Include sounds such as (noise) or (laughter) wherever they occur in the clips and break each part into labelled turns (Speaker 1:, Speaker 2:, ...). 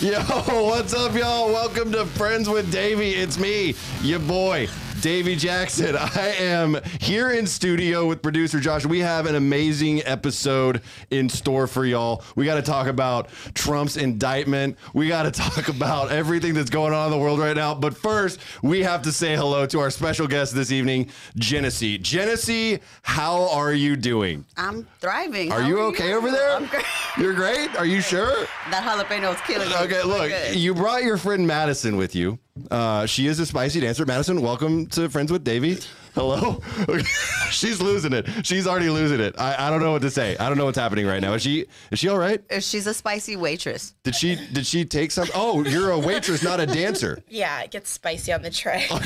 Speaker 1: Yo, (laughs) what's up, y'all? Welcome to Friends with Davey. It's me, your boy, Davey Jackson. (laughs) I am here in studio with producer Josh. We have an amazing episode in store for y'all. We got to talk about Trump's indictment. We got to (laughs) talk about everything that's going on in the world right now. But first, we have to say hello to our special guest this evening, Genesee. Genesee, how are you doing?
Speaker 2: I'm thriving.
Speaker 1: Are
Speaker 2: How
Speaker 1: you okay over there?
Speaker 2: I'm (laughs) great.
Speaker 1: You're great? Are you sure?
Speaker 2: That jalapeno is killing me.
Speaker 1: Okay,
Speaker 2: It's
Speaker 1: look,
Speaker 2: good.
Speaker 1: you brought your friend Madison with you. Uh, she is a spicy dancer. Madison, welcome to Friends with Davey. Hello. (laughs) She's losing it. She's already losing it. I, I don't know what to say. I don't know what's happening right now. Is she is she all right?
Speaker 2: She's a spicy waitress.
Speaker 1: Did she did she take some? Oh, you're a waitress, not a dancer.
Speaker 3: Yeah, it gets spicy on the tray.
Speaker 1: Oh.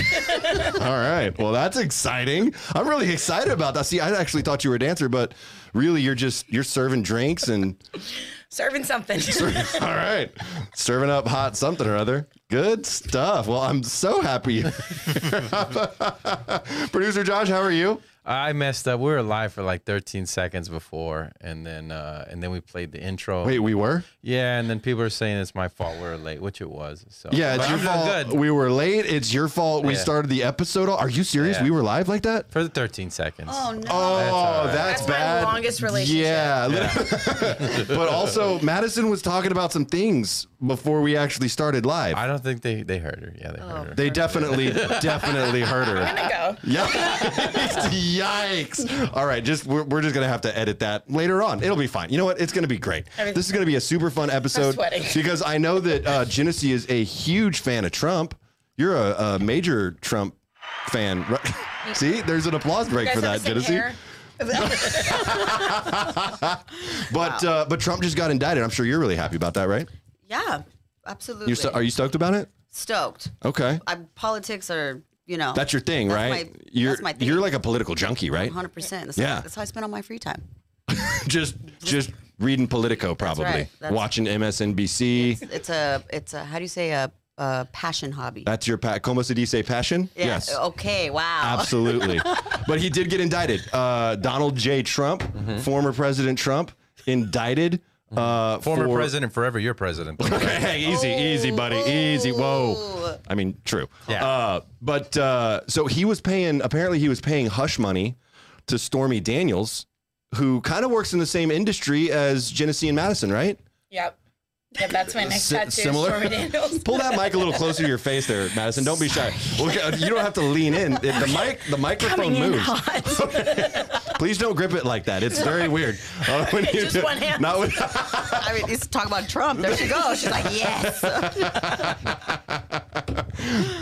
Speaker 1: All right. Well, that's exciting. I'm really excited about that. See, I actually thought you were a dancer, but really, you're just you're serving drinks and
Speaker 3: (laughs) Serving something.
Speaker 1: All right. Serving up hot something or other. Good stuff. Well, I'm so happy. (laughs) Producer Josh, how are you?
Speaker 4: I messed up. We were live for like 13 seconds before, and then uh, and then we played the intro.
Speaker 1: Wait, we were?
Speaker 4: Yeah, and then people are saying it's my fault. We were late, which it was. So
Speaker 1: Yeah, it's
Speaker 4: But
Speaker 1: your
Speaker 4: I'm doing
Speaker 1: fault.
Speaker 4: Good
Speaker 1: We were late. It's your fault. We
Speaker 4: Yeah.
Speaker 1: started the episode. Are you serious?
Speaker 4: Yeah.
Speaker 1: We were live like that?
Speaker 4: for the 13 seconds.
Speaker 2: Oh no.
Speaker 1: Oh, that's,
Speaker 4: right.
Speaker 3: That's my
Speaker 1: bad.
Speaker 3: longest relationship.
Speaker 1: Yeah. (laughs) but also, Madison was talking about some things before we actually started live.
Speaker 4: I don't think they they heard her. Yeah, they
Speaker 3: Oh.
Speaker 4: heard her.
Speaker 1: they definitely, definitely
Speaker 3: (laughs)
Speaker 1: hurt her.
Speaker 3: I'm gonna go.
Speaker 1: Yep. (laughs) Yikes. All right, just we're, we're just gonna have to edit that later on. It'll be fine. You know what? It's gonna be great. This is gonna be a super fun episode
Speaker 2: (laughs)
Speaker 3: sweating.
Speaker 1: because I know that uh, Genesee is a huge fan of Trump. You're a, a major Trump fan. right? (laughs) See, there's an applause break
Speaker 3: guys
Speaker 1: for
Speaker 3: have
Speaker 1: that,
Speaker 3: the same
Speaker 1: Genesee.
Speaker 3: hair?
Speaker 1: (laughs) But uh, but Trump just got indicted. I'm sure you're really happy about that, right?
Speaker 2: yeah, absolutely.
Speaker 1: You stu- are you stoked about it?
Speaker 2: stoked?
Speaker 1: Okay,
Speaker 2: I'm, politics are, you know.
Speaker 1: that's your thing,
Speaker 2: that's
Speaker 1: right?
Speaker 2: my-
Speaker 1: you're
Speaker 2: that's my thing.
Speaker 1: you're like a political junkie, right?
Speaker 2: 100. percent That's
Speaker 1: Yeah.
Speaker 2: That's how I spend all my free time.
Speaker 1: just just reading Politico, probably
Speaker 2: right. That's-
Speaker 1: watching MSNBC.
Speaker 2: It's a, it's a, how do you say a, a passion hobby?
Speaker 1: That's your pa- como se dice passion.
Speaker 2: Yeah, Oh.
Speaker 1: Yes,
Speaker 2: Okay. Wow.
Speaker 1: absolutely. but he did get indicted. Uh, Donald J. Trump, former President Trump, indicted. Uh,
Speaker 4: Former
Speaker 1: for-
Speaker 4: president, forever
Speaker 1: (laughs)
Speaker 4: your president.
Speaker 1: Hey, easy, easy, buddy, easy. Whoa. I mean, true.
Speaker 4: Yeah.
Speaker 1: Uh, but uh, so he was paying. Apparently, he was paying hush money to Stormy Daniels, who kind of works in the same industry as Genesee and Madison, right?
Speaker 3: Yep. Yep, that's my
Speaker 1: S-
Speaker 3: next tattoo.
Speaker 1: similar?
Speaker 3: Stormy Daniels.
Speaker 1: (laughs) Pull that mic a little closer to your face, there, Madison. Don't be shy. Look, uh, you don't have to lean in. It- The mic, the microphone
Speaker 3: Coming in
Speaker 1: moves.
Speaker 3: hot.
Speaker 1: (laughs) Please don't grip it like that. It's very weird. Uh, when you
Speaker 3: Just one hand.
Speaker 1: Not when,
Speaker 2: (laughs) I mean, it's talk about Trump. There she goes. She's like, yes.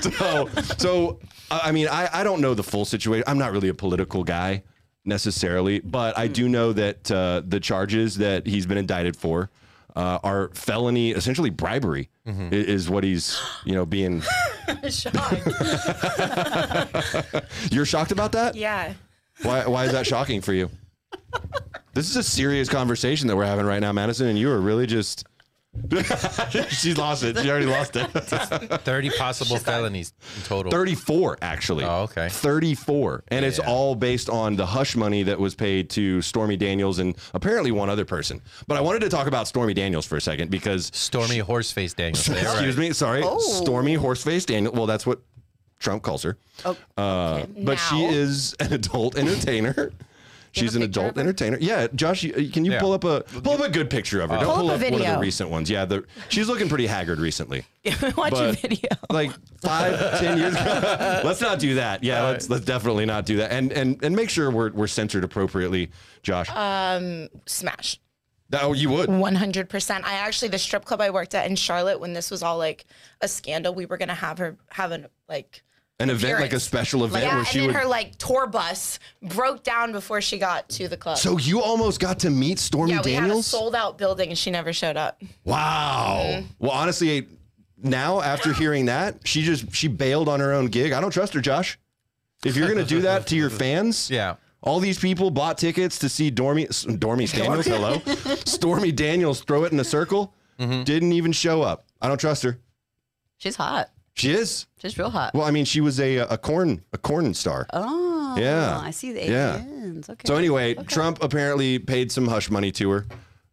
Speaker 1: so, so I I mean, I, I don't know the full situation. I'm not really a political guy necessarily, but I do know that uh, the charges that he's been indicted for uh, are felony, essentially bribery, i-
Speaker 3: Mm-hmm.
Speaker 1: is, what he's you know being.
Speaker 3: Shocked.
Speaker 1: (laughs) You're shocked about that?
Speaker 3: Yeah.
Speaker 1: Why, why is that shocking for you? This is a serious conversation that we're having right now, Madison, and you are really just. (laughs) She's lost it. She already lost it.
Speaker 4: 30 possible felonies in total.
Speaker 1: 34, actually.
Speaker 4: Oh, okay.
Speaker 1: 34. And it's
Speaker 4: Yeah.
Speaker 1: all based on the hush money that was paid to Stormy Daniels and apparently one other person. But I wanted to talk about Stormy Daniels for a second because.
Speaker 4: Stormy Horseface Daniels. They're right.
Speaker 1: (laughs) Excuse me. Sorry. Stormy Horseface Daniel. Well, that's what Trump calls her.
Speaker 2: Oh,
Speaker 1: Uh, but she
Speaker 3: Now.
Speaker 1: is an adult entertainer. (laughs) She's an
Speaker 2: picture of
Speaker 1: adult
Speaker 2: her?
Speaker 1: entertainer. Yeah, Josh, you- uh, can you
Speaker 4: Yeah.
Speaker 1: pull up a pull up a good picture of her? Don't
Speaker 5: Pull
Speaker 1: pull
Speaker 5: up
Speaker 1: up,
Speaker 5: a
Speaker 1: one of the
Speaker 5: video.
Speaker 1: recent ones. Yeah, the, she's looking pretty haggard recently.
Speaker 5: Watch a
Speaker 1: But-
Speaker 5: video.
Speaker 1: Like five, ten years ago. (laughs) let's not do that. Yeah, let's let's definitely not do that. And and and make sure we're we're censored appropriately, Josh.
Speaker 3: Smash.
Speaker 1: That- oh, you would.
Speaker 3: 100%. I actually, the strip club I worked at in Charlotte, when this was all like a scandal, we were going to have her have an like.
Speaker 1: An event like a
Speaker 3: appearance.
Speaker 1: special event
Speaker 3: yeah,
Speaker 1: where
Speaker 3: and
Speaker 1: she
Speaker 3: then
Speaker 1: would
Speaker 3: her like tour bus broke down before she got to the club.
Speaker 1: So you almost got to meet Stormy
Speaker 3: yeah, we had a
Speaker 1: Daniels?
Speaker 3: sold out building and she never showed up.
Speaker 1: Wow. Well, honestly, now after hearing that, she just she bailed on her own gig. I don't trust her, Josh. If you're gonna do that to your fans,
Speaker 4: Yeah.
Speaker 1: All these people bought tickets to see Dormy S- Dormy Daniels. hello, Stormy Daniels. Throw it in a circle. Didn't even show up. I don't trust her.
Speaker 2: she's hot.
Speaker 1: She is.
Speaker 2: She's real hot.
Speaker 1: Well, I mean, she was a a corn a corn star.
Speaker 2: Oh. Oh,
Speaker 1: Yeah.
Speaker 2: I see the
Speaker 1: Yeah.
Speaker 2: aliens. Okay.
Speaker 1: So anyway, Trump apparently paid some hush money to her,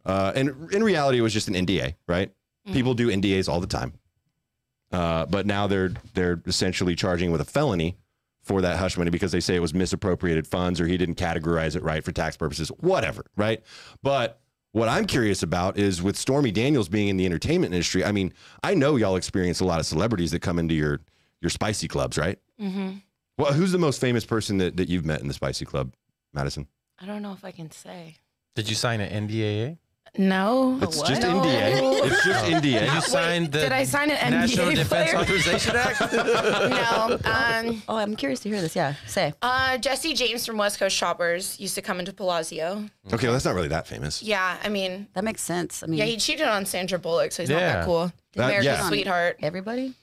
Speaker 1: uh, and in reality, it was just an NDA, right?
Speaker 2: Mm.
Speaker 1: People do NDAs all the time, uh, but now they're they're essentially charging with a felony for that hush money because they say it was misappropriated funds or he didn't categorize it right for tax purposes, whatever, right? But what I'm curious about is with Stormy Daniels being in the entertainment industry. I mean, I know y'all experience a lot of celebrities that come into your your spicy clubs, right?
Speaker 3: Mm-hmm.
Speaker 1: Well, who's the most famous person that, that you've met in the spicy club, Madison?
Speaker 3: I don't know if I can say.
Speaker 4: Did you sign an NDA?
Speaker 3: No.
Speaker 1: It's
Speaker 2: what?
Speaker 1: just
Speaker 2: No.
Speaker 1: NDA. It's just
Speaker 4: Did Oh. you
Speaker 1: NDA.
Speaker 4: sign the
Speaker 3: Did I sign an
Speaker 4: National
Speaker 3: NBA
Speaker 4: Defense
Speaker 3: player?
Speaker 1: (laughs)
Speaker 4: Authorization Act?
Speaker 3: no. Um,
Speaker 2: Oh, I'm curious to hear this. Yeah. Say.
Speaker 3: uh, Jesse James from West Coast Shoppers used to come into Palazzo.
Speaker 1: Okay, well, that's not really that famous.
Speaker 3: Yeah, I mean,
Speaker 2: That makes sense. I mean,
Speaker 3: yeah, he cheated on Sandra Bullock, so he's not
Speaker 4: Yeah.
Speaker 3: that cool.
Speaker 1: That-
Speaker 3: America's
Speaker 1: yeah.
Speaker 3: sweetheart.
Speaker 2: everybody,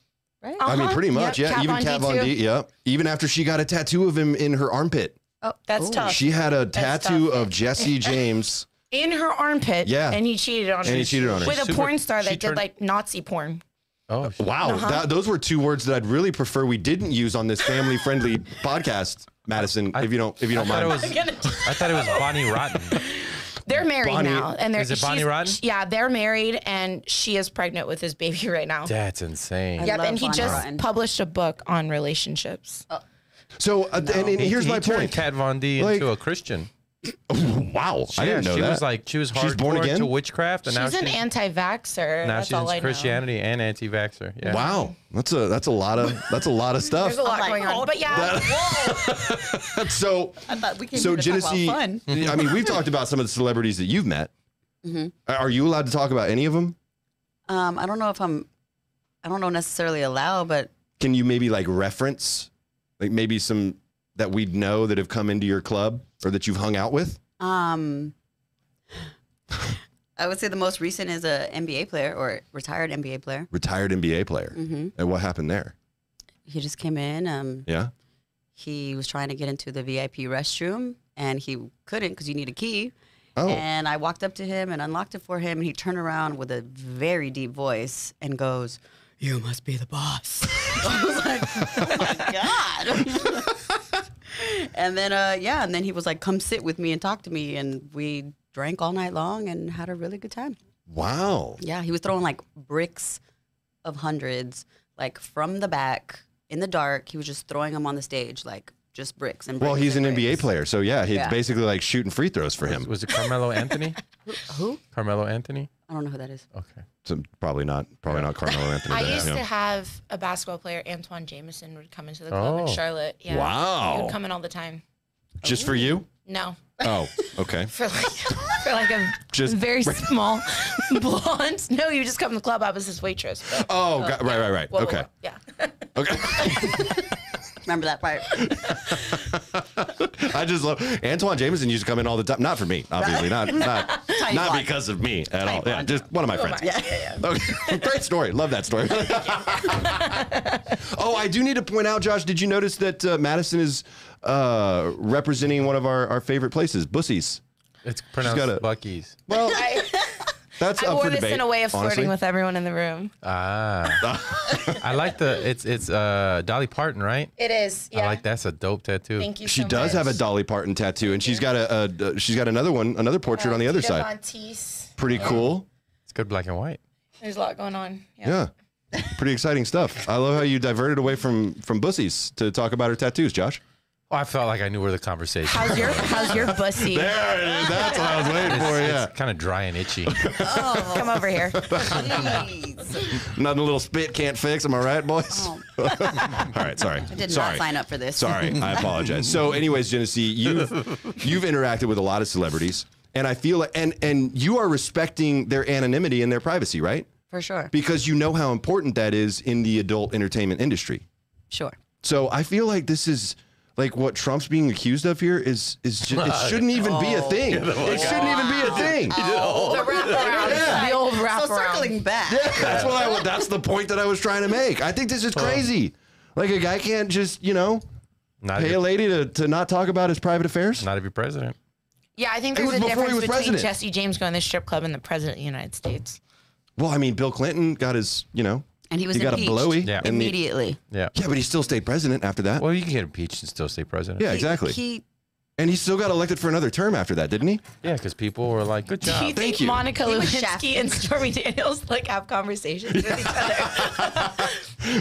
Speaker 2: right?
Speaker 1: I mean,
Speaker 3: Uh-huh.
Speaker 1: pretty much,
Speaker 3: Yep,
Speaker 1: yeah.
Speaker 3: Kat
Speaker 1: Even
Speaker 3: Von
Speaker 1: Kat
Speaker 3: D
Speaker 1: Von D,
Speaker 3: too.
Speaker 1: yep. Even after she got a tattoo of him in her armpit,
Speaker 2: oh,
Speaker 3: That's
Speaker 2: ooh.
Speaker 3: tough.
Speaker 1: she had a
Speaker 3: That's
Speaker 1: tattoo of
Speaker 3: (laughs)
Speaker 1: Jesse James.
Speaker 3: In her armpit.
Speaker 1: Yeah.
Speaker 3: And he cheated on her.
Speaker 1: And he cheated on her.
Speaker 3: With a
Speaker 4: Super-
Speaker 3: porn star
Speaker 4: she
Speaker 3: that
Speaker 4: turned-
Speaker 3: did like Nazi porn. (laughs)
Speaker 4: Oh, shit.
Speaker 1: Wow,
Speaker 3: Uh-huh.
Speaker 1: that, those were two words that I'd really prefer we didn't use on this family-friendly
Speaker 3: (laughs)
Speaker 1: podcast, Madison. If you don't, if you
Speaker 4: I
Speaker 1: don't
Speaker 4: thought it
Speaker 1: mind.
Speaker 4: was I thought it was Bonnie Rotten.
Speaker 3: They're married
Speaker 1: Bonnie-
Speaker 3: now. And they're
Speaker 4: Is it Bonnie
Speaker 3: she's-
Speaker 4: Rotten?
Speaker 3: Yeah, they're married and she is pregnant with his baby (laughs) right now.
Speaker 4: That's insane.
Speaker 2: Yeah.
Speaker 3: Yep,
Speaker 2: love
Speaker 3: and he
Speaker 2: Bonnie
Speaker 3: just
Speaker 2: Rotten.
Speaker 3: published a book on relationships.
Speaker 1: so, uh, and, and here's
Speaker 4: he
Speaker 1: my
Speaker 4: turned
Speaker 1: point.
Speaker 4: Kat Von D
Speaker 1: Like-
Speaker 4: into a Christian.
Speaker 1: Wow, I
Speaker 4: yeah,
Speaker 1: didn't know
Speaker 4: she
Speaker 1: that.
Speaker 4: was like she was hardcore
Speaker 1: She's born again?
Speaker 4: to witchcraft, and
Speaker 3: she's
Speaker 4: now
Speaker 3: an
Speaker 4: she's
Speaker 3: anti-vaxxer.
Speaker 4: now
Speaker 3: That's
Speaker 4: she's
Speaker 3: all I
Speaker 4: into
Speaker 3: know.
Speaker 4: Christianity and anti-vaxxer. Yeah.
Speaker 1: wow, that's a that's a lot of that's a lot of stuff.
Speaker 3: (laughs) There's a lot
Speaker 2: I'm like,
Speaker 3: going on. But yeah,
Speaker 1: so
Speaker 2: I thought we came
Speaker 1: so
Speaker 2: here to talk
Speaker 1: Genesee,
Speaker 2: about fun.
Speaker 1: I mean, we've talked about some of the celebrities that you've met.
Speaker 3: Mm-hmm.
Speaker 1: Are you allowed to talk about any of them?
Speaker 2: Um, I don't know if I'm. I don't know necessarily allow, but
Speaker 1: Can you maybe like reference, like maybe some that we know that have come into your club or that you've hung out with?
Speaker 2: um, I would say the most recent is a NBA player or retired NBA player.
Speaker 1: Retired NBA player.
Speaker 2: Mm.
Speaker 1: And what happened there?
Speaker 2: He just came in. Um,
Speaker 1: Yeah.
Speaker 2: he was trying to get into the VIP restroom and he couldn't because you need a key.
Speaker 1: Oh.
Speaker 2: And I walked up to him and unlocked it for him, and he turned around with a very deep voice and goes, "You must be the boss." (laughs) I was like, "Oh my god!" (laughs) and then, uh, yeah, and then he was like, "Come sit with me and talk to me," and we drank all night long and had a really good time.
Speaker 1: Wow.
Speaker 2: Yeah, he was throwing like bricks of hundreds, like from the back in the dark. He was just throwing them on the stage, like just bricks and. Bricks
Speaker 1: Well, he's an
Speaker 2: and
Speaker 1: NBA
Speaker 2: bricks.
Speaker 1: player. So yeah, he's
Speaker 2: Yeah.
Speaker 1: basically like shooting free throws for him.
Speaker 4: Was
Speaker 1: (laughs)
Speaker 4: it Carmelo Anthony?
Speaker 2: Who?
Speaker 4: Carmelo Anthony.
Speaker 2: I don't know who that is.
Speaker 4: Okay.
Speaker 1: So probably not, probably not Carmelo Anthony.
Speaker 3: I
Speaker 1: but,
Speaker 3: used
Speaker 1: you know.
Speaker 3: to have a basketball player, Antoine Jameson, would come into the club in
Speaker 4: Oh.
Speaker 3: Charlotte. Yeah. He
Speaker 1: Wow.
Speaker 3: would come in all the time.
Speaker 1: Just for you?
Speaker 3: No.
Speaker 1: Oh, okay.
Speaker 3: For like, (laughs) for like a
Speaker 1: Just-
Speaker 3: very small (laughs) blonde. No, you just come to the club. I was his waitress. but-
Speaker 1: Oh, God, right, right, right.
Speaker 3: Whoa, whoa,
Speaker 1: okay.
Speaker 3: whoa. Yeah.
Speaker 1: Okay. (laughs)
Speaker 2: Remember that part?
Speaker 1: I just love Antoine Jameson used to come in all the time. Not for me, obviously. Not not not
Speaker 2: blonde.
Speaker 1: because of me at all. Yeah,
Speaker 2: blonde.
Speaker 1: just one of my friends. Okay. (laughs) Great story. Love that story. (laughs) oh, I do need to point out, Josh. Did you notice that uh, Madison is uh, representing one of our, our favorite places, Bussies?
Speaker 4: It's pronounced
Speaker 1: got a- (laughs)
Speaker 4: Bucky's.
Speaker 3: (laughs)
Speaker 1: Well, that's
Speaker 3: I
Speaker 1: up
Speaker 3: wore
Speaker 1: for
Speaker 3: this
Speaker 1: debate.
Speaker 3: in a way of flirting
Speaker 1: honestly.
Speaker 3: with everyone in the room.
Speaker 4: Ah. I like the it's it's uh Dolly Parton, right?
Speaker 3: It is. Yeah.
Speaker 4: I like that's a dope tattoo.
Speaker 3: Thank you.
Speaker 1: She
Speaker 3: so
Speaker 1: does
Speaker 3: much.
Speaker 1: have a Dolly Parton tattoo, and she's got a, a, she's got another one, another portrait on the other
Speaker 3: Tita
Speaker 1: side.
Speaker 3: Montes.
Speaker 1: Pretty cool.
Speaker 4: It's good black and white.
Speaker 3: There's a lot going on. Yeah.
Speaker 1: Yeah. Pretty exciting stuff. I love how you diverted away from from bussies to talk about her tattoos, Josh.
Speaker 4: Oh, I felt like I knew where the conversation.
Speaker 3: How's
Speaker 1: (laughs)
Speaker 3: (laughs) your How's your bussy?
Speaker 1: There it is. That's what I was waiting for. Yeah.
Speaker 4: It's kind of dry and itchy.
Speaker 3: Come
Speaker 1: (laughs)
Speaker 3: over
Speaker 2: (laughs)
Speaker 3: here.
Speaker 2: Jeez.
Speaker 1: Nothing a little spit can't fix. Am I right, boys?
Speaker 2: Oh.
Speaker 1: (laughs) All right. Sorry.
Speaker 2: Did
Speaker 1: sorry.
Speaker 2: not sign up for this.
Speaker 1: Sorry. I apologize. So, anyways, Genesee, you've you've interacted with a lot of celebrities, and I feel like and and you are respecting their anonymity and their privacy, right?
Speaker 2: For sure.
Speaker 1: Because you know how important that is in the adult entertainment industry.
Speaker 2: Sure.
Speaker 1: So I feel like this is like what Trump's being accused of here is is just, it shouldn't even be a thing. It shouldn't even be a thing.
Speaker 3: The wraparound.
Speaker 1: Yeah.
Speaker 3: The old wraparound.
Speaker 2: So circling back.
Speaker 1: That's what I that's the point that I was trying to make. I think this is crazy. Like a guy can't just, you know,
Speaker 4: Not
Speaker 1: pay a
Speaker 4: if,
Speaker 1: lady to, to not talk about his private affairs.
Speaker 4: not if you're president.
Speaker 3: Yeah, I think
Speaker 1: It
Speaker 3: there's
Speaker 1: was
Speaker 3: a
Speaker 1: before he
Speaker 3: difference
Speaker 1: was
Speaker 3: between
Speaker 1: president.
Speaker 3: Jesse James going to the strip club and the president of the United States.
Speaker 1: Well, I mean, Bill Clinton got his, you know,
Speaker 2: and he was
Speaker 1: He got a
Speaker 2: impeached
Speaker 1: blowy
Speaker 4: Yeah.
Speaker 1: and the-
Speaker 2: immediately.
Speaker 4: Yeah.
Speaker 1: Yeah, but he still stayed president after that.
Speaker 4: Well, you can get impeached and still stay president.
Speaker 1: yeah,
Speaker 2: He-
Speaker 1: exactly.
Speaker 2: He,
Speaker 1: and he still got elected for another term after that, didn't he?
Speaker 4: Yeah, because people were like, "Good
Speaker 3: Do you
Speaker 4: job."
Speaker 3: think
Speaker 1: Oh, you.
Speaker 3: Monica
Speaker 2: He was
Speaker 3: Lewinsky and Stormy Daniels like have conversations with each other?
Speaker 1: (laughs)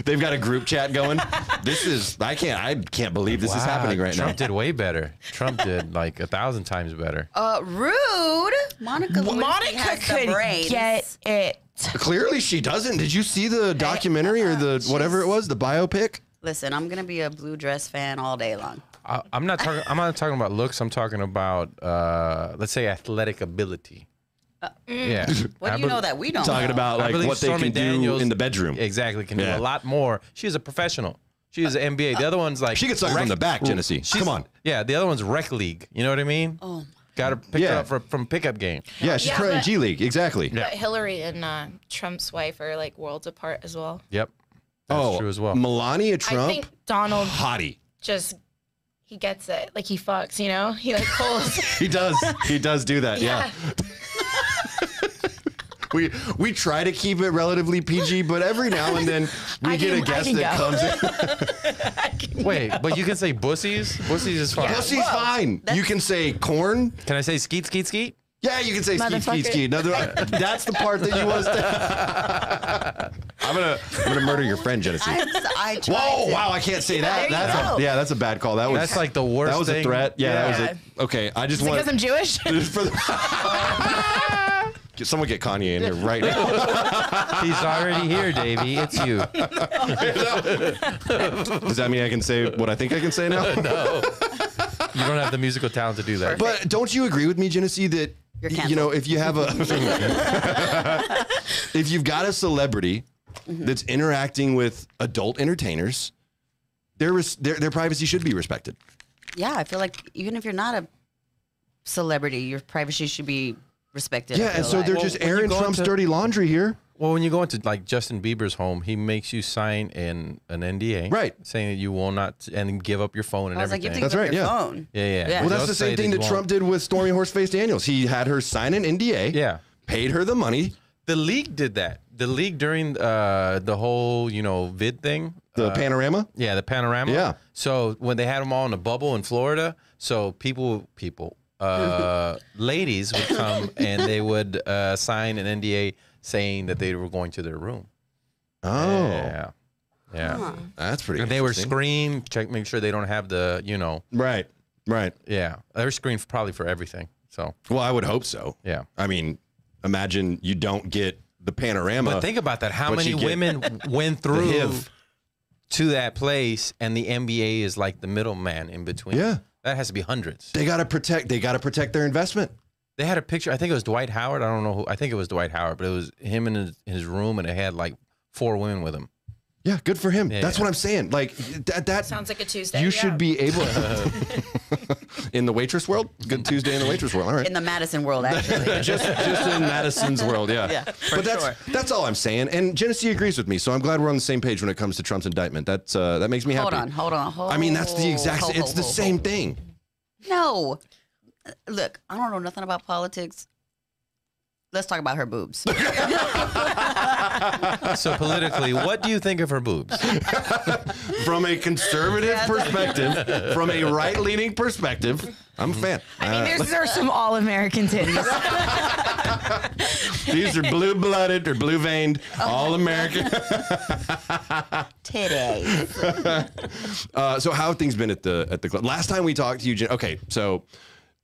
Speaker 1: They've got a group chat going. (laughs) this is I can't I can't believe this is
Speaker 4: Wow,
Speaker 1: happening right
Speaker 4: Trump
Speaker 1: now.
Speaker 4: did way better. Trump did like a thousand times better.
Speaker 2: (laughs) uh, rude. Monica. Lewinsky
Speaker 3: Monica
Speaker 2: has the
Speaker 3: could
Speaker 2: brains.
Speaker 3: get it.
Speaker 1: Clearly she doesn't. Did you see the documentary or the whatever it was, the biopic?
Speaker 2: Listen, I'm gonna be a blue dress fan all day long.
Speaker 4: I, I'm not talking. I'm not talking about looks. I'm talking about uh, let's say athletic ability. yeah.
Speaker 2: Uh, mm. What
Speaker 4: I
Speaker 2: do you
Speaker 4: bel-
Speaker 2: know that we don't?
Speaker 1: Talking
Speaker 2: know?
Speaker 1: about
Speaker 4: I
Speaker 1: like
Speaker 4: believe
Speaker 1: what they
Speaker 4: Stormy
Speaker 1: can do
Speaker 4: Daniels-
Speaker 1: in the bedroom.
Speaker 4: Exactly. Can
Speaker 1: Yeah.
Speaker 4: do a lot more. She's a professional. She's
Speaker 2: Uh,
Speaker 4: an NBA. The other one's like
Speaker 1: She could suck it from
Speaker 4: rec-
Speaker 1: the back, Genesee.
Speaker 4: she's-
Speaker 1: Come on.
Speaker 4: Yeah. The other one's rec league. You know what I mean? Oh. Got to pick
Speaker 1: Yeah.
Speaker 4: her up from, from pickup game.
Speaker 1: Yeah, she's
Speaker 3: Yeah,
Speaker 1: playing
Speaker 3: but-
Speaker 1: G League. Exactly.
Speaker 3: But Hillary and uh, Trump's wife are like worlds apart as well.
Speaker 4: Yep. That's
Speaker 1: Oh,
Speaker 4: true as well.
Speaker 1: Melania
Speaker 3: I
Speaker 1: Trump,
Speaker 3: think Donald
Speaker 1: hottie.
Speaker 3: just he gets it. Like he fucks, you know? He like pulls. (laughs)
Speaker 1: He does. He does do that. Yeah. (laughs) we we try to keep it relatively PG, but every now and then we
Speaker 3: I
Speaker 1: get
Speaker 3: can-
Speaker 1: a
Speaker 3: I
Speaker 1: guest
Speaker 3: can
Speaker 1: that
Speaker 3: go.
Speaker 1: comes in.
Speaker 4: Wait, but you can say bussies. Bussies is fine.
Speaker 1: Pussy's fine. You can say corn.
Speaker 4: Can I say skeet skeet skeet?
Speaker 1: Yeah, you can say skeet skeet
Speaker 3: Motherfucker.
Speaker 1: skeet. No, there- that's the part that you want to.
Speaker 3: (laughs)
Speaker 1: I'm gonna I'm gonna murder your friend, Genesee.
Speaker 2: I'm so- (laughs) I tried
Speaker 1: Whoa!
Speaker 2: to.
Speaker 1: Wow! I can't say that.
Speaker 2: There you
Speaker 1: That's a,
Speaker 2: go.
Speaker 1: yeah, that's a bad call. That was
Speaker 4: That's like the worst.
Speaker 1: that was a
Speaker 4: thing.
Speaker 1: threat. Yeah, that was it. Okay, I just want
Speaker 3: because I'm
Speaker 1: (laughs)
Speaker 3: Jewish.
Speaker 4: (laughs)
Speaker 1: for the- Get- Someone get Kanye in here right now.
Speaker 4: (laughs) He's already here, Davey. It's you.
Speaker 1: Does that mean I can say what I think I can say
Speaker 4: (laughs)
Speaker 1: now?
Speaker 4: You don't have the musical talent to do that.
Speaker 1: But don't you agree with me, Genesee, that
Speaker 2: You're
Speaker 1: you know if you have a (laughs) if you've got a celebrity
Speaker 2: Mm-hmm.
Speaker 1: that's interacting with adult entertainers, their res- their their privacy should be respected.
Speaker 2: Yeah, I feel like even if you're not a celebrity, your privacy should be respected. I
Speaker 1: Yeah, and
Speaker 2: feel
Speaker 1: so
Speaker 2: like.
Speaker 1: they're
Speaker 4: Well,
Speaker 1: just
Speaker 4: when you
Speaker 1: airing
Speaker 4: go
Speaker 1: Trump's
Speaker 4: into-
Speaker 1: dirty laundry here.
Speaker 4: well, when you go into like Justin Bieber's home, he makes you sign an an NDA,
Speaker 1: Right.
Speaker 4: Saying that you will not and give up your phone and
Speaker 2: I was like, you
Speaker 4: everything.
Speaker 2: have to
Speaker 1: That's
Speaker 2: give up
Speaker 1: right, yeah.
Speaker 2: your phone.
Speaker 4: yeah, yeah.
Speaker 2: Yeah.
Speaker 1: Well,
Speaker 2: Well,
Speaker 1: that's
Speaker 4: They'll
Speaker 1: the
Speaker 4: say
Speaker 1: same thing
Speaker 4: you
Speaker 1: that Trump
Speaker 4: won't.
Speaker 1: did with Stormy Horseface Daniels. He had her sign an NDA,
Speaker 4: Yeah.
Speaker 1: paid her the money,
Speaker 4: The league did that. The league during uh, the whole you know vid thing.
Speaker 1: the panorama.
Speaker 4: Yeah, the panorama.
Speaker 1: Yeah.
Speaker 4: So when they had them all in a bubble in Florida, so people, people,
Speaker 1: (laughs)
Speaker 4: uh, ladies would come and they would uh, sign an NDA saying that they were going to their room.
Speaker 1: Oh,
Speaker 4: Yeah. Yeah.
Speaker 1: that's pretty.
Speaker 4: And they were
Speaker 1: interesting.
Speaker 4: screened, check, make sure they don't have the, you know,
Speaker 1: right, right.
Speaker 4: yeah, they were screened probably for everything. So
Speaker 1: Well, I would hope so.
Speaker 4: yeah.
Speaker 1: I mean, imagine you don't get the panorama.
Speaker 4: But think about that. How
Speaker 1: what Uh,
Speaker 4: many
Speaker 1: you get- (laughs)
Speaker 4: women went through
Speaker 1: HIV.
Speaker 4: to that place, and the NBA is like the middleman in between.
Speaker 1: Yeah.
Speaker 4: That has to be hundreds.
Speaker 1: they gotta protect. They gotta protect their investment.
Speaker 4: They had a picture. I think it was Dwight Howard. I don't know who. I think it was Dwight Howard, but it was him in his, his room, and it had like four women with him.
Speaker 1: Yeah, good for him.
Speaker 4: Yeah,
Speaker 1: That's
Speaker 4: yeah.
Speaker 1: what I'm saying. Like that. that
Speaker 3: Sounds like a Tuesday.
Speaker 1: you
Speaker 3: yeah.
Speaker 1: should be able.
Speaker 4: (laughs)
Speaker 1: (laughs) in the waitress world, good Tuesday in the waitress world. All right.
Speaker 2: In the Madison world,
Speaker 1: (laughs)
Speaker 2: actually.
Speaker 1: just just in Madison's world, yeah. but that's that's all I'm saying. And Genesee agrees with me, so I'm glad we're on the same page when it comes to Trump's indictment. That's uh, that makes me
Speaker 2: hold
Speaker 1: happy.
Speaker 2: on, hold on, hold.
Speaker 1: I mean, that's
Speaker 3: Oh,
Speaker 1: the exact.
Speaker 2: hold,
Speaker 1: it's
Speaker 2: hold,
Speaker 1: the
Speaker 2: hold,
Speaker 1: same thing.
Speaker 2: hold. No, look, I don't know nothing about politics. Let's talk about her
Speaker 1: (laughs)
Speaker 2: boobs.
Speaker 4: So politically, what do you think of her boobs?
Speaker 1: From a conservative perspective, from a right-leaning perspective, I'm a fan. (laughs)
Speaker 3: I mean, there's, there's (laughs) some all American titties.
Speaker 1: These are blue-blooded or blue-veined, all American. (laughs)
Speaker 2: Today,
Speaker 1: Uh, so how have things been at the at the club? Last time we talked to you, Jen. Okay, so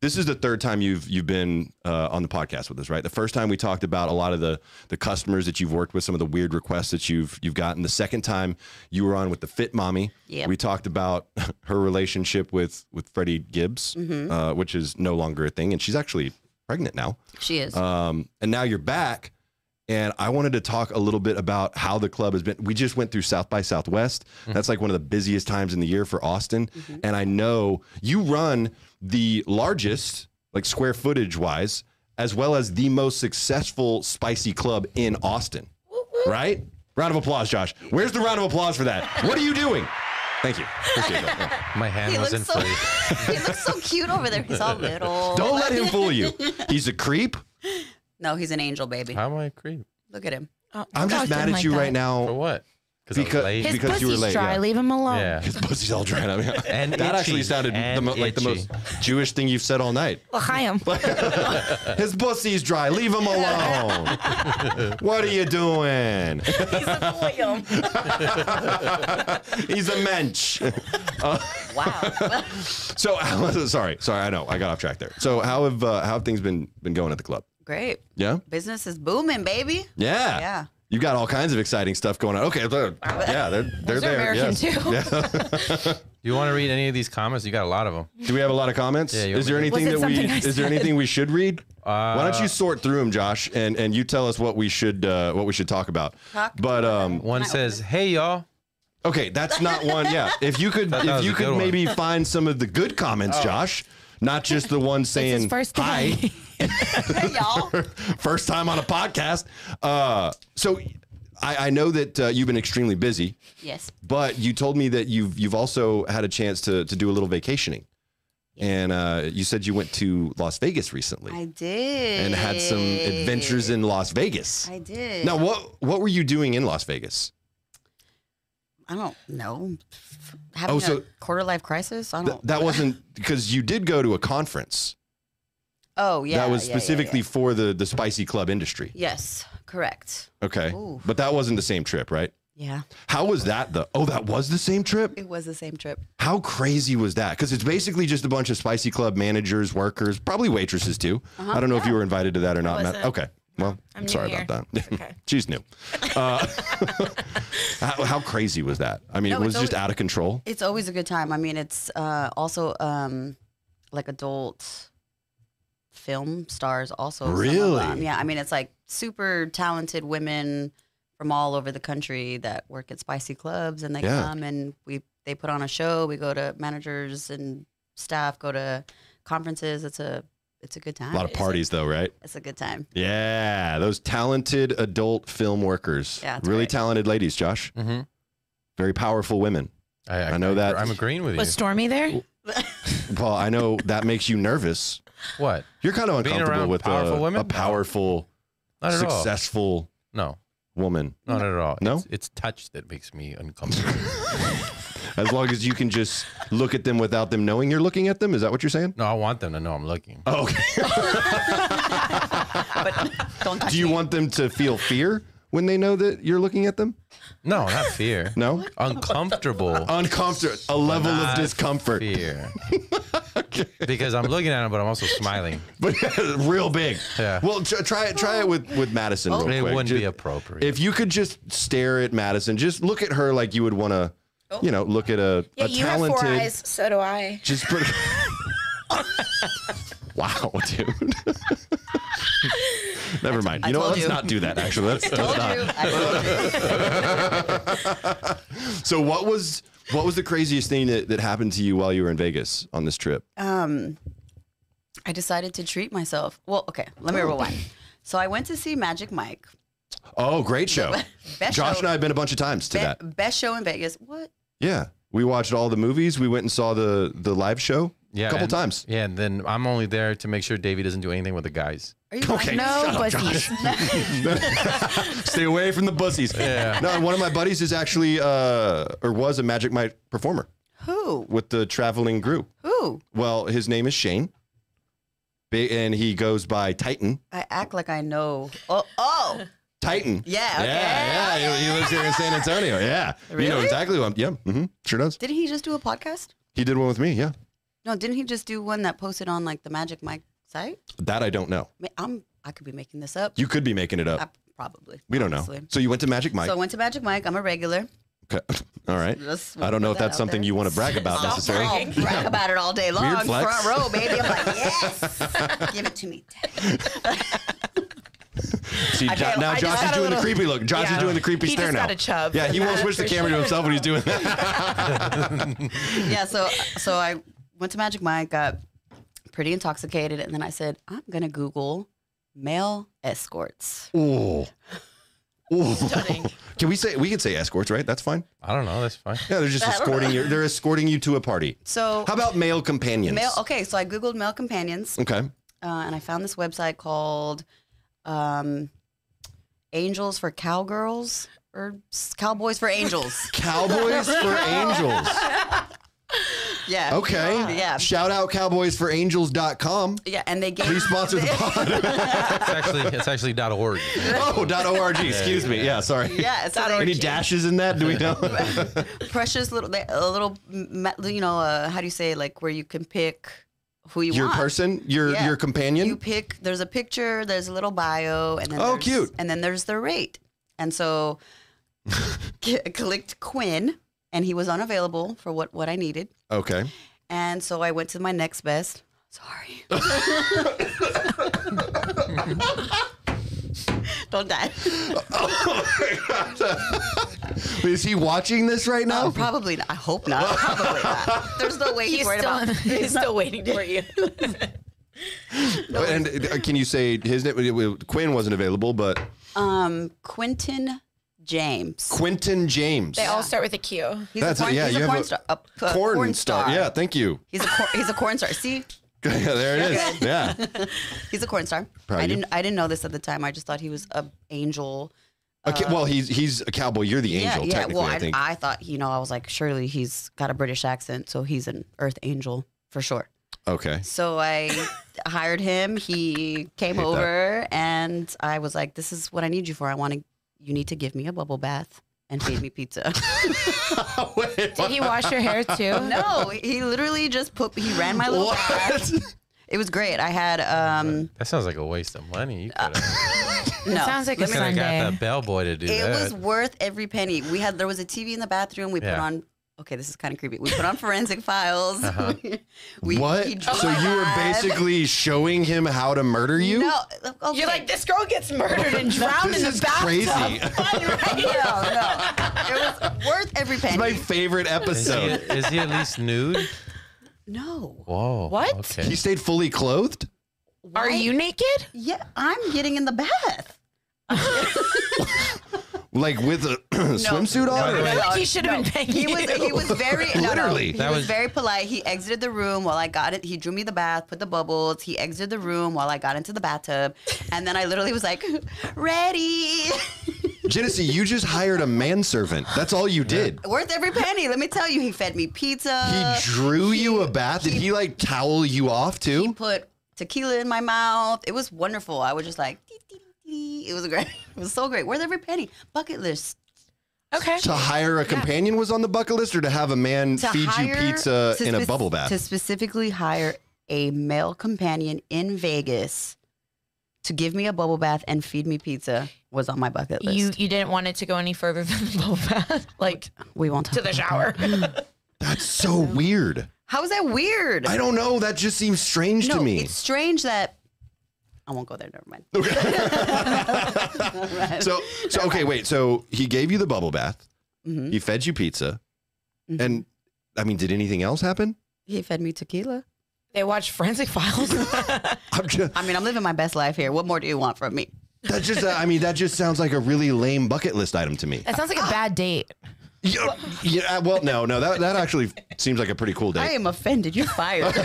Speaker 1: this is the third time you've you've been uh, on the podcast with us, right? The first time we talked about a lot of the the customers that you've worked with, some of the weird requests that you've you've gotten. The second time you were on with the Fit Mommy,
Speaker 2: Yep.
Speaker 1: we talked about (laughs) her relationship with with Freddie Gibbs, uh, which is no longer a thing, and she's actually pregnant now.
Speaker 2: she is.
Speaker 4: Uh,
Speaker 1: Um, and now you're back. And I wanted to talk a little bit about how the club has been. We just went through South by Southwest. That's like one of the busiest times in the year for Austin. And I know you run the largest, like square footage wise, as well as the most successful spicy club in Austin, right? Round of applause, Josh. Where's the round of applause for that? What are you doing? Thank you. Appreciate that. Yeah.
Speaker 4: My hand
Speaker 2: he
Speaker 4: was in
Speaker 2: looks so. (laughs)
Speaker 4: free.
Speaker 2: he looks so cute over there. He's all
Speaker 1: (laughs)
Speaker 2: little.
Speaker 1: Don't let him fool you. He's a creep.
Speaker 2: No, he's an angel, baby.
Speaker 4: How am I a creep?
Speaker 2: Look at him.
Speaker 3: Oh,
Speaker 1: I'm
Speaker 3: don't
Speaker 1: just
Speaker 3: talk to
Speaker 1: mad
Speaker 3: him
Speaker 1: at
Speaker 3: like
Speaker 1: you
Speaker 3: that.
Speaker 1: right
Speaker 4: For
Speaker 1: now
Speaker 4: what? Because
Speaker 1: because
Speaker 3: His
Speaker 1: because you were
Speaker 3: pussy's
Speaker 1: late.
Speaker 3: dry.
Speaker 1: yeah.
Speaker 3: Leave him alone.
Speaker 4: Yeah.
Speaker 1: His pussy's all dried up. yeah.
Speaker 4: And
Speaker 1: that actually
Speaker 4: itchy.
Speaker 1: sounded the
Speaker 4: And
Speaker 1: mo- like the
Speaker 4: itchy.
Speaker 1: most Jewish thing you've said all night.
Speaker 3: Well, hi him.
Speaker 1: (laughs) His pussy's dry. Leave him alone. (laughs) what are you doing?
Speaker 3: He's a boy.
Speaker 1: He's a mensch.
Speaker 2: Wow. (laughs)
Speaker 1: So (laughs) sorry, sorry. I know I got off track there. So how have uh, how have things been been going at the club?
Speaker 2: Great.
Speaker 1: Yeah,
Speaker 2: Business is booming, baby.
Speaker 1: yeah,
Speaker 2: Yeah.
Speaker 1: You got all kinds of exciting stuff going on. Okay, they're- yeah, they're they're
Speaker 3: Those are
Speaker 1: there.
Speaker 3: American
Speaker 1: yes.
Speaker 3: too.
Speaker 4: Do you want to read any of these comments? You got a
Speaker 2: (laughs)
Speaker 4: lot of them.
Speaker 1: Do we have a lot of comments?
Speaker 4: Yeah, you
Speaker 1: is
Speaker 4: want
Speaker 1: there
Speaker 4: me
Speaker 1: anything
Speaker 3: Was it
Speaker 1: that we
Speaker 3: something I
Speaker 1: is there
Speaker 3: said?
Speaker 1: anything we should read? Why don't you sort through them, Josh, and and you tell us what we should uh, what we should talk about.
Speaker 2: Talk
Speaker 1: But um,
Speaker 4: One says, "Hey y'all,
Speaker 1: okay, that's not one.
Speaker 2: (laughs)
Speaker 1: Yeah, if you could
Speaker 4: that
Speaker 1: if
Speaker 4: was
Speaker 1: you
Speaker 4: a good
Speaker 1: could
Speaker 4: one. Oh.
Speaker 1: maybe find some of the good comments, Josh, not just the
Speaker 2: (laughs)
Speaker 1: one saying
Speaker 3: first
Speaker 1: hi. (laughs)
Speaker 3: day.
Speaker 2: Hey, y'all.
Speaker 1: first time on a podcast. Uh, so I, I know that uh, you've been extremely busy,
Speaker 2: Yes.
Speaker 1: but you told me that you've you've also had a chance to to do a little vacationing, and uh, you said you went to Las Vegas recently
Speaker 2: I did.
Speaker 1: and had some adventures in Las Vegas.
Speaker 2: I did.
Speaker 1: Now, what what were you doing in Las Vegas?
Speaker 2: I don't know. Having
Speaker 1: Oh, so-
Speaker 2: a quarter life crisis? I
Speaker 1: Th-
Speaker 2: don't.
Speaker 1: that wasn't because you did go to a conference
Speaker 2: oh, yeah.
Speaker 1: that was
Speaker 2: yeah, yeah, yeah.
Speaker 1: specifically for the the spicy club industry.
Speaker 2: Yes, correct.
Speaker 1: Okay,
Speaker 2: Ooh.
Speaker 1: but that wasn't the same trip, right?
Speaker 2: Yeah.
Speaker 1: How was that though? Oh, that was the same trip.
Speaker 2: It was the same trip.
Speaker 1: How crazy was that? Because it's basically just a bunch of spicy club managers, workers, probably waitresses too.
Speaker 2: Uh-huh.
Speaker 1: I don't know if you were invited to that or not. Matt.
Speaker 3: wasn't.
Speaker 1: Okay. Well,
Speaker 3: I'm
Speaker 1: I'm,
Speaker 3: new
Speaker 1: sorry
Speaker 3: here.
Speaker 1: about that. (laughs)
Speaker 3: okay.
Speaker 1: She's new. Uh, (laughs) how, how crazy was that? I mean,
Speaker 2: No,
Speaker 1: it was
Speaker 2: it's
Speaker 1: just
Speaker 2: always-
Speaker 1: out of control.
Speaker 2: It's always a good time. I mean, it's uh, also um, like adult film stars. Also, some of
Speaker 1: Really?
Speaker 2: them. Yeah. I mean, it's like super talented women from all over the country that work at spicy clubs, and they
Speaker 1: Yeah.
Speaker 2: come and we they put on a show. We go to managers and staff go to conferences. It's a it's a good
Speaker 1: A lot
Speaker 2: time.
Speaker 1: of parties though, right?
Speaker 2: It's a good time.
Speaker 1: Yeah, those talented adult film workers.
Speaker 2: Yeah, that's
Speaker 1: really
Speaker 2: right.
Speaker 1: talented ladies, Josh.
Speaker 4: mm-hmm.
Speaker 1: Very powerful women. I know that-
Speaker 4: I'm agreeing with you.
Speaker 3: (laughs) Was Stormy there?
Speaker 1: Paul, I know that makes you nervous.
Speaker 4: What?
Speaker 1: You're kind of
Speaker 4: Being
Speaker 1: uncomfortable
Speaker 4: around
Speaker 1: with
Speaker 4: powerful
Speaker 1: a,
Speaker 4: women?
Speaker 1: a powerful,
Speaker 4: Not at all.
Speaker 1: successful
Speaker 4: No,
Speaker 1: woman.
Speaker 4: not at all.
Speaker 1: No?
Speaker 4: it's, it's touch that makes me uncomfortable. (laughs)
Speaker 1: As long as you can just look at them without them knowing you're looking at them, is that what you're saying?
Speaker 4: no, I want them to know I'm looking.
Speaker 1: Oh, okay.
Speaker 2: (laughs) Don't touch
Speaker 1: Do you
Speaker 2: me.
Speaker 1: want them to feel fear when they know that you're looking at them?
Speaker 4: No, not fear.
Speaker 1: No.
Speaker 4: (laughs) uncomfortable
Speaker 1: Uncomfortable. A level of
Speaker 4: Not
Speaker 1: discomfort,
Speaker 4: (laughs) fear. Because I'm looking at him, but I'm also smiling.
Speaker 1: but (laughs) real big.
Speaker 4: Yeah.
Speaker 1: Well, tr- try it. Try it with with Madison real
Speaker 2: Oh.
Speaker 1: quick.
Speaker 4: It wouldn't
Speaker 1: Ju-
Speaker 4: be appropriate.
Speaker 1: if you could just stare at Madison, just look at her like you would want to, you know, look at a,
Speaker 3: Yeah,
Speaker 1: a
Speaker 3: you
Speaker 1: talented.
Speaker 3: have four eyes, so do I.
Speaker 1: Just put. wow, dude. Never mind. You know what?
Speaker 2: told
Speaker 1: Let's
Speaker 2: you.
Speaker 1: not do that. Actually, let's, let's
Speaker 2: Told you.
Speaker 1: not.
Speaker 2: I told you.
Speaker 1: So, what was what was the craziest thing that, that happened to you while you were in Vegas on this trip?
Speaker 2: um, I decided to treat myself. Well, okay, let me rewind. So I went to see Magic Mike.
Speaker 1: Oh, great show!
Speaker 2: Best
Speaker 1: Josh
Speaker 2: show,
Speaker 1: and I have been a bunch of times to
Speaker 2: be-
Speaker 1: that.
Speaker 2: best show in Vegas. What?
Speaker 1: Yeah, we watched all the movies. We went and saw the the live show
Speaker 4: Yeah,
Speaker 1: a couple
Speaker 4: and-
Speaker 1: times.
Speaker 4: Yeah, and then I'm only there to make sure Davey doesn't do anything with the guys.
Speaker 2: Are you
Speaker 1: Okay,
Speaker 2: lying?
Speaker 1: shut up, (laughs) Josh. (laughs) Stay away from the bussies.
Speaker 4: Yeah.
Speaker 1: No, and one of my buddies is actually uh, or was a Magic Mike performer
Speaker 2: Who?
Speaker 1: with the traveling group.
Speaker 2: Who?
Speaker 1: Well, his name is Shane, Ba- and he goes by Titan.
Speaker 2: I act like I know. Oh, oh,
Speaker 1: Titan.
Speaker 2: Yeah, okay.
Speaker 1: Yeah, yeah. He, he lives here in San Antonio. Yeah. You know
Speaker 2: Really?
Speaker 1: exactly what I'm. Yeah. hmm Sure does.
Speaker 2: didn't he just do a podcast?
Speaker 1: He did one with me. Yeah.
Speaker 2: No, didn't he just do one that posted on like the Magic Mike site?
Speaker 1: That I don't know.
Speaker 2: I mean, I'm. I could be making this up.
Speaker 1: You could be making it up.
Speaker 2: I, probably.
Speaker 1: we don't know.
Speaker 2: honestly.
Speaker 1: So you went to Magic Mike.
Speaker 2: So I went to Magic Mike. I'm a regular.
Speaker 1: okay. (laughs) All right.
Speaker 2: Just
Speaker 1: I don't know
Speaker 2: put
Speaker 1: if
Speaker 2: that
Speaker 1: that's
Speaker 2: out
Speaker 1: something
Speaker 2: there.
Speaker 1: you want to brag about
Speaker 3: Stop
Speaker 1: necessarily. (laughs)
Speaker 2: I'll
Speaker 3: Thank
Speaker 2: brag about it all day long.
Speaker 1: flex.
Speaker 2: Front row, baby.
Speaker 1: (laughs)
Speaker 2: I'm like, yes. Give it to me.
Speaker 1: See, Jo-
Speaker 3: feel-
Speaker 1: now
Speaker 3: I
Speaker 1: Josh
Speaker 3: just
Speaker 1: is
Speaker 3: got a
Speaker 1: doing the
Speaker 3: little-
Speaker 1: creepy look. Josh is
Speaker 3: Yeah.
Speaker 1: doing the creepy
Speaker 3: He
Speaker 1: stare
Speaker 3: just
Speaker 1: now.
Speaker 3: got a chub.
Speaker 1: Yeah, he won't switch the camera to himself when he's doing that.
Speaker 2: (laughs) yeah, so so I went to Magic Mike, got pretty intoxicated, and then I said, I'm gonna Google male escorts.
Speaker 1: Ooh. Ooh.
Speaker 3: Stunning.
Speaker 1: Can we say we could say escorts, right? That's fine.
Speaker 4: I don't know. That's fine.
Speaker 1: Yeah, they're just escorting you. They're escorting you to a party.
Speaker 2: So
Speaker 1: How about male companions?
Speaker 2: male okay, so I Googled male companions
Speaker 1: Okay.
Speaker 2: uh, and I found this website called um angels for cowgirls or s- cowboys for
Speaker 1: (laughs)
Speaker 2: angels.
Speaker 1: Cowboys
Speaker 2: (laughs)
Speaker 1: for Angels.
Speaker 2: Yeah.
Speaker 1: Okay.
Speaker 2: Yeah.
Speaker 1: Shout out cowboysforangels.com.
Speaker 2: Yeah. And they gave
Speaker 1: Please sponsor the pod.
Speaker 4: It's
Speaker 1: (laughs)
Speaker 4: actually it's actually dot org.
Speaker 1: oh, dot .org. Excuse me. Yeah, sorry. (laughs)
Speaker 2: (laughs) Yeah, so they-
Speaker 1: Any dashes in that? Do we know?
Speaker 2: precious little they- a little m- ma- you know uh, how do you say like where you can pick who (laughs) you
Speaker 1: your
Speaker 2: want.
Speaker 1: person, your
Speaker 2: Yeah.
Speaker 1: your companion.
Speaker 2: You pick. There's a picture. There's a little bio, and then
Speaker 1: Oh,
Speaker 2: there's-
Speaker 1: cute.
Speaker 2: And then there's the rate.
Speaker 1: (laughs)
Speaker 2: And so, c- clicked Quinn, and he was unavailable for what what I needed.
Speaker 1: okay.
Speaker 2: And so I went to my next best. Sorry.
Speaker 1: (laughs)
Speaker 2: Don't die.
Speaker 1: Is he watching this right now?
Speaker 2: No, Oh, probably not. I hope not. Probably not. There's no way he's,
Speaker 3: He's
Speaker 2: worried
Speaker 3: still,
Speaker 2: about.
Speaker 3: he's still waiting for you.
Speaker 1: and uh, can you say his name? it- it- Quinn wasn't available, but
Speaker 2: (laughs) Um, Quentin James.
Speaker 1: Quentin James.
Speaker 3: (laughs) They all start with a Q.
Speaker 2: He's
Speaker 1: That's
Speaker 2: a
Speaker 1: it,
Speaker 2: corn,
Speaker 1: yeah,
Speaker 2: he's
Speaker 1: you
Speaker 2: a
Speaker 1: have
Speaker 2: corn
Speaker 1: a
Speaker 2: star. a p-
Speaker 1: Corn, star. Yeah, thank you. (laughs)
Speaker 2: He's a cor- he's a corn star. See,
Speaker 1: yeah, there it is. Yeah.
Speaker 2: he's a corn star.
Speaker 1: Proud
Speaker 2: I
Speaker 1: of you.
Speaker 2: didn't I didn't know this at the time. I just thought he was a angel.
Speaker 1: Okay, well, he's he's a cowboy. You're the angel,
Speaker 2: yeah, yeah.
Speaker 1: technically.
Speaker 2: Well,
Speaker 1: I
Speaker 2: I,
Speaker 1: think.
Speaker 2: I, thought you know I was like surely he's got a British accent, so he's an Earth angel for sure.
Speaker 1: okay. (laughs)
Speaker 2: So I (laughs) hired him. He came
Speaker 1: Hate that.
Speaker 2: over, and I was like, "This is what I need you for. I want to. You need to give me a bubble bath and feed
Speaker 1: (laughs)
Speaker 2: me pizza."
Speaker 1: Wait,
Speaker 3: Did he wash your
Speaker 1: (laughs)
Speaker 3: hair too?
Speaker 2: no, he literally just put. He ran my little bath.
Speaker 1: what? (laughs)
Speaker 2: It was great. I had um.
Speaker 4: That sounds like a waste of money. You
Speaker 2: Uh, (laughs)
Speaker 4: could have
Speaker 2: No,
Speaker 5: Sounds like a
Speaker 4: coulda got
Speaker 5: Sunday.
Speaker 4: that bellboy to do
Speaker 2: it
Speaker 4: that.
Speaker 2: was worth every penny. We had there was a TV in the bathroom. We put
Speaker 4: Yeah.
Speaker 2: on. Okay, this is kind of creepy. We put on Forensic Files. (laughs) we,
Speaker 1: Uh-huh. what?
Speaker 2: he
Speaker 1: So you were
Speaker 2: dried.
Speaker 1: basically showing him how to murder you?
Speaker 2: No, okay.
Speaker 3: You're like, this girl gets murdered and
Speaker 1: (laughs)
Speaker 3: drowned
Speaker 1: This
Speaker 3: in the
Speaker 1: is
Speaker 3: bathtub.
Speaker 1: crazy.
Speaker 3: Fun,
Speaker 2: (laughs)
Speaker 3: right?
Speaker 2: no, no. It was worth every penny.
Speaker 1: My favorite
Speaker 4: Is he,
Speaker 1: episode.
Speaker 4: is he at
Speaker 2: (laughs)
Speaker 4: least nude?
Speaker 2: no.
Speaker 4: Whoa.
Speaker 3: What?
Speaker 4: Okay.
Speaker 1: he stayed fully clothed.
Speaker 5: Are
Speaker 2: Why-
Speaker 5: you naked?
Speaker 2: Yeah, I'm getting in the bath.
Speaker 1: like with a (clears throat) swimsuit
Speaker 2: no,
Speaker 1: on?
Speaker 4: no,
Speaker 5: I
Speaker 4: no.
Speaker 5: feel like he should have been begging
Speaker 2: He was he
Speaker 3: (laughs)
Speaker 5: you.
Speaker 1: (laughs)
Speaker 2: was very no, no,
Speaker 1: Literally.
Speaker 2: he
Speaker 4: That
Speaker 2: was,
Speaker 4: was-
Speaker 2: very polite. He exited the room while I got it. He drew me the bath, put the bubbles. He exited the room while I got into the bathtub, and then I literally was like, (laughs) "Ready."
Speaker 1: Genesee, you just hired a manservant. That's all you did.
Speaker 2: Worth every penny. Let me tell you, he fed me pizza.
Speaker 1: He drew you a bath. Did he like towel you off
Speaker 2: He
Speaker 1: too?
Speaker 2: put tequila in my mouth. It was wonderful. I was just like, "Dee, dee, dee." it was great. (laughs) It was so great. Worth every penny. Bucket list.
Speaker 5: okay.
Speaker 1: To hire a companion was on the bucket list, or to have a man
Speaker 2: To
Speaker 1: feed you
Speaker 2: hire-
Speaker 1: pizza
Speaker 2: to
Speaker 1: in a
Speaker 2: spec-
Speaker 1: bubble bath?
Speaker 2: To specifically hire a male companion in Vegas to give me a bubble bath and feed me pizza was on my bucket list.
Speaker 5: You you didn't want it to go any
Speaker 3: (laughs)
Speaker 5: further than the bubble bath, like
Speaker 2: we won't talk.
Speaker 3: to the shower.
Speaker 2: (laughs)
Speaker 1: That's so weird.
Speaker 2: How is that weird?
Speaker 1: I don't know. That just seems strange
Speaker 2: no,
Speaker 1: to me. (laughs)
Speaker 2: it's strange that I won't go there. Never mind.
Speaker 1: So, so okay, wait. So he gave you the bubble bath.
Speaker 2: Mm-hmm.
Speaker 1: He fed you pizza, and I mean, did anything else happen?
Speaker 2: He fed me tequila.
Speaker 5: they watch Forensic
Speaker 3: (laughs)
Speaker 5: Files.
Speaker 1: I'm just,
Speaker 2: I mean, I'm living my best life here. What more do you want from me?
Speaker 1: that just, uh, I mean, that just sounds like a really lame bucket list item to me.
Speaker 5: that sounds like a bad date.
Speaker 1: Yeah, yeah, well, no, no, that that actually seems like a pretty cool
Speaker 2: I
Speaker 1: date.
Speaker 2: am offended. You're
Speaker 1: (laughs)
Speaker 2: fired. (laughs)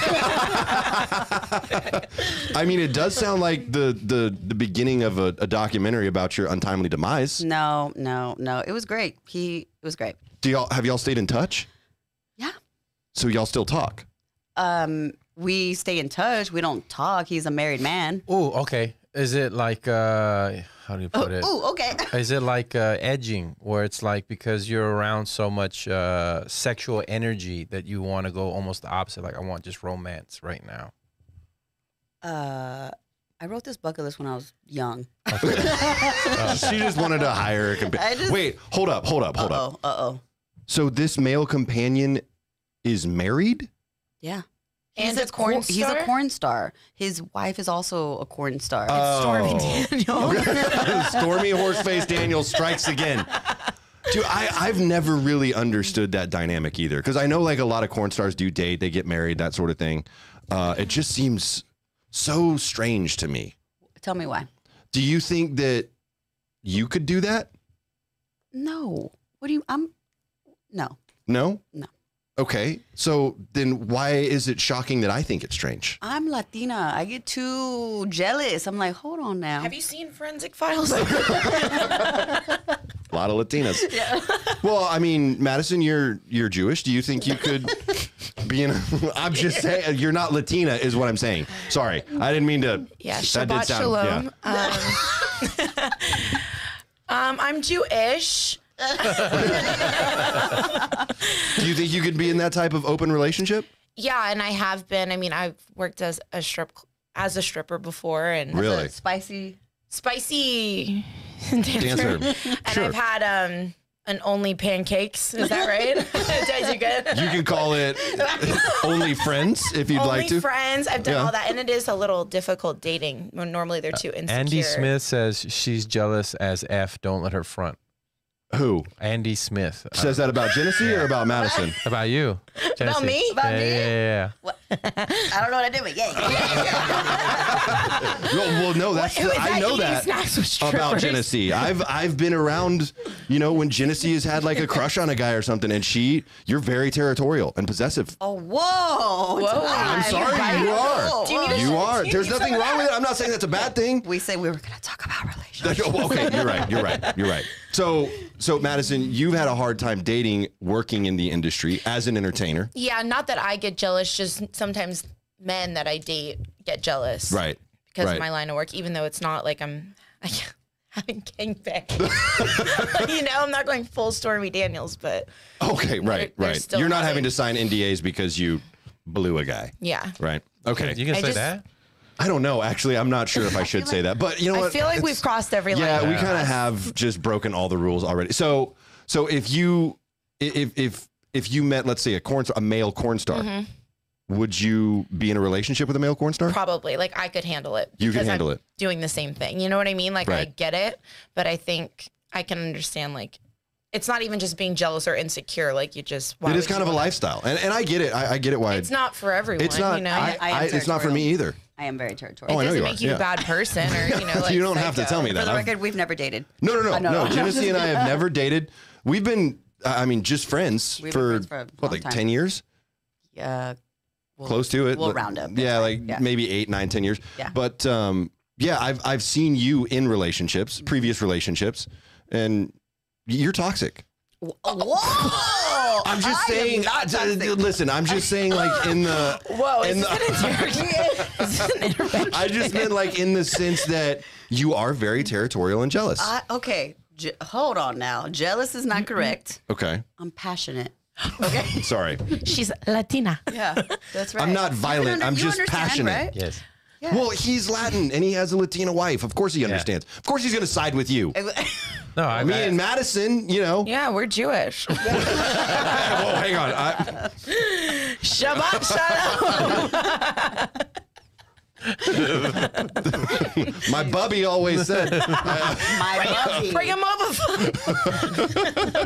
Speaker 1: I mean, it does sound like the the the beginning of a, a documentary about your untimely demise.
Speaker 2: no, no, no. It was great. He it was great.
Speaker 1: Do y'all have y'all stayed in touch?
Speaker 2: Yeah.
Speaker 1: So y'all still talk?
Speaker 2: Um, we stay in touch. We don't talk. He's a married man.
Speaker 4: Ooh, okay. Is it like uh how do you put it?
Speaker 2: Oh, okay.
Speaker 4: Is it like uh, edging where it's like because you're around so much uh sexual energy that you want to go almost the opposite like I want just romance right now.
Speaker 2: Uh, I wrote this bucket list when I was young.
Speaker 1: Uh, she just wanted to hire a
Speaker 2: (laughs) I
Speaker 1: companion.
Speaker 2: just-
Speaker 1: Wait, hold up, hold up, hold up.
Speaker 2: Uh oh. Uh oh.
Speaker 1: So this male companion is married?
Speaker 2: Yeah.
Speaker 5: And
Speaker 2: he's
Speaker 5: a corn
Speaker 2: cor- He's a
Speaker 5: star?
Speaker 2: corn star. His wife is also a corn star.
Speaker 1: Oh. (laughs) Stormy Horseface Daniel strikes again. Dude, I, I've never really understood that dynamic either. Because I know like a lot of corn stars do date, they get married, that sort of thing. Uh, it just seems so strange to me.
Speaker 2: Tell me why.
Speaker 1: Do you think that you could do that?
Speaker 2: No. What do you? I'm. No.
Speaker 1: No?
Speaker 2: No.
Speaker 1: Okay. So then why is it shocking that I think it's strange?
Speaker 2: I'm Latina. I get too jealous. I'm like, hold on now.
Speaker 3: Have you seen Forensic Files?
Speaker 1: A lot of Latinas. Yeah. (laughs) Well, I mean, Madison, you're you're Jewish. Do you think you could be in a, (laughs) I'm just saying you're not Latina is what I'm saying. Sorry. I didn't mean to
Speaker 5: Yeah,
Speaker 1: that
Speaker 5: Shabbat
Speaker 1: did sound
Speaker 5: Shalom.
Speaker 1: yeah.
Speaker 3: um, I'm Jewish.
Speaker 1: Do you think you could be in that type of open relationship?
Speaker 3: Yeah, and I have been. I mean, I've worked as a strip as a stripper before, and
Speaker 1: Really?
Speaker 2: Spicy.
Speaker 3: spicy (laughs)
Speaker 1: Dancer.
Speaker 3: dancer. (laughs) And
Speaker 1: Sure.
Speaker 3: I've had um an only pancakes. Is that right? (laughs) Did I do good?
Speaker 1: You can call it only friends if you'd
Speaker 3: only
Speaker 1: like to.
Speaker 3: friends. I've done
Speaker 1: Yeah. Uh,
Speaker 3: all that, and it is a little difficult dating. when Normally, they're too insecure.
Speaker 4: Andy Smith says she's jealous as F. Don't let her front.
Speaker 1: Who
Speaker 4: Andy Smith. I
Speaker 1: says that about Genesee or about Madison?
Speaker 4: How about you? Jesse?
Speaker 3: me? About
Speaker 4: yeah,
Speaker 3: me?
Speaker 4: Yeah, yeah,
Speaker 2: I don't know what I did, but yeah.
Speaker 1: (laughs) No, well, no, that's
Speaker 5: Who is
Speaker 1: the, I
Speaker 5: that
Speaker 1: know
Speaker 5: eating
Speaker 1: that
Speaker 5: snacks with
Speaker 1: about
Speaker 5: strippers?
Speaker 1: Genesee. I've I've been around, you know, when Genesee has had like a crush on a guy or something, and she, you're very territorial and possessive.
Speaker 2: Oh, whoa. Whoa.
Speaker 1: I'm sorry, you are.
Speaker 2: Do you need
Speaker 1: You are. There's nothing wrong with it. I'm not saying that's a bad
Speaker 2: (laughs)
Speaker 1: thing. (laughs)
Speaker 2: we say we were going to talk about relationships.
Speaker 1: That- oh, okay, you're right. You're right. You're right. So, so Madison, you've had a hard time dating, working in the industry as an entertainer,
Speaker 3: Yeah, not that I get jealous. Just sometimes men that I date get jealous.
Speaker 1: right?
Speaker 3: because
Speaker 1: right.
Speaker 3: of my line of work, even though it's not like I'm (laughs) I, having gangbang.
Speaker 1: (laughs)
Speaker 3: (laughs) you know, I'm not going full Stormy Daniels, but
Speaker 1: Okay, right,
Speaker 3: they're
Speaker 1: right.
Speaker 3: still
Speaker 1: You're not
Speaker 3: having-
Speaker 1: having to sign NDAs because you blew a guy,
Speaker 3: yeah.
Speaker 1: right?
Speaker 4: yeah.
Speaker 1: Okay.
Speaker 4: You can
Speaker 5: I
Speaker 4: say
Speaker 5: just-
Speaker 4: that.
Speaker 1: I don't know. Actually, I'm not sure if I should say that, but you know
Speaker 5: I
Speaker 1: what?
Speaker 5: feel like we've
Speaker 1: It's-
Speaker 5: crossed every line.
Speaker 1: yeah, we
Speaker 4: Yeah.
Speaker 1: kind of have just broken all the rules already. So, so if you if if if you met, let's say a corn a male corn star, would you be in a relationship with a male corn star?
Speaker 3: Probably like I could handle it.
Speaker 1: You can
Speaker 3: because I'm
Speaker 1: handle it.
Speaker 3: Doing the same thing. You know what I mean? Like I
Speaker 1: Right.
Speaker 3: get it, but I think I can understand like it's not even just being jealous or insecure. Like you just why
Speaker 1: It is
Speaker 3: would you
Speaker 1: kind of a
Speaker 3: wanna-
Speaker 1: lifestyle, and and I get it. I, I get it why
Speaker 3: It's not for everyone.
Speaker 1: It's not.
Speaker 3: You know,
Speaker 1: I,
Speaker 2: I am
Speaker 1: I- it's not for
Speaker 2: territorial.
Speaker 1: me either.
Speaker 2: I am very territorial.
Speaker 1: Oh, I know
Speaker 5: doesn't
Speaker 1: you
Speaker 5: make
Speaker 1: are,
Speaker 5: you
Speaker 1: yeah.
Speaker 5: a bad person or you
Speaker 1: (laughs)
Speaker 5: know like
Speaker 1: you don't have to tell me
Speaker 2: For
Speaker 1: that.
Speaker 2: the
Speaker 1: I've-
Speaker 2: record, we've never dated.
Speaker 1: No, no, no,
Speaker 2: I know.
Speaker 1: no. Genesee and I
Speaker 2: (laughs)
Speaker 1: have never dated. We've been, I I mean, just friends
Speaker 2: We've been
Speaker 1: for,
Speaker 2: friends for a
Speaker 1: what,
Speaker 2: long
Speaker 1: like
Speaker 2: time.
Speaker 1: ten years,
Speaker 2: Yeah. We'll,
Speaker 1: close to it.
Speaker 2: We'll
Speaker 1: Like,
Speaker 2: round up.
Speaker 1: Yeah, like
Speaker 2: Yeah.
Speaker 1: maybe eight, nine, ten years.
Speaker 2: Yeah.
Speaker 1: But um, yeah, I've I've seen you in
Speaker 2: Mm-hmm.
Speaker 1: relationships, previous relationships, and you're toxic.
Speaker 2: Whoa!
Speaker 1: Oh. (laughs) I'm just
Speaker 2: I am
Speaker 1: saying.
Speaker 2: not
Speaker 1: I- d-
Speaker 2: toxic.
Speaker 1: listen, I'm just
Speaker 2: (laughs)
Speaker 1: saying, like in the
Speaker 5: whoa
Speaker 1: in
Speaker 5: is
Speaker 1: the-
Speaker 5: this
Speaker 1: (laughs)
Speaker 5: an interrogation? Is this an intervention?
Speaker 1: I just meant like in the sense that you are very territorial and jealous.
Speaker 2: I, okay, Je- hold on now. Jealous is not correct.
Speaker 1: okay,
Speaker 2: I'm passionate. Okay.
Speaker 1: sorry.
Speaker 5: she's Latina
Speaker 2: yeah, that's right.
Speaker 1: I'm not violent.
Speaker 2: under-
Speaker 1: I'm
Speaker 2: you
Speaker 1: just
Speaker 2: understand,
Speaker 1: passionate.
Speaker 2: right?
Speaker 4: Yes.
Speaker 1: Well, he's Latin and he has a Latina wife. Of course he understands. Of course he's going to side with you.
Speaker 4: No, I
Speaker 1: Me
Speaker 4: I-
Speaker 1: and Madison, you know.
Speaker 5: yeah we're Jewish
Speaker 1: (laughs) Whoa, hang on. I,
Speaker 5: Shabbat Shalom
Speaker 1: my bubby always
Speaker 2: (laughs)
Speaker 1: said,
Speaker 2: My
Speaker 1: (laughs)
Speaker 2: body.
Speaker 5: bring him over
Speaker 3: (laughs)
Speaker 5: for,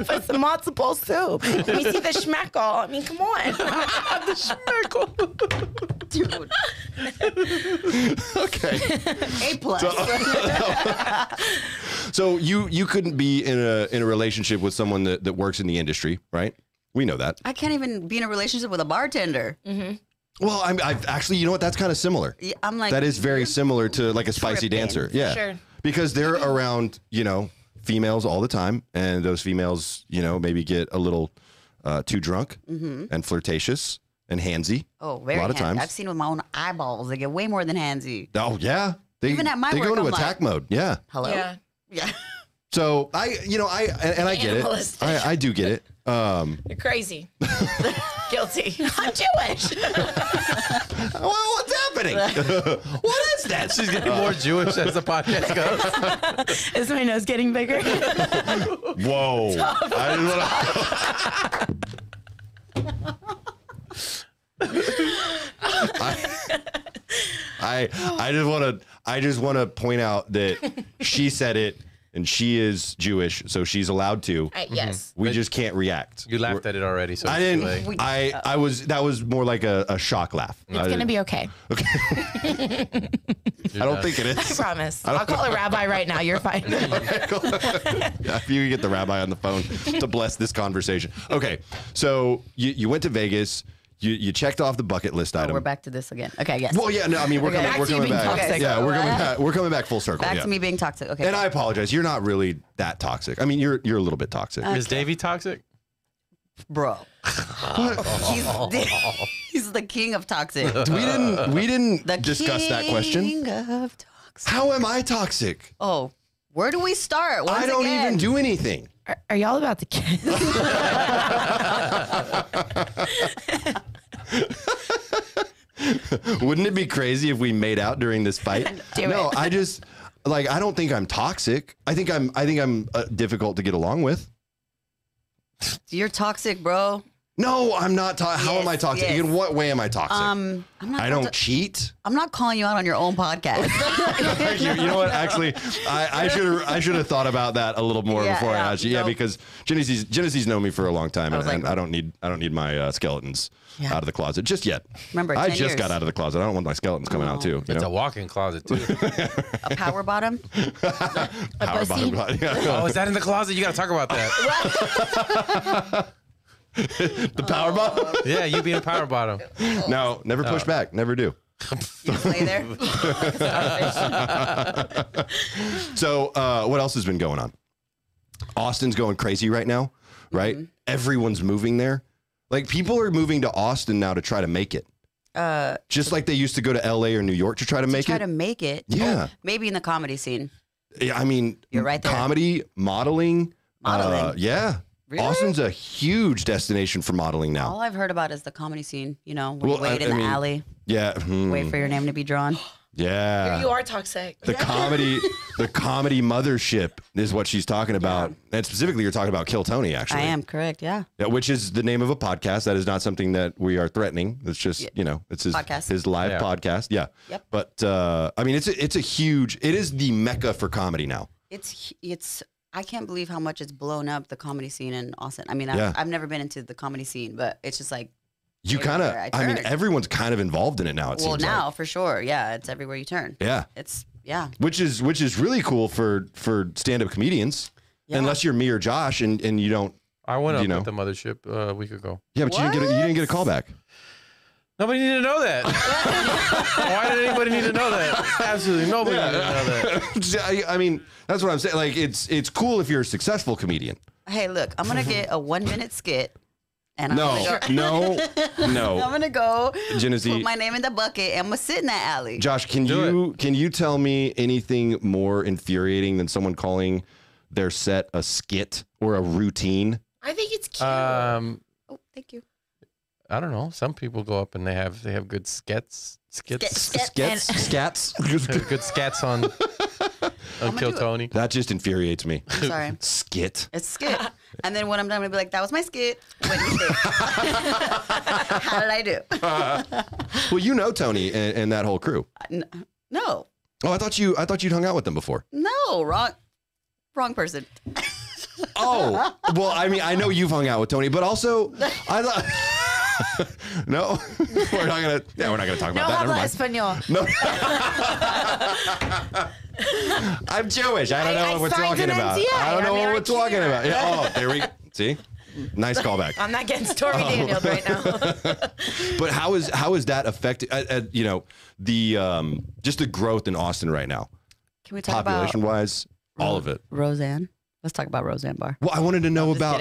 Speaker 5: for some matzo ball soup let me see the schmeckle I mean come on have the schmeckle
Speaker 2: (laughs) dude.
Speaker 1: okay.
Speaker 2: A plus.
Speaker 1: (laughs) So you you couldn't be in a in a relationship with someone that, that works in the industry, right? We know that.
Speaker 2: I can't even be in a relationship with a bartender.
Speaker 1: Well, I'm I've, actually, you know what? That's kind of similar.
Speaker 2: Yeah, I'm like,
Speaker 1: That is very similar to like a spicy
Speaker 2: Tripping.
Speaker 1: dancer. Yeah.
Speaker 3: Sure.
Speaker 1: Because they're around, you know, females all the time. And those females, you know, maybe get a little uh, too drunk and flirtatious and handsy.
Speaker 2: Mm-hmm. oh, very.
Speaker 1: A lot of
Speaker 2: handsy.
Speaker 1: times.
Speaker 2: I've seen with my own eyeballs. They get way more than handsy.
Speaker 1: Oh, yeah. They,
Speaker 2: Even at my
Speaker 1: They go
Speaker 2: work,
Speaker 1: into
Speaker 2: I'm
Speaker 1: attack mode. Yeah.
Speaker 2: Hello.
Speaker 3: Yeah.
Speaker 2: Yeah.
Speaker 1: So I, you know, I, and, and I get it.
Speaker 3: Animalistic.
Speaker 1: I, I do get it. Um,
Speaker 3: You're
Speaker 1: (laughs)
Speaker 3: crazy. Guilty. I'm (laughs) Jewish.
Speaker 1: well, what's
Speaker 3: (laughs)
Speaker 1: happening? what is that?
Speaker 4: She's getting more Jewish as
Speaker 1: (laughs)
Speaker 4: the podcast goes.
Speaker 5: is my nose getting bigger
Speaker 3: Uh,
Speaker 1: Whoa. I didn't want to. I, I just want to I just want to point out that she said it and she is Jewish, so she's allowed to.
Speaker 3: I, yes.
Speaker 1: we just can't react.
Speaker 4: You laughed at it already, so
Speaker 1: I
Speaker 4: it's too
Speaker 1: didn't.
Speaker 4: late.
Speaker 1: I I was that was more like a, a shock laugh. I,
Speaker 3: It's going
Speaker 1: didn't- (laughs)
Speaker 3: to be okay.
Speaker 1: I don't think it
Speaker 3: (laughs) I
Speaker 1: is.
Speaker 3: promise. I'll call a rabbi right now. You're fine.
Speaker 1: (laughs)
Speaker 3: (laughs)
Speaker 1: if you get the rabbi on the phone to bless this conversation. Okay, so you, you went to Vegas. You you checked off the bucket list item.
Speaker 2: Oh, We're back to this again. Okay, yes.
Speaker 1: Well, yeah, no, I mean we're coming,
Speaker 3: Back
Speaker 1: we're
Speaker 3: to you
Speaker 1: coming
Speaker 3: being
Speaker 1: back.
Speaker 3: toxic.
Speaker 1: Yeah, we're coming back. We're coming back full circle.
Speaker 2: Back
Speaker 1: yeah.
Speaker 2: to me being toxic. Okay.
Speaker 1: And I apologize. You're not really that toxic. I mean, you're you're a little bit toxic.
Speaker 2: Uh,
Speaker 4: Is Davey toxic?
Speaker 1: (laughs)
Speaker 2: bro. he's, the, (laughs) he's the king
Speaker 1: (laughs)
Speaker 2: of toxic.
Speaker 1: we didn't we didn't
Speaker 2: The
Speaker 1: discuss that question.
Speaker 2: king of toxic.
Speaker 1: How am I toxic?
Speaker 2: Oh, where do we start? Once
Speaker 1: I don't
Speaker 2: again.
Speaker 1: even do anything.
Speaker 5: Are, are y'all about to kiss?
Speaker 1: Wouldn't it be crazy if we made out during this
Speaker 2: (laughs)
Speaker 1: fight?
Speaker 3: Do
Speaker 1: no,
Speaker 3: it.
Speaker 1: I just like I don't think I'm toxic. I think I'm I think I'm uh, difficult to get along with.
Speaker 2: You're toxic, bro.
Speaker 1: No, I'm not. To- How am I
Speaker 2: Yes,
Speaker 1: toxic?
Speaker 2: yes.
Speaker 1: In what way am I toxic?
Speaker 2: Um, I'm not.
Speaker 1: I don't
Speaker 2: (laughs)
Speaker 1: cheat.
Speaker 2: I'm not calling you out on your own podcast.
Speaker 1: you, you know what? Actually, I should I should have thought about that a little more
Speaker 2: Yeah,
Speaker 1: before
Speaker 2: yeah,
Speaker 1: I asked you. Yeah,
Speaker 2: nope.
Speaker 1: because Genesee's Genesee's known me for a long time, and,
Speaker 2: was like-
Speaker 1: and I don't need I don't need my uh, skeletons
Speaker 2: Yeah.
Speaker 1: out of the closet just yet.
Speaker 2: Remember,
Speaker 1: I
Speaker 2: 10
Speaker 1: just
Speaker 2: years.
Speaker 1: got out of the closet. I don't want my skeletons coming out too. You
Speaker 4: It's a
Speaker 1: know?
Speaker 4: walk-in closet too.
Speaker 2: A power
Speaker 1: (laughs)
Speaker 2: bottom.
Speaker 1: Power bottom (laughs) body. Yeah.
Speaker 4: oh, is that in the closet? You gotta talk about that.
Speaker 1: the power bottom.
Speaker 4: yeah, you being a power bottom.
Speaker 2: Oh.
Speaker 1: No, never push back. Never do.
Speaker 2: You can lay there.
Speaker 1: So, uh, what else has been going on? Austin's going crazy right now, right?
Speaker 2: Mm-hmm.
Speaker 1: Everyone's moving there. Like people are moving to Austin now to try to make it. Uh, just like they used to go to LA or New York to try to make
Speaker 2: Try
Speaker 1: it.
Speaker 2: to make it.
Speaker 1: Yeah.
Speaker 2: Oh, maybe in the comedy scene.
Speaker 1: Yeah, I mean,
Speaker 2: You're right there.
Speaker 1: Comedy, modeling,
Speaker 2: Modeling.
Speaker 1: uh, yeah,
Speaker 2: Really?
Speaker 1: Austin's a huge destination for modeling now.
Speaker 2: All I've heard about is the comedy scene. You know, we
Speaker 1: Well, I-
Speaker 2: wait in
Speaker 1: I
Speaker 2: the
Speaker 1: mean-
Speaker 2: alley,
Speaker 1: Yeah, hmm,
Speaker 2: wait for your name to
Speaker 1: (gasps)
Speaker 2: be drawn.
Speaker 1: yeah.
Speaker 3: (laughs) you are toxic.
Speaker 1: The
Speaker 2: (laughs)
Speaker 1: comedy, the comedy mothership is what she's talking about, and specifically, you're talking about Kill Tony, actually.
Speaker 2: I am correct. Yeah.
Speaker 1: Yeah, which is the name of a podcast. That is not something that we are threatening. It's just you know, it's his
Speaker 2: Podcast.
Speaker 1: his live
Speaker 4: Yeah.
Speaker 1: podcast. Yeah.
Speaker 2: Yep.
Speaker 1: But uh, I mean, it's a, it's a huge. It is the mecca for comedy now.
Speaker 2: It's it's. I can't believe how much it's blown up the comedy scene in Austin. I mean, I've,
Speaker 1: Yeah.
Speaker 2: I've never been into the comedy scene, but it's just like,
Speaker 1: You
Speaker 2: Everywhere
Speaker 1: kind of.
Speaker 2: I've
Speaker 1: I mean,
Speaker 2: heard.
Speaker 1: everyone's kind of involved in it now. It
Speaker 2: well,
Speaker 1: seems
Speaker 2: now for sure, yeah, it's everywhere you turn.
Speaker 1: Like. Yeah.
Speaker 2: It's yeah,
Speaker 1: which is which is really cool for for stand up comedians. Unless you're me or Josh, and and you don't.
Speaker 4: I went
Speaker 1: Do
Speaker 4: up
Speaker 1: you
Speaker 4: with
Speaker 1: know?
Speaker 4: the mothership uh, a week ago.
Speaker 1: Yeah, but you didn't get a, you didn't get a call back.
Speaker 4: Nobody needed to know (laughs) that. Why did anybody need to know that? Absolutely nobody needed to know that.
Speaker 1: (laughs) I, I mean, that's what I'm saying. Like it's it's cool if you're a successful comedian.
Speaker 2: Hey, look, I'm gonna get a one minute skit, and I'm
Speaker 1: No,
Speaker 2: gonna
Speaker 1: no,
Speaker 2: (laughs) go.
Speaker 1: (laughs)
Speaker 2: I'm
Speaker 1: no.
Speaker 2: gonna go
Speaker 1: Genesee,
Speaker 2: put my name in the bucket, and I'm gonna sit in that alley.
Speaker 1: Josh, can
Speaker 4: Do
Speaker 1: you can you tell me anything more infuriating than someone calling their set a skit or a routine?
Speaker 3: I think it's cute.
Speaker 1: Uh,
Speaker 4: Um,
Speaker 2: oh, thank you.
Speaker 4: I don't know. Some people go up and they have they have good skets skits
Speaker 1: Skets, scats.
Speaker 4: good
Speaker 1: (laughs)
Speaker 4: skats on on Kill
Speaker 2: do it.
Speaker 4: Tony.
Speaker 1: that just infuriates me.
Speaker 2: I'm
Speaker 1: (laughs)
Speaker 2: sorry.
Speaker 1: Skit.
Speaker 2: It's skit, and then when I'm done, I'm gonna be like, "That was my skit. What do
Speaker 1: (laughs)
Speaker 2: you think? (laughs) How did I do?
Speaker 1: Well, you know Tony and, and that whole crew.
Speaker 2: N- No,
Speaker 1: Oh, I thought you I thought you'd hung out with them before.
Speaker 2: no, wrong, wrong person.
Speaker 1: Oh, well, I mean, I know you've hung out with Tony, but also I thought (laughs) No. we're not gonna Yeah, we're not gonna talk about oh, that. Never mind.
Speaker 5: español.
Speaker 1: I'm Jewish. I don't know
Speaker 5: I- I
Speaker 1: what we're
Speaker 5: signed
Speaker 1: talking
Speaker 5: an
Speaker 1: about.
Speaker 5: NDA.
Speaker 1: I don't
Speaker 5: I
Speaker 1: know
Speaker 5: mean,
Speaker 1: what
Speaker 5: I
Speaker 1: we're talking
Speaker 5: can't.
Speaker 1: about. Yeah, oh, there we see. Nice callback.
Speaker 3: I'm not getting
Speaker 1: Oh.
Speaker 3: Stormy Daniels right
Speaker 1: (laughs)
Speaker 3: now.
Speaker 1: But how is how is that affecting uh, uh, you know the um just the growth in Austin right now,
Speaker 2: Can we talk
Speaker 1: population
Speaker 2: about
Speaker 1: wise, all of it.
Speaker 2: Roseanne? Let's talk about Roseanne Barr. (gasps)
Speaker 1: Well, I wanted to know about.
Speaker 2: Just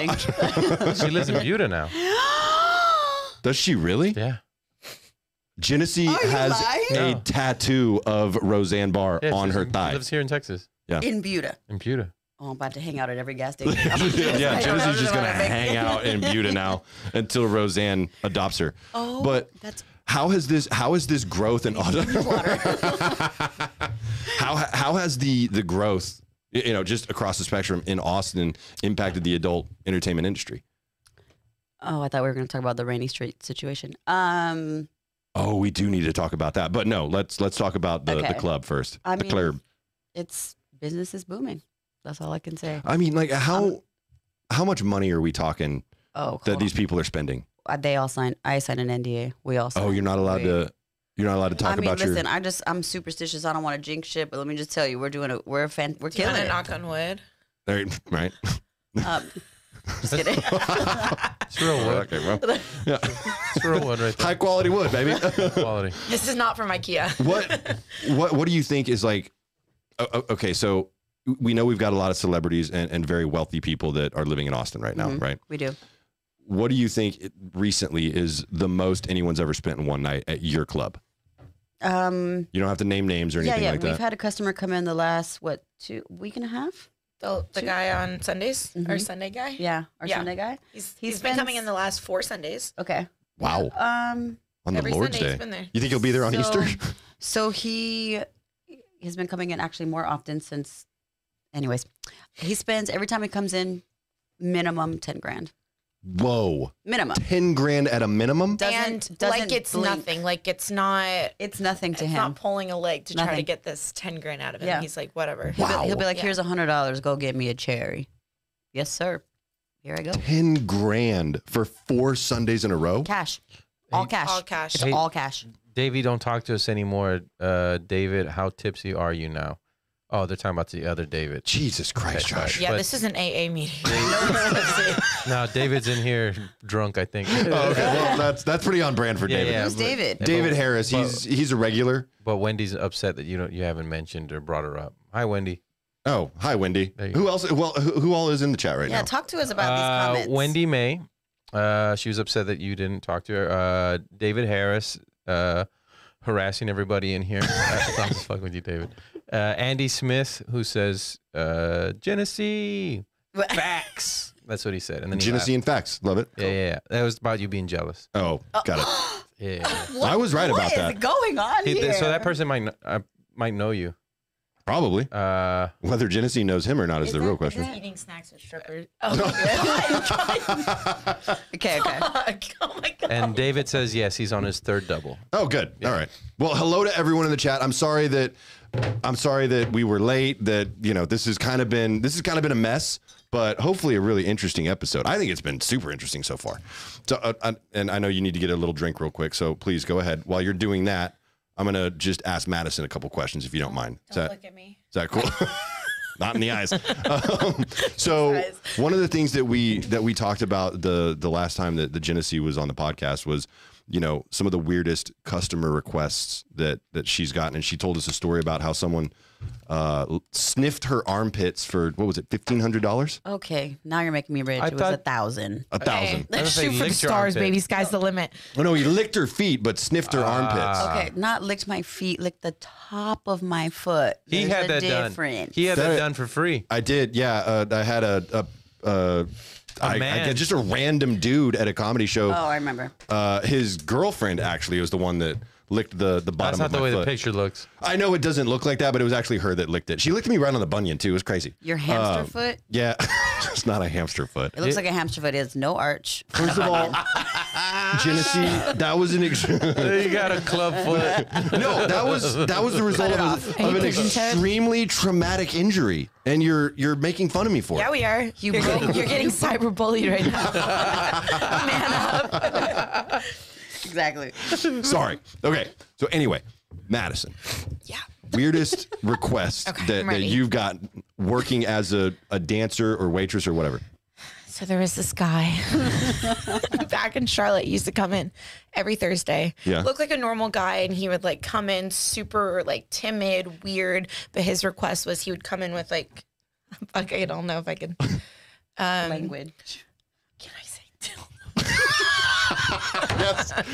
Speaker 2: kidding.
Speaker 4: She lives in Buda now.
Speaker 1: (laughs) Does she really?
Speaker 4: Yeah.
Speaker 1: Genesee
Speaker 2: Are you
Speaker 1: has
Speaker 2: lying?
Speaker 1: a tattoo of Roseanne Barr
Speaker 4: yeah
Speaker 1: on
Speaker 4: she's-
Speaker 1: her
Speaker 4: She
Speaker 1: thigh. (laughs)
Speaker 4: lives here in Texas.
Speaker 2: in Buda.
Speaker 4: In Buda.
Speaker 2: Oh, I'm about to hang out at every
Speaker 1: (laughs)
Speaker 2: gas station. (laughs)
Speaker 1: yeah, Genesee's just gonna
Speaker 2: Roseanne Barr.
Speaker 1: hang out in Buda now until Roseanne adopts her.
Speaker 2: (laughs) Oh,
Speaker 1: but
Speaker 2: that's-
Speaker 1: how has this how has this growth in
Speaker 2: (laughs)
Speaker 1: Austin? (laughs) how how has the the growth y- you know just across the spectrum in Austin impacted the adult entertainment industry?
Speaker 2: Oh, I thought we were going to talk about the Rainy Street situation. Um,
Speaker 1: Oh, we do need to talk about that. But no, let's let's talk about the,
Speaker 2: Okay.
Speaker 1: the club first.
Speaker 2: I
Speaker 1: the
Speaker 2: mean-
Speaker 1: club.
Speaker 2: it's business is booming. That's all I can say.
Speaker 1: I mean, like
Speaker 2: Um,
Speaker 1: how how much money are we talking
Speaker 2: Oh,
Speaker 1: that
Speaker 2: hold
Speaker 1: these people are spending?
Speaker 2: on. Uh, they all signed. I signed an NDA. We all. Signed.
Speaker 1: Oh, you're not allowed
Speaker 2: Wait.
Speaker 1: to. You're not allowed to talk
Speaker 2: I mean,
Speaker 1: about
Speaker 2: listen.
Speaker 1: your.
Speaker 2: I just I'm superstitious. I don't want to jinx shit, but let me just tell you, we're doing a we're a fan, we're
Speaker 3: Do you
Speaker 2: killing
Speaker 3: want
Speaker 2: it.
Speaker 3: to knock on wood?
Speaker 1: Right,
Speaker 2: (laughs)
Speaker 1: right. (laughs)
Speaker 2: Um, just
Speaker 3: (laughs)
Speaker 2: kidding.
Speaker 4: It's real wood.
Speaker 1: okay,
Speaker 2: (laughs)
Speaker 1: well, yeah.
Speaker 4: It's real wood right
Speaker 1: (laughs)
Speaker 4: there.
Speaker 1: high quality wood, baby. (laughs)
Speaker 4: Quality.
Speaker 3: This is not from IKEA.
Speaker 1: what what what do you think is like o- o- okay so we know we've got a lot of celebrities and, and very wealthy people that are living in austin right now
Speaker 2: Mhm.
Speaker 1: right
Speaker 2: we do.
Speaker 1: what do you think it- recently is the most anyone's ever spent in one night at your club
Speaker 2: Um,
Speaker 1: you don't have to name names or
Speaker 2: yeah,
Speaker 1: anything
Speaker 2: yeah.
Speaker 1: like
Speaker 2: We've
Speaker 1: that
Speaker 2: had a customer come in the last what two week and a half.
Speaker 3: The, the guy on Sundays or
Speaker 2: Mhm.
Speaker 3: Sunday guy.
Speaker 2: Yeah, our
Speaker 3: Mm-hmm. Yeah.
Speaker 2: Sunday guy.
Speaker 3: He's,
Speaker 2: He
Speaker 3: he's been coming
Speaker 2: spends-
Speaker 3: in the last four Sundays.
Speaker 2: Okay.
Speaker 1: wow
Speaker 2: Um,
Speaker 1: on the
Speaker 3: Every
Speaker 1: lord's
Speaker 3: Sunday
Speaker 1: day
Speaker 3: he's been there.
Speaker 1: you think he'll be there on
Speaker 2: So- (laughs)
Speaker 1: easter
Speaker 2: so he has been coming in actually more often since. Anyways, he spends every time he comes in, minimum ten grand.
Speaker 1: whoa
Speaker 2: Minimum.
Speaker 1: 10 grand at a minimum
Speaker 2: Doesn't,
Speaker 3: and
Speaker 2: doesn't
Speaker 3: like it's
Speaker 2: blink.
Speaker 3: nothing. Like it's not.
Speaker 2: It's nothing to
Speaker 3: it's
Speaker 2: him.
Speaker 3: not pulling a leg to try to
Speaker 2: Nothing.
Speaker 3: get this ten grand out of him.
Speaker 2: Yeah.
Speaker 3: He's like, whatever.
Speaker 2: He'll, be, he'll be
Speaker 1: Wow.
Speaker 2: like,
Speaker 3: Yeah.
Speaker 2: "Here's a hundred dollars. Go get me a cherry." Yes, sir. Here I go.
Speaker 1: 10 grand for four sundays in a row
Speaker 2: Cash, all cash,
Speaker 3: All cash.
Speaker 2: It's
Speaker 4: Hey.
Speaker 2: all cash.
Speaker 4: Davey, don't talk to us anymore. Uh, David, how tipsy are you now? Oh, they're talking about the other David.
Speaker 1: jesus christ
Speaker 4: Okay,
Speaker 1: josh
Speaker 4: sorry.
Speaker 3: Yeah,
Speaker 4: But-
Speaker 3: this is an
Speaker 1: (laughs)
Speaker 3: AA meeting. (laughs) No,
Speaker 4: No, David's in here drunk, I (laughs) think.
Speaker 1: Oh, okay well that's that's pretty on brand for
Speaker 4: Yeah,
Speaker 1: david
Speaker 4: yeah.
Speaker 2: Who's David?
Speaker 1: david harris he's he's a regular
Speaker 4: But Wendy's upset that you don't you haven't mentioned or brought her up. Hi, Wendy.
Speaker 1: Oh, hi, Wendy.
Speaker 4: There you
Speaker 1: Who else? Well, who, who all is in the chat right
Speaker 2: yeah,
Speaker 1: now?
Speaker 2: talk to us about
Speaker 4: Uh,
Speaker 2: these comments. (laughs)
Speaker 4: Wendy May. Uh, she was upset that you didn't talk to her. Uh, David Harris uh, harassing everybody in here. (laughs) I'm just fucking with you, David. Uh, Andy Smith, who says uh, Genesee facts. That's what he said. And then he
Speaker 1: Genesee
Speaker 4: laughed.
Speaker 1: and facts. Love it.
Speaker 4: Yeah, yeah, yeah. That was about you being jealous.
Speaker 1: Oh, got it.
Speaker 2: (laughs)
Speaker 4: Yeah. yeah.
Speaker 2: Oh,
Speaker 1: I was right about
Speaker 2: What
Speaker 1: that.
Speaker 2: is going on
Speaker 4: He-
Speaker 2: here?
Speaker 4: so that person might kn- uh, might know you.
Speaker 1: Probably.
Speaker 4: Uh,
Speaker 1: Whether Genesee knows him or not is, the real question.
Speaker 3: He's eating snacks with strippers. (laughs) Oh, God.
Speaker 2: okay, okay.
Speaker 4: (laughs)
Speaker 3: oh my God. (laughs)
Speaker 4: and David says yes, he's on his third double.
Speaker 1: Oh, good. All right. Well, hello to everyone in the chat. I'm sorry that I'm sorry that we were late. That you know this has kind of been this has kind of been a mess, but hopefully a really interesting episode. I think it's been super interesting so far. So, uh, uh, and I know you need to get a little drink real quick, so please go ahead. While you're doing that, I'm gonna just ask Madison a couple questions if you don't mind. Is
Speaker 3: Don't
Speaker 1: that-
Speaker 3: look at me.
Speaker 1: Is that cool? (laughs) Not in the
Speaker 2: (laughs)
Speaker 1: eyes. Um, so one of the things that we that we talked about the the last time that the Genesee was on the podcast was, you know, some of the weirdest customer requests that that she's gotten, and she told us a story about how someone uh, l- sniffed her armpits for what was it, fifteen hundred dollars,
Speaker 2: Okay, now you're making me rich.
Speaker 4: I
Speaker 2: it was a
Speaker 4: thought-
Speaker 2: thousand.
Speaker 1: a thousand.
Speaker 4: I was gonna say,
Speaker 5: Shoot for the
Speaker 4: licked your
Speaker 5: stars,
Speaker 4: armpit.
Speaker 5: baby. Sky's the limit.
Speaker 1: Oh no, he licked her feet but sniffed her armpits.
Speaker 2: Ah. Okay, not licked my feet, licked the top of my foot.
Speaker 4: He
Speaker 2: There's
Speaker 4: had
Speaker 2: a
Speaker 4: that done.
Speaker 2: difference.
Speaker 4: He had that,
Speaker 1: That-
Speaker 4: done for free.
Speaker 1: I did, yeah. Uh, I had a. a uh, I- I
Speaker 4: man.
Speaker 1: get- just a random dude at a comedy show.
Speaker 2: Oh, I remember.
Speaker 1: Uh, his girlfriend actually was the one that licked the the bottom
Speaker 4: That's not
Speaker 1: of
Speaker 4: the
Speaker 1: my
Speaker 4: way the
Speaker 1: foot. (laughs)
Speaker 4: picture looks.
Speaker 1: I know it doesn't look like that, but it was actually her that licked it. She licked me right on the bunion too. It was crazy.
Speaker 2: Your hamster
Speaker 1: Um,
Speaker 2: foot.
Speaker 1: Yeah, (laughs) it's not a hamster foot.
Speaker 2: It looks like a hamster foot. It has no
Speaker 1: (laughs)
Speaker 2: arch.
Speaker 1: First of all, Genesee, that was an ex- (laughs) no.
Speaker 4: You got a club foot.
Speaker 1: That was that was the result of, a, of an extremely traumatic injury, and you're you're making fun of me for
Speaker 3: Yeah,
Speaker 1: it.
Speaker 3: we are.
Speaker 2: You
Speaker 3: You're
Speaker 2: broke-
Speaker 3: getting, you're getting
Speaker 5: cyberbullied right now.
Speaker 2: exactly.
Speaker 1: Sorry. Okay. So anyway, Madison,
Speaker 3: (laughs) yeah.
Speaker 1: weirdest
Speaker 3: (laughs)
Speaker 1: request
Speaker 3: Okay,
Speaker 1: that,
Speaker 3: I'm
Speaker 1: that
Speaker 3: ready.
Speaker 1: you've got working as a, a dancer or waitress or whatever.
Speaker 3: So there was this guy (laughs) back in Charlotte. He used to come in every Thursday.
Speaker 1: Yeah.
Speaker 3: Looked like a normal guy, and he would like come in super like timid, weird. But his request was he would come in with like, (laughs) fuck, I don't know if I can.
Speaker 2: Um, Language.
Speaker 3: Can I say?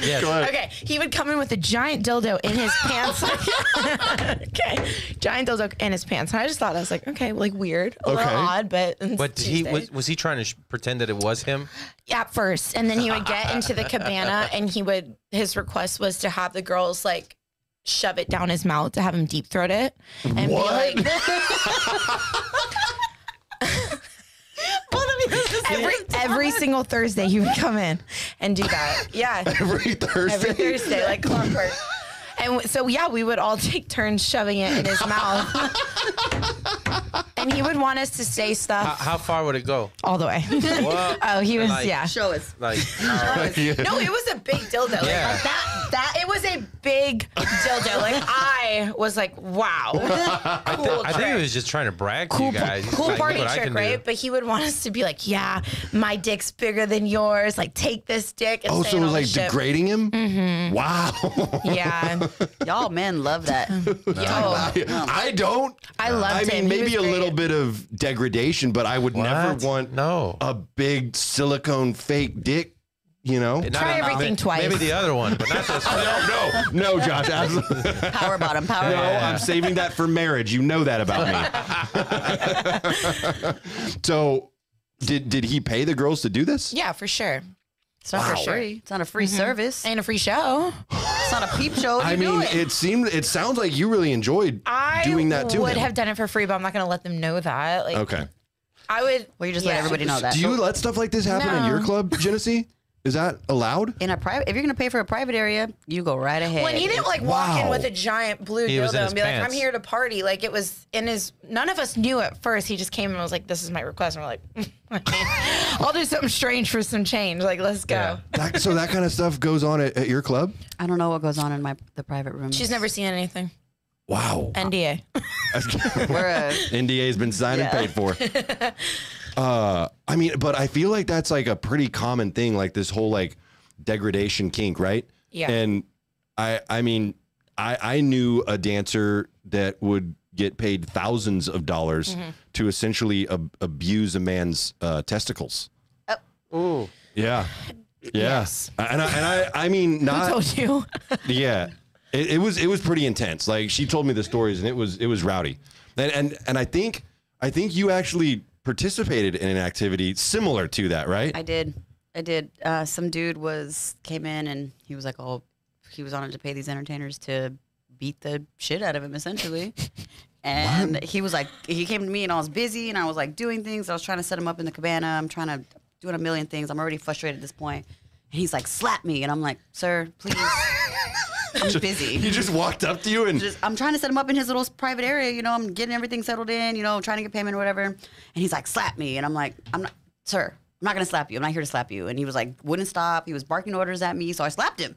Speaker 4: Yes.
Speaker 3: Okay, he would come in with a giant dildo in his pants. okay, giant dildo in his pants. And I just thought I was like, okay, like weird, a
Speaker 1: Okay.
Speaker 3: little odd, but it's
Speaker 4: (laughs) But he
Speaker 3: Tuesday.
Speaker 4: was was he trying to sh- pretend that it was him?
Speaker 3: at first, and then he would get into the cabana, and he would his request was to have the girls like shove it down his mouth to have him deep throat it, and
Speaker 1: What?
Speaker 3: be like. Every, every single Thursday, he would come in and do that. Yeah.
Speaker 1: Every Thursday.
Speaker 3: every Thursday, like clockwork. (laughs) And w- so, yeah, we would all take turns shoving it in his mouth. and Um, he would want us to say
Speaker 4: How,
Speaker 3: stuff
Speaker 4: how far would
Speaker 3: (laughs)
Speaker 4: it go?
Speaker 3: all the way.
Speaker 4: What?
Speaker 3: oh, he was
Speaker 4: Like-
Speaker 3: yeah.
Speaker 2: Show us.
Speaker 3: (laughs)
Speaker 4: Like, how- (laughs)
Speaker 3: No, it was a big dildo. Like,
Speaker 4: Yeah.
Speaker 3: like that, that it was a big dildo.
Speaker 4: (laughs)
Speaker 3: Like I was like, wow, cool
Speaker 4: I
Speaker 3: trick.
Speaker 4: think he was just trying to brag to
Speaker 3: Cool,
Speaker 4: you guys. He's
Speaker 3: cool
Speaker 4: like, "Look
Speaker 3: party
Speaker 4: what I
Speaker 3: trick,
Speaker 4: can do."
Speaker 3: right? But he would want us to be like, "Yeah, my dick's bigger than yours. Like, take this dick." And
Speaker 1: Oh, so
Speaker 3: saying
Speaker 1: it was
Speaker 3: all
Speaker 1: like
Speaker 3: this shit.
Speaker 1: degrading him?
Speaker 3: Mm-hmm.
Speaker 1: Wow. (laughs)
Speaker 3: Yeah,
Speaker 2: Y'all men love
Speaker 4: (laughs)
Speaker 2: that.
Speaker 3: yo,
Speaker 1: I don't.
Speaker 3: I loved
Speaker 1: I
Speaker 3: him.
Speaker 1: mean,
Speaker 3: He
Speaker 1: maybe
Speaker 3: was
Speaker 1: a little
Speaker 3: great.
Speaker 1: bit of degradation, but I would
Speaker 4: What?
Speaker 1: never want
Speaker 4: No.
Speaker 1: a big silicone fake dick, you know?
Speaker 4: Not
Speaker 3: Try
Speaker 4: a-
Speaker 3: everything
Speaker 4: may-
Speaker 3: twice.
Speaker 4: Maybe the other one, but not this
Speaker 1: (laughs)
Speaker 4: one.
Speaker 1: No, (laughs) no, no,
Speaker 4: (laughs)
Speaker 1: Josh. Absolutely.
Speaker 2: Power bottom, power
Speaker 1: No,
Speaker 2: bottom.
Speaker 1: I'm saving that for marriage. You know that about me. (laughs) so, did did he pay the girls to do this?
Speaker 3: yeah, for sure.
Speaker 2: It's not for free. It's not a free service.
Speaker 3: And a free show.
Speaker 2: It's not a peep show.
Speaker 1: I
Speaker 2: You
Speaker 1: mean,
Speaker 2: do
Speaker 1: it.
Speaker 2: it.
Speaker 1: seemed it sounds like you really enjoyed
Speaker 3: I
Speaker 1: doing that to
Speaker 3: would
Speaker 1: him.
Speaker 3: have done it for free, but I'm not gonna let them know that. Like,
Speaker 1: okay.
Speaker 3: I would.
Speaker 2: Well, you just
Speaker 3: yeah.
Speaker 2: let everybody know that.
Speaker 1: Do you let stuff like this happen in
Speaker 3: No.
Speaker 1: your club, Genesee? Is that allowed?
Speaker 2: in a private, if you're gonna pay for a private area, you go right ahead.
Speaker 3: When he didn't like walk in
Speaker 1: Wow.
Speaker 3: with a giant blue
Speaker 4: He was in
Speaker 3: dildo
Speaker 4: his
Speaker 3: and be like,
Speaker 4: pants.
Speaker 3: "I'm here to party," like it was in his. None of us knew at first. He just came and was like, "This is my request." And we're like, (laughs) I mean, "I'll do something strange for some change." Like, let's go.
Speaker 4: Yeah.
Speaker 1: That, so that kind of stuff goes on at, at your club?
Speaker 2: I don't know what goes on in my the private room.
Speaker 3: She's never seen anything.
Speaker 1: Wow. (laughs)
Speaker 3: NDA. (laughs)
Speaker 2: (laughs) We're a,
Speaker 1: NDA's been signed and paid for. uh, I mean, but I feel like that's like a pretty common thing, like this whole like degradation kink, right?
Speaker 3: Yeah.
Speaker 1: And I, I mean, I, I knew a dancer that would get paid thousands of dollars to essentially ab- abuse a man's uh, testicles.
Speaker 4: Ooh.
Speaker 1: Yeah. Yeah. And I, and I, I mean, not
Speaker 3: Told you.
Speaker 1: yeah, it, it was it was pretty intense. Like she told me the stories, and it was it was rowdy. And and and I think I think you actually participated in an activity similar to that, right?
Speaker 2: I did. I did. Uh, some dude was came in and he was like, "Oh, he was on it to pay these entertainers to beat the shit out of him,
Speaker 3: (laughs)
Speaker 2: essentially." And he was like, he came to me and I was busy and I was like doing things. I was trying to set him up in the cabana. I'm trying to doing a million things. I'm already frustrated at this point. And he's like, "Slap me," and I'm like, "Sir,
Speaker 3: (laughs)
Speaker 2: please." I'm busy.
Speaker 1: He just walked up to (laughs) you and
Speaker 2: just I'm trying to set him up in his little private area. You know, I'm getting everything settled in. You know, trying to get payment or whatever. And he's like, slap me, and I'm like, I'm not, sir, I'm not gonna slap you. I'm not here to slap you. And he was like, wouldn't stop. He was barking orders at me, so I slapped him.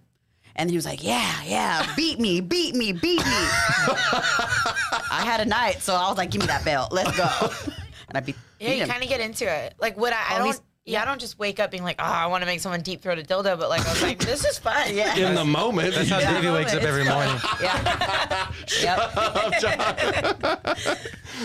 Speaker 2: And then he was like, yeah, yeah, beat me, beat me, beat me. (laughs) I had a night, so I was like, give me that belt, let's go. (laughs) And I beat,
Speaker 3: Yeah,
Speaker 2: beat
Speaker 3: you
Speaker 2: him.
Speaker 3: kind of get into it. Like, would I? I
Speaker 2: Oh, he's-
Speaker 3: don't. Yeah, I don't just wake up being like, "Oh, I want to make someone deep throat a dildo," but like, I was like, "This is fun." Yeah.
Speaker 1: in the moment.
Speaker 4: That's how
Speaker 1: you-
Speaker 4: Davey wakes up every morning.
Speaker 2: yeah. yep.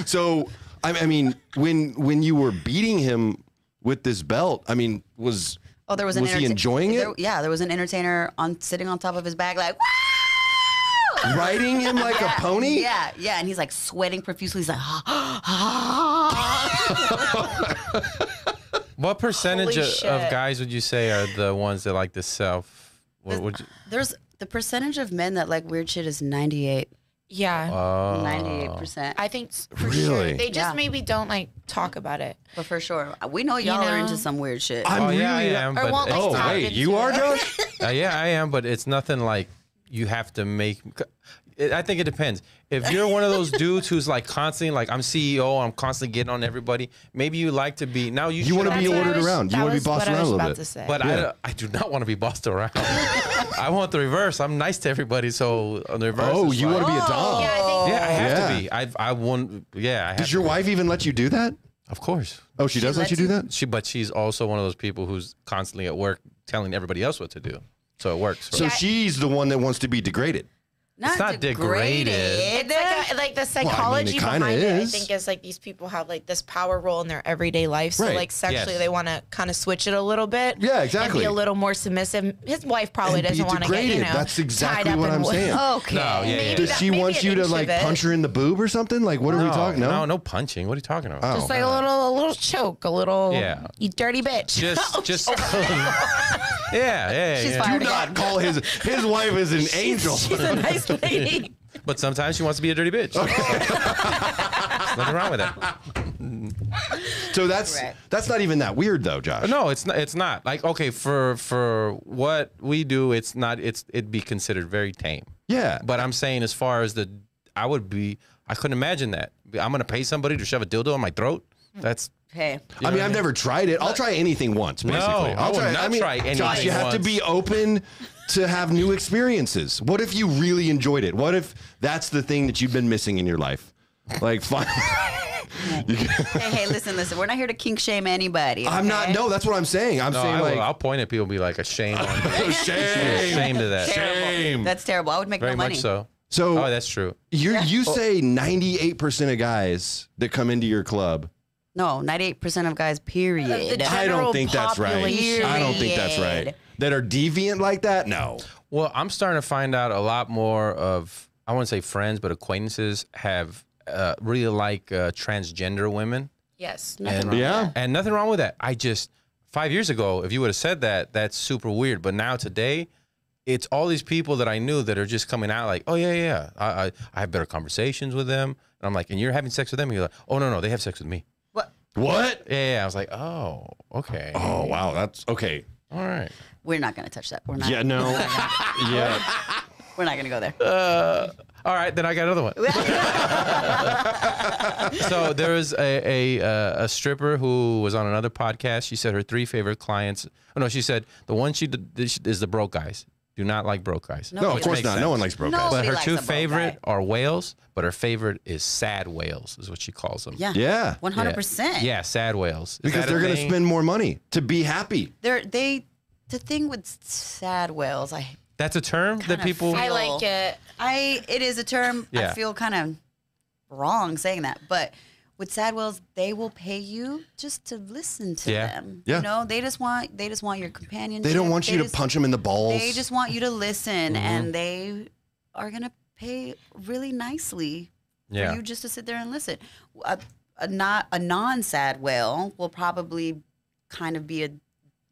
Speaker 1: so I, I mean, when when you were beating him with this belt, I mean, was
Speaker 2: Oh, there was an.
Speaker 1: was he
Speaker 2: entertain-
Speaker 1: enjoying
Speaker 2: there-
Speaker 1: it?
Speaker 2: yeah, there was an entertainer on sitting on top of his back, like.
Speaker 1: Riding him like a pony?
Speaker 2: (laughs) Yeah, yeah. And he's like sweating profusely. He's like, (gasps)
Speaker 3: (laughs)
Speaker 4: What percentage
Speaker 3: Holy
Speaker 4: of, of
Speaker 3: shit.
Speaker 4: guys would you say are the ones that like the self? What would you,
Speaker 2: there's the percentage of men that like weird shit is 98.
Speaker 3: Yeah.
Speaker 4: oh.
Speaker 2: 98%.
Speaker 3: I think s- for
Speaker 1: Really?
Speaker 3: sure they just
Speaker 2: Yeah.
Speaker 3: maybe don't like talk about it
Speaker 2: but for sure, we know y'all are
Speaker 3: know?
Speaker 2: into some weird shit.
Speaker 1: I'm
Speaker 4: Oh, yeah,
Speaker 1: really-
Speaker 4: I am.
Speaker 3: or
Speaker 4: But
Speaker 3: won't
Speaker 4: it's
Speaker 3: like
Speaker 1: Oh,
Speaker 3: talk
Speaker 4: not-
Speaker 1: wait,
Speaker 3: into
Speaker 1: you are
Speaker 2: (laughs)
Speaker 3: it.
Speaker 1: Josh?
Speaker 4: Uh, yeah, I am, but it's nothing like you have to make. It, I think it depends. If you're one of those dudes who's like constantly, like I'm CEO, I'm constantly getting on everybody. Maybe you like to be now. You,
Speaker 1: You wanna
Speaker 4: should-
Speaker 1: be
Speaker 3: That's what I
Speaker 1: ordered
Speaker 3: was-
Speaker 1: around. You
Speaker 3: that
Speaker 1: wanna be
Speaker 3: was
Speaker 1: bossed
Speaker 3: what I
Speaker 1: around a
Speaker 3: was
Speaker 1: little
Speaker 3: about
Speaker 1: bit.
Speaker 3: to say.
Speaker 4: But
Speaker 1: Yeah.
Speaker 4: I, don't- I do not want to be bossed around. (laughs) I want the reverse. I'm nice to everybody, so on the reverse.
Speaker 1: Oh,
Speaker 4: is
Speaker 1: you
Speaker 4: like-
Speaker 1: want to be a
Speaker 3: Oh,
Speaker 1: dom?
Speaker 3: yeah, I think
Speaker 4: Yeah, I have
Speaker 1: Yeah.
Speaker 4: to be. I I won't. Yeah, I have
Speaker 1: Does your
Speaker 4: to be.
Speaker 1: wife even let you do that?
Speaker 4: Of course.
Speaker 1: Oh, she, does let
Speaker 2: lets
Speaker 1: you do
Speaker 2: you-
Speaker 1: that?
Speaker 4: She, but she's also one of those people who's constantly at work telling everybody else what to do. So it works.
Speaker 1: So
Speaker 4: right?
Speaker 1: she's the one that wants to be degraded.
Speaker 4: it's not degraded.
Speaker 3: It's like, a, like the
Speaker 1: mean, it
Speaker 3: psychology
Speaker 1: kinda
Speaker 3: behind it. I
Speaker 1: is.
Speaker 3: think is like these people have like this power role in their everyday life, so
Speaker 1: Right.
Speaker 3: like sexually
Speaker 4: Yes.
Speaker 3: they want to kind of switch it a little bit.
Speaker 1: Yeah, exactly.
Speaker 3: And be a little more submissive. His wife probably
Speaker 1: And be
Speaker 3: doesn't want to get you
Speaker 1: degraded.
Speaker 3: know
Speaker 1: That's exactly
Speaker 3: tied up
Speaker 1: what
Speaker 3: in
Speaker 1: I'm
Speaker 3: wo- (laughs)
Speaker 1: saying.
Speaker 2: Okay.
Speaker 4: No, yeah, yeah, yeah.
Speaker 3: Maybe
Speaker 1: Does
Speaker 3: that-
Speaker 1: she
Speaker 3: maybe
Speaker 1: want
Speaker 3: an
Speaker 1: you to
Speaker 3: inch
Speaker 1: like
Speaker 3: of it.
Speaker 1: punch her in the boob or something? Like, what are we talking? Oh. No,
Speaker 4: no, no punching. What are you talking about?
Speaker 3: Just like a little, a little choke, a little.
Speaker 4: Yeah.
Speaker 3: You dirty bitch. (laughs)
Speaker 4: Just, just. yeah, (laughs) yeah,
Speaker 2: She's
Speaker 4: yeah.
Speaker 2: fine.
Speaker 1: Do (laughs) not call his his wife is an (laughs) angel.
Speaker 3: She's a nice
Speaker 1: (laughs)
Speaker 3: lady.
Speaker 4: But sometimes she wants to be a dirty bitch. (laughs) Nothing wrong with that.
Speaker 1: So that's that's not even that weird though, Josh.
Speaker 4: No, it's not. It's not like okay for for what we do. It's not. It's it'd be considered very tame.
Speaker 1: Yeah.
Speaker 4: But I'm saying as far as the I would be. I couldn't imagine that. I'm gonna pay somebody to shove a dildo in my throat. That's
Speaker 2: (laughs) Hey,
Speaker 1: I mean, I've never tried it. I'll try anything once, basically.
Speaker 4: I
Speaker 1: I'll
Speaker 4: would not
Speaker 1: mean,
Speaker 4: try anything
Speaker 1: Josh, you have to
Speaker 4: once.
Speaker 1: be open to have new experiences. What if you really enjoyed it? What if that's the thing that you've been missing in your life? Like, fine.
Speaker 2: hey, hey, listen, listen. We're not here to kink shame
Speaker 1: (laughs)
Speaker 2: anybody.
Speaker 1: I'm not.
Speaker 2: okay?
Speaker 1: No, that's what I'm saying. I'm
Speaker 4: no.
Speaker 1: saying
Speaker 4: I will,
Speaker 1: like,
Speaker 4: I'll point at people and be like,
Speaker 1: (laughs)
Speaker 4: ashamed.
Speaker 1: shame,
Speaker 4: ashamed of that.
Speaker 1: shame.
Speaker 2: That's terrible. I would make
Speaker 4: Very
Speaker 2: no money.
Speaker 4: much so.
Speaker 1: so
Speaker 4: Oh, that's true.
Speaker 1: you you say 98 percent of guys that come into your club.
Speaker 2: No, 98% of guys, period.
Speaker 3: The
Speaker 1: I don't
Speaker 3: General
Speaker 1: think that's right. I don't think that's right.
Speaker 2: population.
Speaker 1: That are deviant like that? No.
Speaker 4: Well, I'm starting to find out a lot more of I wouldn't say friends, but acquaintances have uh, really like uh, transgender women,
Speaker 3: Yes.
Speaker 4: and
Speaker 1: Yeah.
Speaker 4: and nothing wrong with that. I just five years ago, if you would have said that, that's super weird. But now today, it's all these people that I knew that are just coming out like, oh yeah, yeah, I I, I have better conversations with them, and I'm like, and you're having sex with them, and you're like, oh no, no, they have sex with me.
Speaker 2: What?
Speaker 1: What?
Speaker 4: Yeah, yeah. I was like, oh, okay,
Speaker 1: Oh wow, that's okay.
Speaker 4: all right.
Speaker 2: We're not going to touch that. We're not.
Speaker 1: Yeah,
Speaker 2: (laughs)
Speaker 1: no. yeah.
Speaker 2: We're not going to go there.
Speaker 4: Uh, All right, then I
Speaker 1: (laughs)
Speaker 4: got another one. so there was a a, uh, a stripper who was on another podcast. She said her three favorite clients. Oh no, she said the one she did this is the broke guys. Do not like broke guys.
Speaker 1: No, of course
Speaker 4: makes
Speaker 1: not. No
Speaker 4: sense.
Speaker 1: one likes broke
Speaker 2: No.
Speaker 1: guys.
Speaker 4: But
Speaker 2: Nobody
Speaker 4: her
Speaker 2: likes a
Speaker 4: two
Speaker 2: broke
Speaker 4: favorite
Speaker 2: guy.
Speaker 4: are whales, but her favorite is sad whales, is what she calls them.
Speaker 2: Yeah.
Speaker 1: Yeah.
Speaker 2: 100%.
Speaker 4: Yeah, sad whales. Is
Speaker 1: because
Speaker 4: that a
Speaker 1: they're going to
Speaker 4: thing?
Speaker 1: spend more money to be happy.
Speaker 2: They're, they, the thing with sad whales, I,
Speaker 4: That's a term that
Speaker 2: Kinda
Speaker 4: people.
Speaker 2: feel-
Speaker 3: I like it.
Speaker 2: I, it is a term.
Speaker 4: Yeah.
Speaker 2: I feel kind of wrong saying that, but with sad whales, they will pay you just to listen to
Speaker 4: Yeah.
Speaker 2: them.
Speaker 1: Yeah.
Speaker 2: You know, they just want, they just want your companionship.
Speaker 1: They don't want you to
Speaker 2: just-
Speaker 1: punch Mm-hmm. them in the balls.
Speaker 2: They just want you to listen, and they are gonna pay really nicely
Speaker 4: Yeah.
Speaker 2: for you just to sit there and listen. A, a not a non-sad whale will probably kind of be a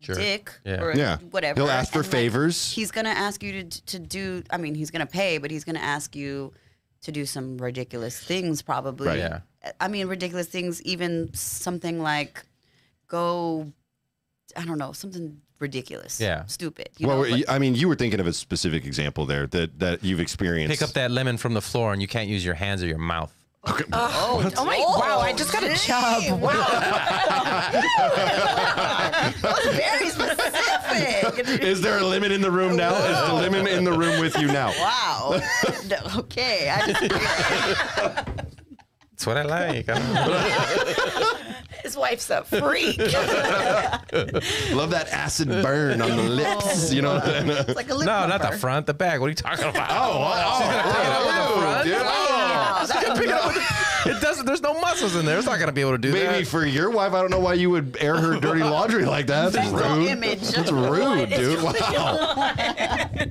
Speaker 4: Jerk.
Speaker 2: dick
Speaker 4: Yeah.
Speaker 2: or
Speaker 1: Yeah.
Speaker 2: whatever.
Speaker 1: He'll ask for
Speaker 2: and, like,
Speaker 1: favors.
Speaker 2: he's gonna ask you to to do. I mean, he's gonna pay, but he's gonna ask you to do some ridiculous things, probably. Uh,
Speaker 1: Right.
Speaker 4: Yeah.
Speaker 2: I mean, ridiculous things. Even something like go. I don't know something ridiculous.
Speaker 4: Yeah.
Speaker 2: Stupid. you
Speaker 1: Well,
Speaker 2: know, like-
Speaker 1: I mean, you were thinking of a specific example there that, that you've experienced.
Speaker 4: Pick up that lemon from the floor, and you can't use your hands or your mouth.
Speaker 3: Oh, my! Wow! I just got a chub.
Speaker 2: very specific.
Speaker 1: Is there a limit in the room now? Is the limit in the room with you now?
Speaker 4: (laughs)
Speaker 2: wow. (laughs) No, okay. I just,
Speaker 4: That's what
Speaker 1: (laughs)
Speaker 4: I like. I don't know.
Speaker 3: His wife's a freak.
Speaker 1: (laughs) Love that acid burn on the lips. You know.
Speaker 2: it's like a lip
Speaker 4: No,
Speaker 2: rubber.
Speaker 4: not the front, the back. What are you talking about?
Speaker 1: Oh, wow.
Speaker 4: She's gonna pick it up with the
Speaker 1: Ew,
Speaker 4: front.
Speaker 1: dude.
Speaker 2: Wow, that's-
Speaker 4: Pick it up with the- oh, (laughs) it doesn't. There's no muscles in there. It's not gonna be able to do
Speaker 1: Baby,
Speaker 4: that.
Speaker 1: for your wife, I don't know why you would air her dirty laundry like that. That's
Speaker 2: no
Speaker 1: rude.
Speaker 2: image.
Speaker 1: That's rude, dude. Wow.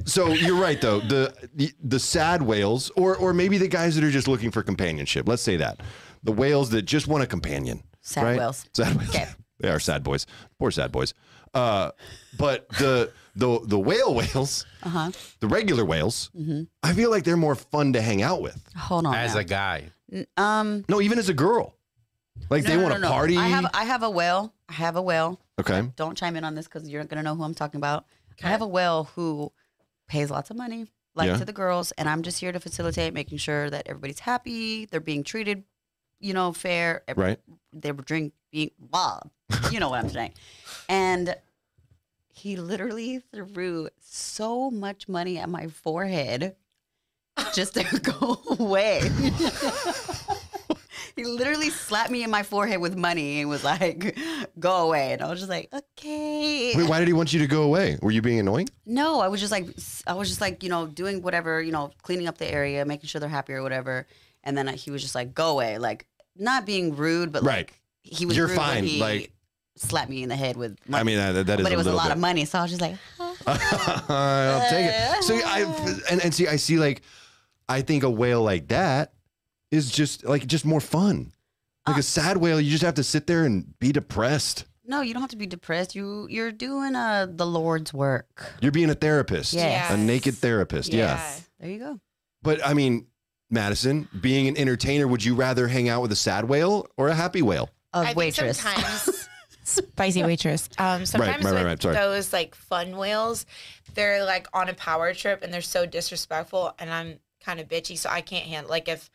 Speaker 1: so you're right though. The the sad whales, or or maybe the guys that are just looking for companionship. Let's say that the whales that just want a companion.
Speaker 2: Sad
Speaker 1: right?
Speaker 2: whales.
Speaker 1: Sad whales.
Speaker 2: Okay.
Speaker 1: (laughs) They are sad boys. Poor sad boys. Uh, but the the the whale whales, uh-huh. the regular whales.
Speaker 2: Mm-hmm.
Speaker 1: I feel like they're more fun to hang out with.
Speaker 2: Hold on.
Speaker 4: As
Speaker 2: now.
Speaker 4: a guy,
Speaker 2: um,
Speaker 1: No, even as a girl, like
Speaker 2: no,
Speaker 1: they
Speaker 2: no,
Speaker 1: want
Speaker 2: no,
Speaker 1: to
Speaker 2: no.
Speaker 1: party.
Speaker 2: I have I have a whale. I have a whale.
Speaker 1: okay.
Speaker 2: Don't chime in on this because you're not gonna know who I'm talking about. I have a whale who pays lots of money, like
Speaker 1: Yeah.
Speaker 2: to the girls, and I'm just here to facilitate making sure that everybody's happy, they're being treated, you know, fair, every-
Speaker 1: Right.
Speaker 2: they were drink being blah. You know what I'm saying. And he literally threw so much money at my forehead just to (laughs) go away. (laughs) he literally slapped me in my forehead with money and was like, go away. And I was just like, okay.
Speaker 1: Wait, why did he want you to go away? Were you being annoying?
Speaker 2: No, I was just like, I was just like, you know, doing whatever, you know, cleaning up the area, making sure they're happy or whatever. And then uh, he was just like, go away. Like, not being rude, but
Speaker 1: Right.
Speaker 2: like, he was
Speaker 1: You're
Speaker 2: rude when
Speaker 1: fine,
Speaker 2: He
Speaker 1: like-
Speaker 2: slapped me in the head with money.
Speaker 1: I mean, that, that is
Speaker 2: but
Speaker 1: a
Speaker 2: it was a
Speaker 1: little
Speaker 2: lot
Speaker 1: bit.
Speaker 2: of money. So I was just like,
Speaker 1: (laughs) I'll take
Speaker 2: Uh-huh.
Speaker 1: it. So I and, and see, I see like I think a whale like that is just like just more fun. Like a
Speaker 2: Uh,
Speaker 1: sad whale, you just have to sit there and be depressed.
Speaker 2: no, you don't have to be depressed. You you're doing uh the Lord's work.
Speaker 1: You're being a therapist,
Speaker 2: Yes.
Speaker 1: a naked therapist. Yeah.
Speaker 2: There you go.
Speaker 1: But I mean, Madison, being an entertainer, would you rather hang out with a sad whale or a happy whale?
Speaker 2: A
Speaker 3: I think
Speaker 2: waitress.
Speaker 1: (laughs)
Speaker 3: sometimes spicy waitress. Um, sometimes
Speaker 1: right,
Speaker 3: with
Speaker 1: right, sorry.
Speaker 3: those like fun whales, they're like on a power trip and they're so disrespectful, and I'm kind of bitchy, so I can't handle like if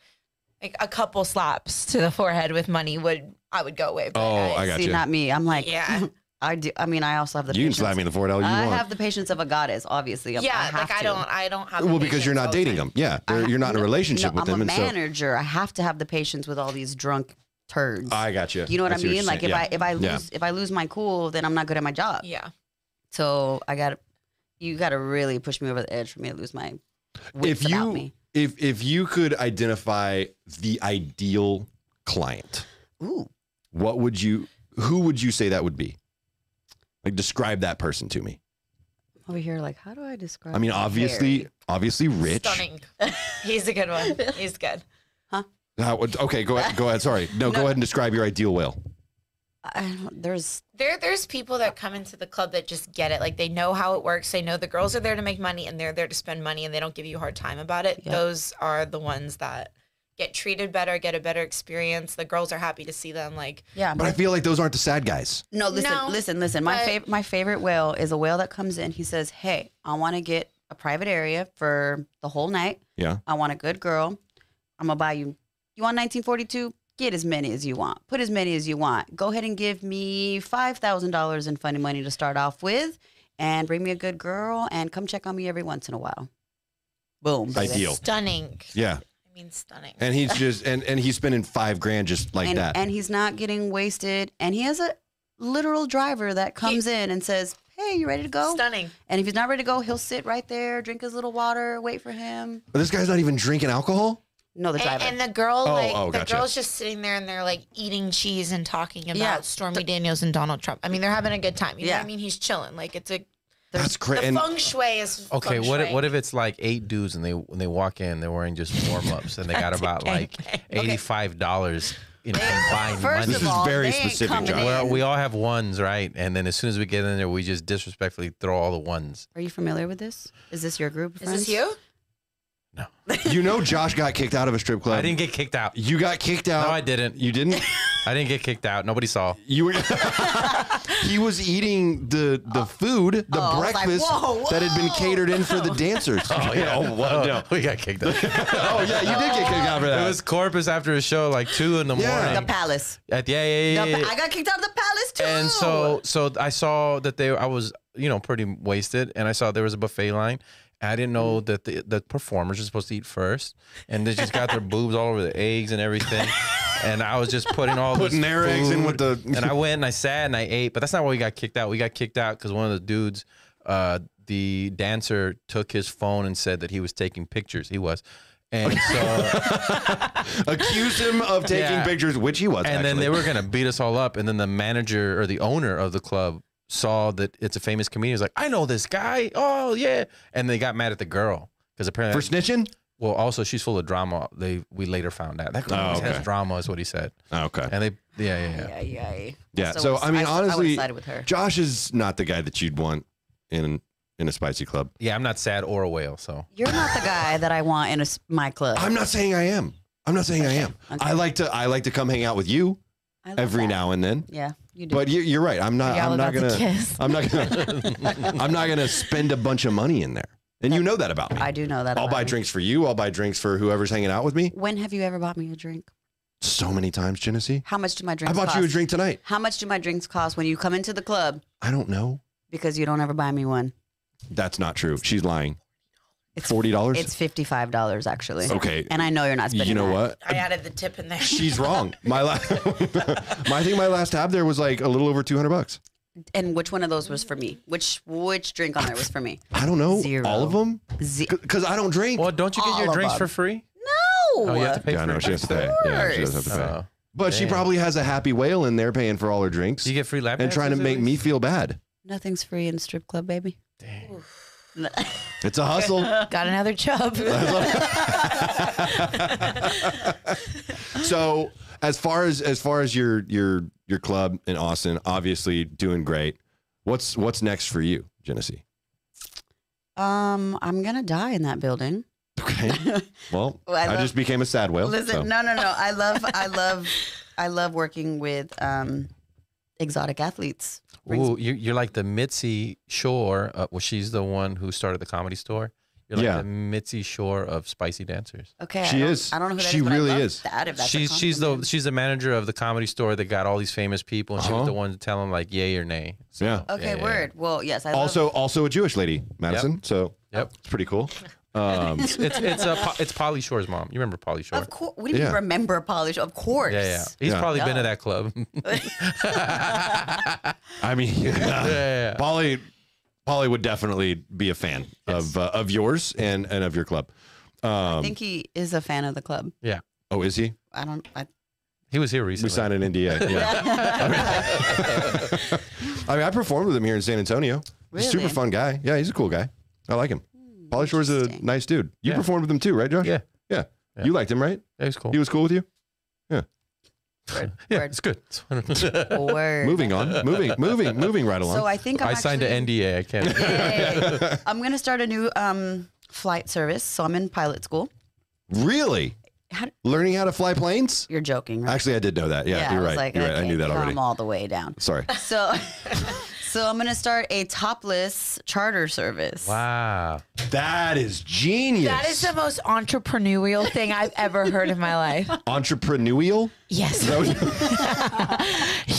Speaker 3: like a couple slaps to the forehead with money would I would go away. but
Speaker 1: Oh, I got
Speaker 2: See,
Speaker 1: you.
Speaker 2: not me. I'm like,
Speaker 3: Yeah.
Speaker 2: (laughs) I do. I mean, I also have the.
Speaker 1: You can
Speaker 2: patience.
Speaker 1: slap me in the forehead all you
Speaker 2: I
Speaker 1: want.
Speaker 2: have the patience of a goddess, obviously. I
Speaker 3: yeah,
Speaker 2: have
Speaker 3: like I
Speaker 2: to.
Speaker 3: don't I don't have the
Speaker 1: well, because you're
Speaker 3: patience
Speaker 1: not
Speaker 3: all the
Speaker 1: dating
Speaker 3: time.
Speaker 1: them. Yeah, they're- you're not in a relationship
Speaker 2: No,
Speaker 1: with
Speaker 2: I'm
Speaker 1: them, and
Speaker 2: a
Speaker 1: so
Speaker 2: manager. I have to have the patience with all these drunk turds.
Speaker 1: I got you.
Speaker 2: you know what I,
Speaker 1: see
Speaker 2: mean?
Speaker 1: you're
Speaker 2: like if
Speaker 1: saying.
Speaker 2: I if I lose
Speaker 1: Yeah.
Speaker 2: if I lose my cool, then I'm not good at my job.
Speaker 3: Yeah.
Speaker 2: So I got to you got to really push me over the edge for me to lose my wits
Speaker 1: if you
Speaker 2: about me.
Speaker 1: if if you could identify the ideal client,
Speaker 2: Ooh,
Speaker 1: what would you? Who would you say that would be? Like describe that person to me.
Speaker 2: over here, like how do I describe?
Speaker 1: I mean, obviously,
Speaker 2: Harry?
Speaker 1: obviously rich.
Speaker 3: Stunning. (laughs) He's a good one. He's good.
Speaker 1: How would- okay, go ahead. Go ahead. Sorry, no, go ahead and describe your ideal whale.
Speaker 2: I don't, there's
Speaker 3: There, there's people that come into the club that just get it. Like they know how it works. They know the girls are there to make money and they're there to spend money, and they don't give you a hard time about it.
Speaker 2: Yep.
Speaker 3: Those are the ones that get treated better, get a better experience. The girls are happy to see them. Like
Speaker 2: yeah.
Speaker 1: But I feel like those aren't the sad guys.
Speaker 2: No, listen,
Speaker 3: No,
Speaker 2: listen, listen. My
Speaker 3: but-
Speaker 2: favorite, my favorite whale is a whale that comes in. He says, "Hey, I want to get a private area for the whole night.
Speaker 1: Yeah.
Speaker 2: I want a good girl. I'm gonna buy you. You want 1942? Get as many as you want. Put as many as you want. Go ahead and give me five thousand dollars in funny money to start off with, and bring me a good girl, and come check on me every once in a while. Boom. baby.
Speaker 1: Ideal.
Speaker 3: stunning.
Speaker 1: Yeah,
Speaker 3: I mean, stunning.
Speaker 1: and
Speaker 2: (laughs)
Speaker 1: he's just and and he's spending five grand just like
Speaker 2: and,
Speaker 1: that.
Speaker 2: and he's not getting wasted. And he has a literal driver that comes in and says, "Hey, you ready to go?"
Speaker 3: Stunning.
Speaker 2: And if he's not ready to go, he'll sit right there, drink his little water, wait for him.
Speaker 1: But this guy's not even drinking alcohol.
Speaker 2: No, the
Speaker 3: And,
Speaker 2: driver.
Speaker 3: and the girl,
Speaker 1: Oh,
Speaker 3: like
Speaker 1: oh,
Speaker 3: the
Speaker 1: gotcha.
Speaker 3: girl's just sitting there and they're like eating cheese and talking about
Speaker 2: Yeah.
Speaker 3: Stormy Daniels and Donald Trump. I mean, they're having a good time. You know what
Speaker 2: Yeah.
Speaker 3: I mean? He's chilling. Like it's a
Speaker 1: That's
Speaker 3: the
Speaker 1: crazy. And
Speaker 3: feng shui is
Speaker 4: Okay,
Speaker 3: feng
Speaker 4: what if,
Speaker 3: shui.
Speaker 4: what if it's like eight dudes and they when they walk in they're wearing just warm ups and they got about like eighty five dollars in combined
Speaker 2: First
Speaker 4: money.
Speaker 1: This
Speaker 2: of
Speaker 1: is
Speaker 2: all,
Speaker 1: very
Speaker 2: they ain't
Speaker 1: specific,
Speaker 2: coming
Speaker 1: Josh.
Speaker 2: in.
Speaker 4: (laughs) Well, we all have ones, right? And then as soon as we get in there, we just disrespectfully throw all the ones.
Speaker 2: Are you familiar with this? Is this your group? Of
Speaker 3: is this
Speaker 2: friends?
Speaker 3: you?
Speaker 1: you know, Josh got kicked out of a strip club.
Speaker 4: I didn't get kicked out.
Speaker 1: You got kicked out.
Speaker 4: No, I didn't.
Speaker 1: You didn't.
Speaker 4: I didn't get kicked out. Nobody saw.
Speaker 1: You were. (laughs) he was eating the the food, the
Speaker 2: Oh, I was like,
Speaker 1: breakfast
Speaker 2: "Whoa,
Speaker 1: that had been
Speaker 2: whoa."
Speaker 1: catered in for the dancers. oh
Speaker 4: (laughs) Oh,
Speaker 1: wow.
Speaker 4: no, we got kicked (laughs) out.
Speaker 1: (laughs) oh yeah, you did get kicked out for that.
Speaker 4: it was Corpus after a show, like two in the
Speaker 1: Yeah.
Speaker 2: The
Speaker 4: morning.
Speaker 2: palace.
Speaker 4: At the, yeah, yeah, yeah,
Speaker 2: The
Speaker 4: yeah,
Speaker 2: pa-
Speaker 4: yeah.
Speaker 2: I got kicked out of the palace too.
Speaker 4: And so, so I saw that they, I was, you know, pretty wasted, and I saw there was a buffet line. I didn't know that the, the performers are supposed to eat first, and they just got their boobs all over the eggs and everything. And I was just putting all
Speaker 1: Putting
Speaker 4: this
Speaker 1: their eggs in with
Speaker 4: food,
Speaker 1: the-
Speaker 4: (laughs) and I went and I sat and I ate, but that's not why we got kicked out. We got kicked out because one of the dudes, uh, the dancer, took his phone and said that he was taking pictures. He was, and so.
Speaker 1: (laughs) Accused him of taking
Speaker 4: Yeah.
Speaker 1: pictures, which he was.
Speaker 4: and then
Speaker 1: actually.
Speaker 4: they were gonna beat us all up. And then the manager or the owner of the club saw that it's a famous comedian. He's like, I know this guy. Oh yeah. And they got mad at the girl because apparently,
Speaker 1: for snitching.
Speaker 4: well, also she's full of drama. They we later found out that girl
Speaker 1: Oh,
Speaker 4: always
Speaker 1: okay.
Speaker 4: has drama, is what he said.
Speaker 1: Oh, okay.
Speaker 4: And they, yeah, yeah, yeah.
Speaker 2: yeah, yeah.
Speaker 1: Yeah, so, I mean,
Speaker 2: I would
Speaker 1: honestly-
Speaker 2: have sided with her.
Speaker 1: Josh is not the guy that you'd want in in a spicy club.
Speaker 4: Yeah, I'm not sad or a whale, so
Speaker 2: You're not the guy that I want in a, s- my club.
Speaker 1: I'm not saying I am. I'm not saying I am.
Speaker 2: okay.
Speaker 1: I like to I like to come hang out with you
Speaker 2: I love
Speaker 1: every
Speaker 2: that.
Speaker 1: now and then.
Speaker 2: Yeah, you do.
Speaker 1: But you, you're right. I'm not.
Speaker 3: Y'all
Speaker 1: I'm not
Speaker 3: about to
Speaker 1: gonna.
Speaker 3: kiss.
Speaker 1: I'm not gonna. (laughs) I'm not gonna spend a bunch of money in there. And you know that about me.
Speaker 2: I do know that.
Speaker 1: I'll
Speaker 2: about
Speaker 1: buy
Speaker 2: me.
Speaker 1: drinks for you. I'll buy drinks for whoever's hanging out with me.
Speaker 2: When have you ever bought me a drink?
Speaker 1: So many times, Genesee.
Speaker 2: How much do my
Speaker 1: I
Speaker 2: drinks?
Speaker 1: bought
Speaker 2: cost?
Speaker 1: you a drink tonight.
Speaker 2: How much do my drinks cost when you come into the club?
Speaker 1: I don't know.
Speaker 2: Because you don't ever buy me one.
Speaker 1: That's not true. She's lying.
Speaker 2: It's-
Speaker 1: Forty
Speaker 2: It's
Speaker 1: dollars.
Speaker 2: fifty five dollars actually.
Speaker 1: Okay.
Speaker 2: And I know you're not spending.
Speaker 1: You know
Speaker 2: that.
Speaker 1: what?
Speaker 3: I added the tip in there.
Speaker 1: She's wrong. My last. (laughs) my I think my last tab there was like a little over two hundred bucks.
Speaker 2: And which one of those was for me? Which which drink on there was for me?
Speaker 1: I don't know.
Speaker 2: Zero.
Speaker 1: All of them.
Speaker 2: Z-
Speaker 1: Because I don't drink.
Speaker 4: well, don't you get
Speaker 2: All
Speaker 4: your
Speaker 2: of
Speaker 4: drinks
Speaker 2: them.
Speaker 4: for free?
Speaker 2: no.
Speaker 4: Oh, you have to pay
Speaker 1: Yeah,
Speaker 4: for
Speaker 1: no,
Speaker 4: it.
Speaker 1: she has to pay.
Speaker 2: Of
Speaker 1: Yeah, she does have to pay.
Speaker 4: Oh.
Speaker 1: But she
Speaker 4: Damn.
Speaker 1: probably has a happy whale in there paying for all her drinks
Speaker 4: Do you get free lap
Speaker 1: and trying to
Speaker 4: dances at
Speaker 1: make me
Speaker 4: least?
Speaker 1: feel bad.
Speaker 2: Nothing's free in strip club, baby. (laughs)
Speaker 1: It's a hustle.
Speaker 3: Got another
Speaker 4: (laughs)
Speaker 3: chub.
Speaker 2: (laughs)
Speaker 1: so as far as as far as your your your club in Austin, obviously doing great. What's what's next for you, Genesee?
Speaker 2: Um, I'm gonna die in that building.
Speaker 1: Okay. (laughs) Well,
Speaker 2: Well,
Speaker 1: I,
Speaker 2: I love-
Speaker 1: just became a sad
Speaker 4: Oh,
Speaker 1: whale.
Speaker 2: Listen,
Speaker 1: so.
Speaker 2: no, no, no. I love, I love, I love working with um, exotic athletes. Brings-
Speaker 4: Ooh, you, you're like the Mitzi Shore. Uh, well, she's the one who started the comedy store. You're like
Speaker 1: Yeah.
Speaker 4: the Mitzi Shore of spicy dancers.
Speaker 2: Okay.
Speaker 1: She
Speaker 2: I don't,
Speaker 1: is.
Speaker 2: I don't know who that is.
Speaker 1: She
Speaker 2: but I
Speaker 1: really
Speaker 2: love
Speaker 1: is.
Speaker 2: That, if that's a
Speaker 4: she's she's the
Speaker 2: compliment.
Speaker 4: she's the manager of the comedy store that got all these famous people, and she
Speaker 1: Uh-huh.
Speaker 4: was the one to tell them like yay or nay. So,
Speaker 1: Yeah.
Speaker 2: Okay,
Speaker 4: yeah, yeah.
Speaker 2: word. Well, yes. I love,
Speaker 1: Also, also a Jewish lady, Madison. So
Speaker 4: Yep.
Speaker 1: it's pretty
Speaker 2: (laughs)
Speaker 1: cool. Um,
Speaker 4: It's it's a po- it's Polly Shore's mom. You remember Polly Shore?
Speaker 2: of course. What do you
Speaker 1: Yeah.
Speaker 2: mean remember polish? Of course.
Speaker 4: Yeah, yeah. He's
Speaker 1: Yeah.
Speaker 4: probably been to that club. yeah,
Speaker 1: I mean,
Speaker 4: (laughs)
Speaker 1: (laughs) yeah.
Speaker 4: yeah, yeah.
Speaker 1: Polly, Polly would definitely be a fan of uh, of yours and and of your club.
Speaker 2: I
Speaker 1: Um,
Speaker 2: think he is a fan of the club.
Speaker 1: oh, is he?
Speaker 2: I don't. I,
Speaker 4: He was here
Speaker 1: We
Speaker 4: recently.
Speaker 1: signed an NDA. Yeah.
Speaker 2: (laughs)
Speaker 1: I mean, I performed with him here in San Antonio. He's a super
Speaker 2: Really? Hmm,
Speaker 1: fun guy. Yeah, he's a cool guy. I like him. Polly Shore's a
Speaker 2: interesting.
Speaker 1: nice dude. You
Speaker 4: Yeah.
Speaker 1: performed with him too, right, Josh?
Speaker 4: Yeah,
Speaker 1: Yeah.
Speaker 4: Yeah.
Speaker 1: You liked him, right?
Speaker 4: it was cool.
Speaker 1: He was cool with you.
Speaker 4: (laughs) yeah,
Speaker 2: Word.
Speaker 4: it's good.
Speaker 1: (laughs)
Speaker 2: Word.
Speaker 1: Moving on, moving, moving, moving right along.
Speaker 2: So I think I'm
Speaker 4: I signed
Speaker 2: actually,
Speaker 4: an NDA. I can't.
Speaker 2: Yay. (laughs) I'm gonna start a new um, flight service. So I'm in pilot school.
Speaker 1: really,
Speaker 2: How-
Speaker 1: learning how to fly planes.
Speaker 2: You're joking, right?
Speaker 1: Actually, I did know that. Yeah,
Speaker 2: I
Speaker 1: you're
Speaker 2: was
Speaker 1: right.
Speaker 2: like,
Speaker 1: you're right. I
Speaker 2: okay,
Speaker 1: knew that
Speaker 2: come
Speaker 1: already.
Speaker 2: all the way down. (laughs)
Speaker 1: Sorry.
Speaker 2: So, so I'm gonna start a topless charter service.
Speaker 4: Wow.
Speaker 1: That is genius.
Speaker 5: That is the most entrepreneurial thing I've ever heard in my life.
Speaker 2: (laughs)
Speaker 1: entrepreneurial.
Speaker 5: (laughs) Yes.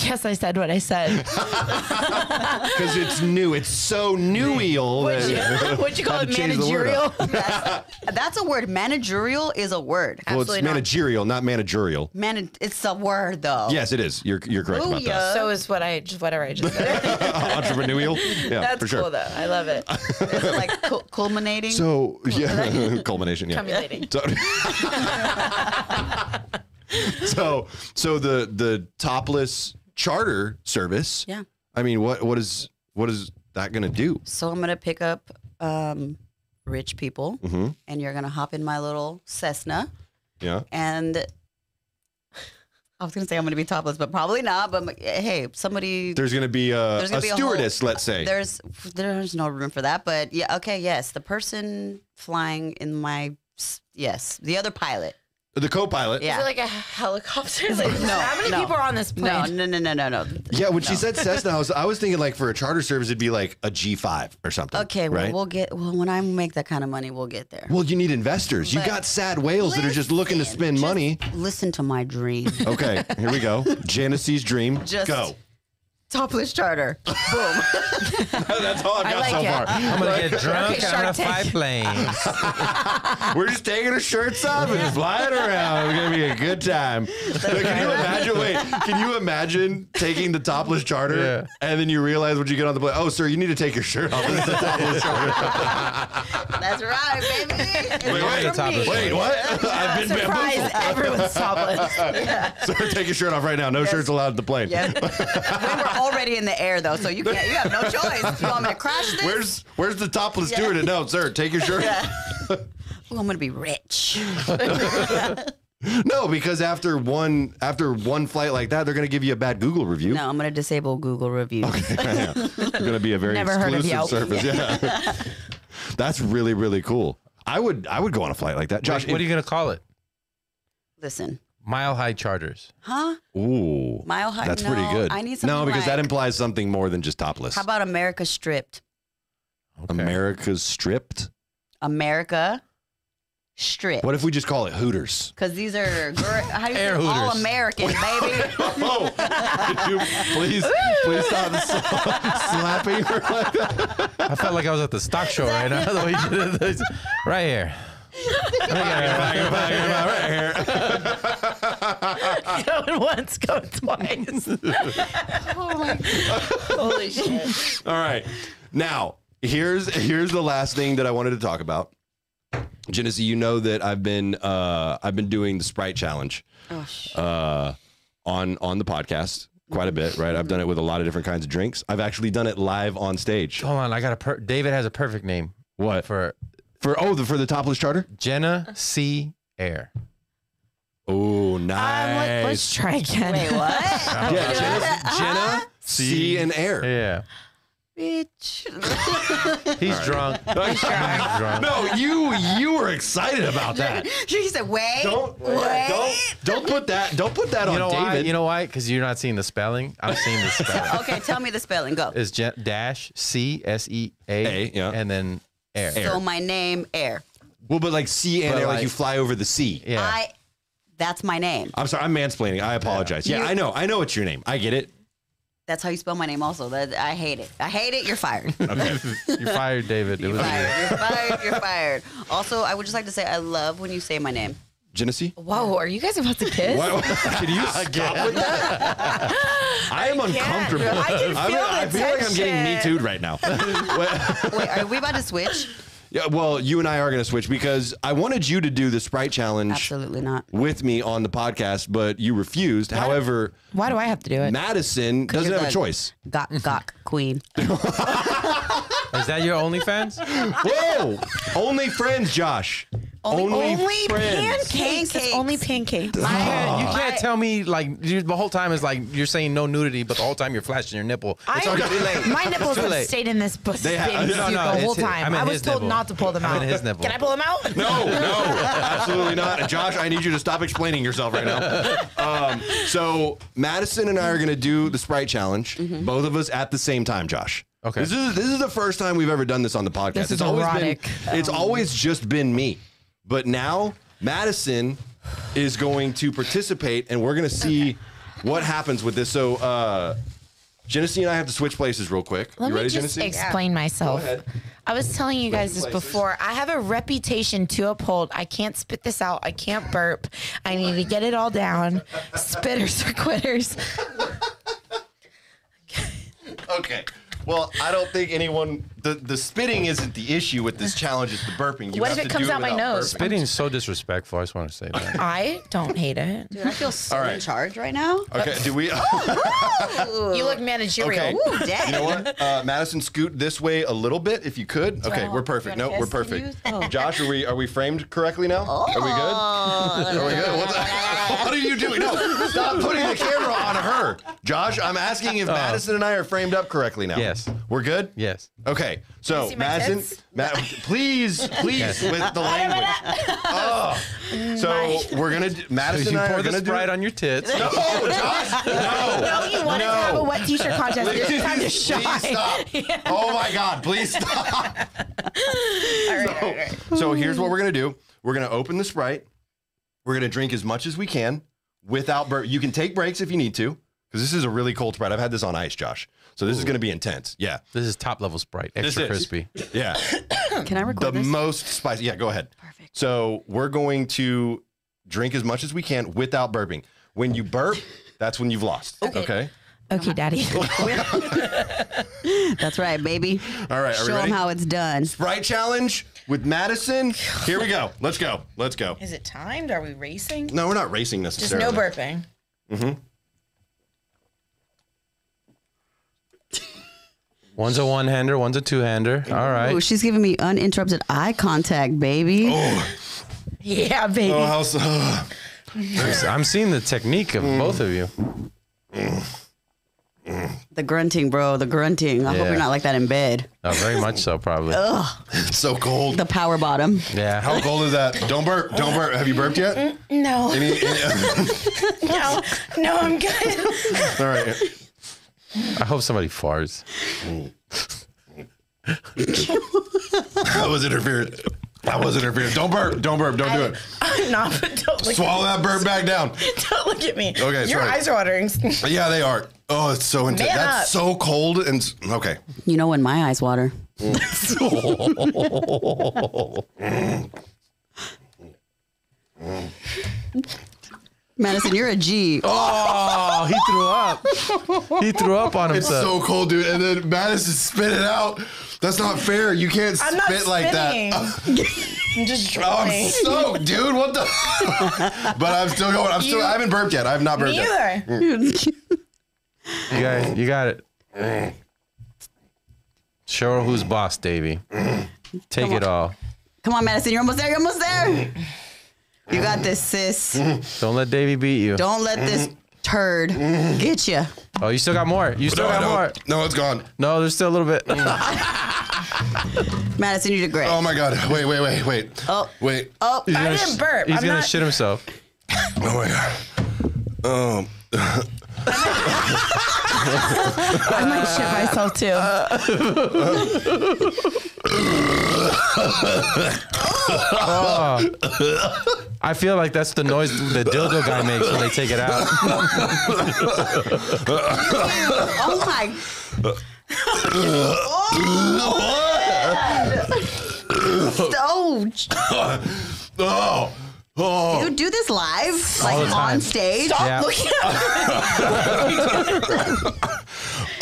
Speaker 5: yes, I said what I
Speaker 1: (laughs)
Speaker 5: said.
Speaker 1: Because it's new. It's so newial. that-
Speaker 5: What'd you call
Speaker 1: Had
Speaker 5: it?
Speaker 1: to change the word
Speaker 5: Managerial?
Speaker 1: up.
Speaker 2: That's a word. Managerial is a word.
Speaker 1: well, it's
Speaker 5: Absolutely not.
Speaker 1: managerial, not managerial.
Speaker 2: Man, it's a word though.
Speaker 1: Yes, it is. You're you're correct about that.
Speaker 2: Oh. Booyah.
Speaker 5: So is what I just whatever I just said. (laughs)
Speaker 2: (laughs)
Speaker 1: entrepreneurial. Yeah,
Speaker 5: That's
Speaker 1: for sure.
Speaker 5: cool though. I love it.
Speaker 2: Is
Speaker 1: (laughs)
Speaker 2: it like cul- culminating?
Speaker 1: So yeah, (laughs) culmination. Yeah.
Speaker 5: Cumulating.
Speaker 1: So, (laughs) so (laughs) so the the topless charter service.
Speaker 2: Yeah.
Speaker 1: I mean, what what is what is that going to do?
Speaker 2: So I'm gonna pick up um, rich people,
Speaker 1: Mhm.
Speaker 2: and you're gonna hop in my little Cessna,
Speaker 1: Yeah.
Speaker 2: and I was gonna say I'm gonna be topless, but probably not. But hey, somebody
Speaker 1: There's going to be a,
Speaker 2: There's gonna
Speaker 1: a
Speaker 2: be a whole-
Speaker 1: stewardess, let's say.
Speaker 2: there's there's no room for that. But yeah, okay, yes, the person flying in my s- yes, the other pilot.
Speaker 1: the co-pilot.
Speaker 2: Yeah.
Speaker 3: Is it like a helicopter? Like,
Speaker 2: No,
Speaker 3: how many
Speaker 2: no.
Speaker 3: people are on this plane?
Speaker 2: No, no, no, no, no, no.
Speaker 1: Yeah, when she said Cessna, I was, I was thinking like for a charter service, it'd be like a G5 or something.
Speaker 2: Okay, well,
Speaker 1: right?
Speaker 2: we'll get. Well, when I make that kind of money, we'll get there.
Speaker 1: Well, you need investors. you
Speaker 2: But
Speaker 1: got sad whales that are just looking to
Speaker 2: Listen,
Speaker 1: spend
Speaker 2: just
Speaker 1: money.
Speaker 2: Listen to my dream.
Speaker 1: Okay, here we go. Janice's dream.
Speaker 2: Just-
Speaker 1: go.
Speaker 2: (laughs) Topless charter. (laughs) Boom.
Speaker 1: (laughs) That's all I've got
Speaker 5: like
Speaker 1: so
Speaker 5: it.
Speaker 1: far.
Speaker 4: I'm gonna get drunk
Speaker 5: Okay,
Speaker 4: and I'm gonna
Speaker 5: Shark Tank.
Speaker 4: fly planes.
Speaker 1: We're just taking our shirts off and just flying around. It's gonna be a good time. But can you imagine? Wait, can you imagine taking the topless charter
Speaker 4: Yeah.
Speaker 1: and then you realize when you get on the plane, oh, sir, you need to take your shirt
Speaker 4: (laughs)
Speaker 1: off. (laughs) This is a topless charter.
Speaker 2: That's right, baby. It's
Speaker 1: Wait,
Speaker 2: all
Speaker 1: wait,
Speaker 2: for
Speaker 4: it's topless
Speaker 2: me.
Speaker 4: charter.
Speaker 1: Wait,
Speaker 2: (laughs)
Speaker 1: what? I've been bamboozled.
Speaker 5: Surprise! Everyone's topless.
Speaker 1: Sir, take your shirt off right now. No shirts allowed at the plane.
Speaker 2: Yeah. (laughs) we were already in the air though, so you can't. You have no choice. You want me to crash this?
Speaker 1: Where's where's the topless steward? No, sir, take your shirt.
Speaker 2: Ooh, I'm gonna be rich.
Speaker 1: No, because after one after one flight like that, they're gonna give you a bad Google review. (laughs)
Speaker 2: No, I'm gonna disable Google reviews. (laughs)
Speaker 1: yeah. It's going to be a very
Speaker 5: Never heard of
Speaker 1: exclusive
Speaker 5: Yelp.
Speaker 1: service.
Speaker 2: (laughs)
Speaker 1: Yeah. (laughs) That's really really cool. I would I would go on a flight like that. Josh,
Speaker 4: what are you gonna call it?
Speaker 2: Listen,
Speaker 4: Mile High Charters.
Speaker 2: huh?
Speaker 1: ooh.
Speaker 2: Mile high.
Speaker 1: That's
Speaker 2: no,
Speaker 1: pretty good.
Speaker 2: I need something.
Speaker 1: no, because
Speaker 2: like-
Speaker 1: that implies something more than just topless.
Speaker 2: How about America stripped?
Speaker 1: America's stripped?
Speaker 2: America stripped.
Speaker 1: What if we just call it Hooters?
Speaker 2: Because these are gr- how do you
Speaker 4: Air
Speaker 2: say all
Speaker 4: Hooters.
Speaker 2: American, (laughs) baby.
Speaker 1: Oh, could you (laughs) please, please
Speaker 2: (laughs)
Speaker 1: stop sla- slapping her like that?
Speaker 4: I felt like I was at the stock show right now. The (laughs) way you did this. right here.
Speaker 5: (laughs) Going once, going
Speaker 1: (laughs)
Speaker 5: twice.
Speaker 1: Oh
Speaker 5: Holy shit!
Speaker 1: All right. Now, here's here's the last thing that I wanted to talk about. Genesee, you know that I've been uh, I've been doing the Sprite challenge uh, on on the podcast quite a bit, right? I've done it with a lot of different kinds of drinks. I've actually done it live on stage.
Speaker 4: Hold on, I got a per- David has a perfect name
Speaker 1: What for?
Speaker 4: for
Speaker 1: oh the, for the topless charter?
Speaker 4: Jenna C. Air.
Speaker 1: Oh,
Speaker 5: Um, let,
Speaker 1: nice.
Speaker 5: let's try again.
Speaker 2: Wait, what?
Speaker 1: yeah, Jenna,
Speaker 4: (laughs)
Speaker 1: Jenna C and Air.
Speaker 4: Yeah.
Speaker 2: Bitch.
Speaker 4: He's drunk.
Speaker 1: (laughs)
Speaker 4: He's drunk.
Speaker 1: No, you you were excited about that.
Speaker 2: she said, wait,
Speaker 1: Don't
Speaker 2: wait.
Speaker 1: don't don't put that don't put that
Speaker 4: You
Speaker 1: on
Speaker 4: know
Speaker 1: David.
Speaker 4: why? You know why? Because you're not seeing the spelling. I'm seeing the spelling.
Speaker 2: Okay, tell me the spelling. Go.
Speaker 4: It's Jen- dash C S E
Speaker 1: A,
Speaker 4: A,
Speaker 1: yeah.
Speaker 4: and then Air.
Speaker 1: Air.
Speaker 2: So my name, Air.
Speaker 1: Well, but like sea and
Speaker 4: But
Speaker 1: air, like,
Speaker 4: like-
Speaker 1: you fly over the sea.
Speaker 4: Yeah. (laughs)
Speaker 2: I. That's my name.
Speaker 1: I'm sorry, I'm mansplaining. I apologize. Yeah, I know. I know it's your name. I get it.
Speaker 2: That's how you spell my name. Also, that I hate it. I hate it.
Speaker 1: (laughs)
Speaker 2: You're fired.
Speaker 1: Okay.
Speaker 4: You're fired, David. It was
Speaker 2: fired. You're fired. You're fired. Also, I would just like to say I love when you say my name.
Speaker 1: Genesee?
Speaker 3: Whoa, are you guys about to kiss?
Speaker 1: What? (laughs) Can
Speaker 4: (laughs)
Speaker 1: you stop with that?
Speaker 3: (laughs)
Speaker 1: I am uncomfortable.
Speaker 3: I can
Speaker 1: I'm-
Speaker 3: feel
Speaker 1: I
Speaker 3: the
Speaker 1: feel like I'm getting me
Speaker 3: tension.
Speaker 1: too right now. (laughs) Well-
Speaker 2: Wait, are we about to switch?
Speaker 1: yeah, well, you and I are going to switch because I wanted you to do the Sprite Challenge
Speaker 2: Absolutely not.
Speaker 1: with me on the podcast, but you refused. However,
Speaker 3: Why do I have to do it?
Speaker 1: Madison doesn't
Speaker 2: You're
Speaker 1: have a
Speaker 2: the
Speaker 1: choice.
Speaker 2: Gok gok queen.
Speaker 4: Is that your OnlyFans?
Speaker 1: Whoa!
Speaker 3: (laughs)
Speaker 1: Only friends, Josh. Only,
Speaker 3: Only pancakes.
Speaker 2: Pancakes.
Speaker 3: It's only pancakes.
Speaker 4: you
Speaker 1: Oh.
Speaker 5: Ah.
Speaker 4: can't tell me like you- the whole time is like you're saying no nudity, but the whole time you're flashing your nipple. It's
Speaker 3: I-
Speaker 4: too late.
Speaker 3: My nipples
Speaker 4: too
Speaker 3: have
Speaker 4: late.
Speaker 3: stayed in this pussy
Speaker 1: They ha-
Speaker 3: baby
Speaker 1: no,
Speaker 3: suit
Speaker 4: no,
Speaker 3: the
Speaker 4: it's
Speaker 3: whole
Speaker 4: his-
Speaker 3: time.
Speaker 4: I
Speaker 3: I,
Speaker 4: meant
Speaker 3: was
Speaker 4: his
Speaker 3: told
Speaker 4: nipple.
Speaker 3: not to pull them
Speaker 4: I
Speaker 3: out.
Speaker 4: meant his nipple.
Speaker 3: Can I pull them out?
Speaker 1: No, no, absolutely not. Josh, I need you to stop explaining yourself right now. Um, so Madison and I are going to do the Sprite Challenge, both of us at the same time, Josh.
Speaker 4: Okay.
Speaker 1: This is this is the first time we've ever done this on the podcast.
Speaker 3: This is
Speaker 1: always
Speaker 3: erotic.
Speaker 1: been it's always just been me. But now Madison is going to participate and we're going to see what happens with this. So uh Genesee and I have to switch places real quick.
Speaker 3: (laughs) Let
Speaker 1: you
Speaker 3: me
Speaker 1: ready,
Speaker 3: just
Speaker 1: Genesee?
Speaker 3: explain myself.
Speaker 1: ahead.
Speaker 3: I was telling you guys this
Speaker 1: places.
Speaker 3: before. I have a reputation to uphold. I can't spit this out. I can't burp. I need to get it all down. Spitters are quitters.
Speaker 1: Okay. Well, I don't think anyone the the spitting isn't the issue with this challenge. It's the burping. You
Speaker 3: What
Speaker 1: have
Speaker 3: if it
Speaker 1: to
Speaker 3: comes
Speaker 1: do
Speaker 3: out my
Speaker 1: without
Speaker 3: nose?
Speaker 1: burping.
Speaker 4: Spitting is so disrespectful. I just want to say that.
Speaker 3: I don't hate it.
Speaker 2: Dude, I feel so
Speaker 1: All right.
Speaker 2: in charge right now.
Speaker 1: Okay.
Speaker 3: (laughs)
Speaker 1: Do we?
Speaker 3: Oh, You look managerial.
Speaker 1: okay.
Speaker 2: Ooh,
Speaker 1: (laughs)
Speaker 2: dang.
Speaker 1: You know what? Uh, Madison, scoot this way a little bit if you could. Okay, we're perfect. No, we're perfect.
Speaker 3: Oh.
Speaker 1: Josh, are we are we framed correctly now? Are we good? Are we good? What, the- (laughs) what are you doing? No, stop putting the camera on her. Josh, I'm asking if Madison and I are framed up correctly now.
Speaker 4: Uh. Yes.
Speaker 1: We're good?
Speaker 4: Yes.
Speaker 1: Okay, so
Speaker 3: see my
Speaker 1: Madison,
Speaker 3: tits?
Speaker 1: Ma- please, please, with the language.
Speaker 3: (laughs)
Speaker 4: (laughs)
Speaker 1: Oh, so we're gonna do, Madison
Speaker 4: So you
Speaker 1: and I
Speaker 4: pour
Speaker 1: are
Speaker 4: the
Speaker 1: gonna do.
Speaker 4: Sprite on your tits.
Speaker 1: no, Oh, Josh, no,
Speaker 4: (laughs)
Speaker 3: No, you wanted to have a wet t-shirt
Speaker 1: (laughs)
Speaker 3: contest. You're
Speaker 1: Please,
Speaker 3: just kind of
Speaker 1: please
Speaker 3: shy.
Speaker 1: stop.
Speaker 3: (laughs)
Speaker 1: Oh my God, please stop. so, so here's what we're gonna do. We're gonna open the Sprite. We're gonna drink as much as we can without bur- You can take breaks if you need to, because this is a really cold Sprite. I've had this on ice, Josh. So this is gonna be intense. Yeah,
Speaker 4: This is top level Sprite,
Speaker 1: This
Speaker 4: extra
Speaker 1: is.
Speaker 4: crispy.
Speaker 1: yeah.
Speaker 2: (laughs) Can I
Speaker 1: the
Speaker 2: record this?
Speaker 1: most spicy. Yeah, go ahead. Perfect. So we're going to drink as much as we can without burping. When you burp, that's when you've lost. Okay.
Speaker 3: Okay, daddy.
Speaker 2: That's right, baby.
Speaker 1: All right. Are we
Speaker 2: Show
Speaker 1: ready?
Speaker 2: them how it's done.
Speaker 1: Sprite challenge with Madison. Here we go. Let's go. Let's go.
Speaker 5: Is it timed? Are we racing?
Speaker 1: No, we're not racing
Speaker 5: Just
Speaker 1: necessarily.
Speaker 5: no burping.
Speaker 4: One's a one hander, one's a two hander. All right.
Speaker 2: Ooh, she's giving me uninterrupted eye contact, baby.
Speaker 3: yeah, baby.
Speaker 1: Oh, how so-
Speaker 4: (laughs) I'm seeing the technique
Speaker 1: Mm.
Speaker 4: of both of you.
Speaker 2: The grunting, bro. The grunting. I hope
Speaker 4: Yeah.
Speaker 2: you're not like that in bed.
Speaker 4: Oh, very much so, probably.
Speaker 1: so cold.
Speaker 2: The power bottom.
Speaker 4: Yeah.
Speaker 1: How cold is that? Don't burp. Don't burp. Have you burped yet?
Speaker 3: No,
Speaker 1: Any- any-
Speaker 3: no, no, I'm good.
Speaker 1: (laughs) all right.
Speaker 4: I hope somebody farts.
Speaker 1: That was interference. That was interference. Don't burp. Don't burp. Don't do it.
Speaker 5: I'm not, but don't look,
Speaker 1: Swallow that burp back down.
Speaker 5: don't look at me.
Speaker 1: Okay,
Speaker 5: Your
Speaker 1: sorry.
Speaker 5: eyes are
Speaker 3: (laughs)
Speaker 5: watering.
Speaker 1: Yeah, they are. Oh, it's so intense.
Speaker 5: Man
Speaker 1: That's
Speaker 5: up.
Speaker 1: so cold and s- okay.
Speaker 2: You know when my eyes water. Madison, you're a G.
Speaker 4: Oh, he threw up. He threw up on
Speaker 1: It's so
Speaker 4: himself.
Speaker 1: cold, dude. And then Madison spit it out. That's not fair. You can't
Speaker 5: I'm
Speaker 1: spit
Speaker 5: not
Speaker 1: like (laughs)
Speaker 5: spitting.
Speaker 1: that.
Speaker 5: I'm just
Speaker 1: Oh, I'm
Speaker 5: drawing.
Speaker 1: so, dude. What the? (laughs) but I'm still going. I'm still. I haven't burped yet. I have not burped
Speaker 5: Me
Speaker 1: yet.
Speaker 5: either.
Speaker 4: you, guys, you got it. Show her who's boss, Davey. Take it all.
Speaker 2: Come on, Madison, you're almost there. You're almost there. You got this, sis.
Speaker 4: Don't let Davey beat you.
Speaker 2: Don't let this turd get you.
Speaker 4: Oh, you still got more. You still
Speaker 1: No,
Speaker 4: got
Speaker 1: no.
Speaker 4: more.
Speaker 1: no, it's gone.
Speaker 4: No, there's still a little
Speaker 2: (laughs)
Speaker 4: bit.
Speaker 2: Madison, you did great.
Speaker 1: Oh my god. Wait, wait, wait, wait.
Speaker 2: Oh.
Speaker 1: Wait.
Speaker 2: Oh,
Speaker 4: He's gonna
Speaker 5: didn't
Speaker 4: sh-
Speaker 5: burp.
Speaker 4: He's
Speaker 5: I'm
Speaker 4: gonna
Speaker 5: not-
Speaker 4: shit himself.
Speaker 1: Oh my god. Um.
Speaker 3: I might shit myself too.
Speaker 4: I feel like that's the noise the dildo guy makes when they take it out.
Speaker 2: (laughs) oh my. oh, j-
Speaker 1: Oh, oh.
Speaker 2: you do this live,
Speaker 4: All
Speaker 2: like
Speaker 4: the time.
Speaker 2: on stage.
Speaker 4: Yeah.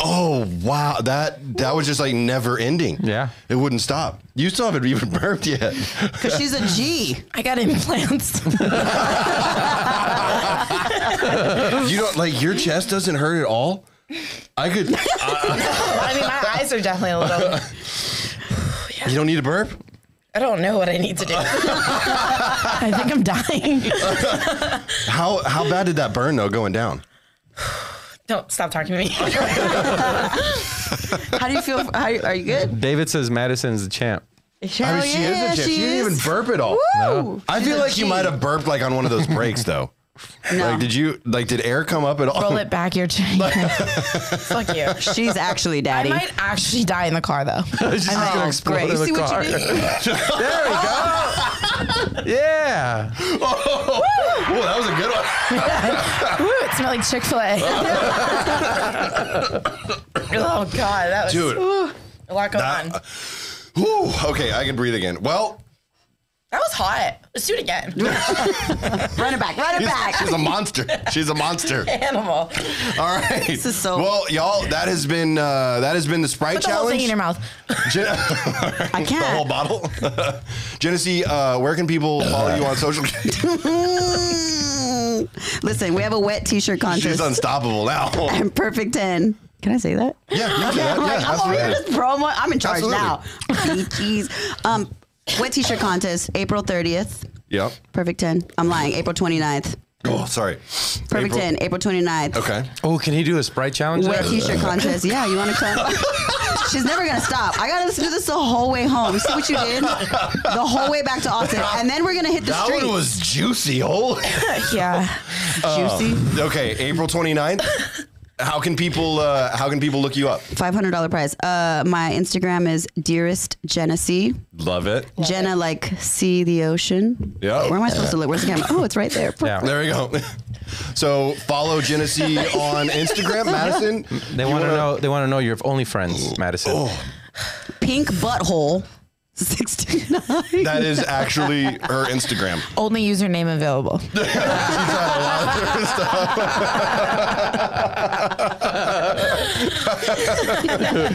Speaker 1: Oh wow, that that was just like never ending.
Speaker 4: Yeah.
Speaker 1: it wouldn't stop. You still haven't even (laughs) burped yet.
Speaker 2: Because she's a G.
Speaker 3: I got implants. (laughs)
Speaker 1: You don't like your chest doesn't hurt at all. I
Speaker 3: (laughs)
Speaker 1: could. uh,
Speaker 3: I mean, my eyes are definitely a little.
Speaker 1: you don't need to burp.
Speaker 3: I don't know what I need
Speaker 1: (laughs)
Speaker 3: to do. I think I'm dying.
Speaker 1: How how bad did that burn though going down?
Speaker 3: Don't stop
Speaker 1: (laughs)
Speaker 3: talking to me.
Speaker 2: How do you feel? How, are you good?
Speaker 4: David says Madison's the champ.
Speaker 2: Hell
Speaker 1: a chest. She didn't even burp at all.
Speaker 2: Woo!
Speaker 1: I feel
Speaker 2: She's a
Speaker 1: like you
Speaker 2: G.
Speaker 1: might have burped like on one of those breaks though.
Speaker 2: No.
Speaker 1: Like did you like did air come up at all? (laughs)
Speaker 3: Roll it back your chain. Fuck you.
Speaker 2: She's actually
Speaker 3: I
Speaker 1: (laughs)
Speaker 2: daddy.
Speaker 3: might actually die in the car though.
Speaker 4: (laughs) It's just
Speaker 2: Oh,
Speaker 4: gonna explode
Speaker 2: great.
Speaker 4: in
Speaker 2: See
Speaker 4: the
Speaker 2: what you
Speaker 1: (laughs)
Speaker 4: car.
Speaker 2: did?
Speaker 4: there we
Speaker 2: (laughs)
Speaker 4: go. yeah.
Speaker 1: Oh, well, that was a good one.
Speaker 3: (laughs) Woo, it smelled like Chick fil A.
Speaker 1: (laughs)
Speaker 3: oh, God. That was
Speaker 1: Dude.
Speaker 3: a lot going on.
Speaker 1: That, whew, okay, I can breathe again. Well,
Speaker 3: That was hot. Let's do it again.
Speaker 2: Run it back. Run it back.
Speaker 1: she's a monster. She's a
Speaker 3: (laughs)
Speaker 1: monster.
Speaker 3: (laughs) Animal.
Speaker 1: All right. This
Speaker 2: is so-
Speaker 1: Well, y'all, that has been uh, that has been the Sprite
Speaker 3: Put the whole
Speaker 1: challenge.
Speaker 3: thing in
Speaker 1: (laughs)
Speaker 3: your mouth.
Speaker 1: Gen- (laughs)
Speaker 2: I
Speaker 1: the whole
Speaker 2: can't.
Speaker 1: bottle. (laughs) Genesee, uh, where can people follow you on social?
Speaker 2: (laughs) Mm. Listen, we have a wet t-shirt
Speaker 1: she's
Speaker 2: contest. (laughs)
Speaker 1: unstoppable now. Yeah,
Speaker 2: I'm perfect 10. Can I say that?
Speaker 1: yeah, yeah,
Speaker 2: I'm like,
Speaker 1: yeah
Speaker 2: I'm over here
Speaker 1: absolutely.
Speaker 2: just promo. I'm in charge
Speaker 1: Absolutely.
Speaker 2: now. Jeez. Um, wet t-shirt contest, April 30th.
Speaker 1: Yep.
Speaker 2: Perfect 10. I'm lying. April 29th.
Speaker 1: Oh, sorry.
Speaker 2: Perfect
Speaker 1: April-
Speaker 2: 10. April 29th.
Speaker 1: Okay.
Speaker 4: Oh, can he do a sprite challenge?
Speaker 2: Wet
Speaker 4: there?
Speaker 1: (laughs)
Speaker 2: t-shirt contest. Yeah, you want to come? She's never gonna stop. I gotta do this the whole way home. See what you did? The whole way back to Austin, and then we're gonna hit the
Speaker 1: That
Speaker 2: street.
Speaker 1: one was juicy.
Speaker 2: (laughs)
Speaker 1: Holy.
Speaker 3: Yeah.
Speaker 2: Juicy.
Speaker 1: okay, April 29th. How can people uh, how can people look you up?
Speaker 2: Five hundred dollar prize. Uh, my Instagram is dearest Genesee.
Speaker 1: Love it.
Speaker 2: Jenna like see the ocean.
Speaker 1: Yeah.
Speaker 2: Where am I supposed to look? Where's the camera? Oh, it's right there.
Speaker 4: Yeah.
Speaker 1: There we go. So follow Genesee on
Speaker 2: (laughs)
Speaker 1: Instagram, Madison.
Speaker 4: They want to know. They want to know your only friends, Madison.
Speaker 2: Pink butthole. (laughs) Sixty nine.
Speaker 1: That is actually her Instagram.
Speaker 2: Oh.
Speaker 3: Only username
Speaker 1: (laughs)
Speaker 3: available.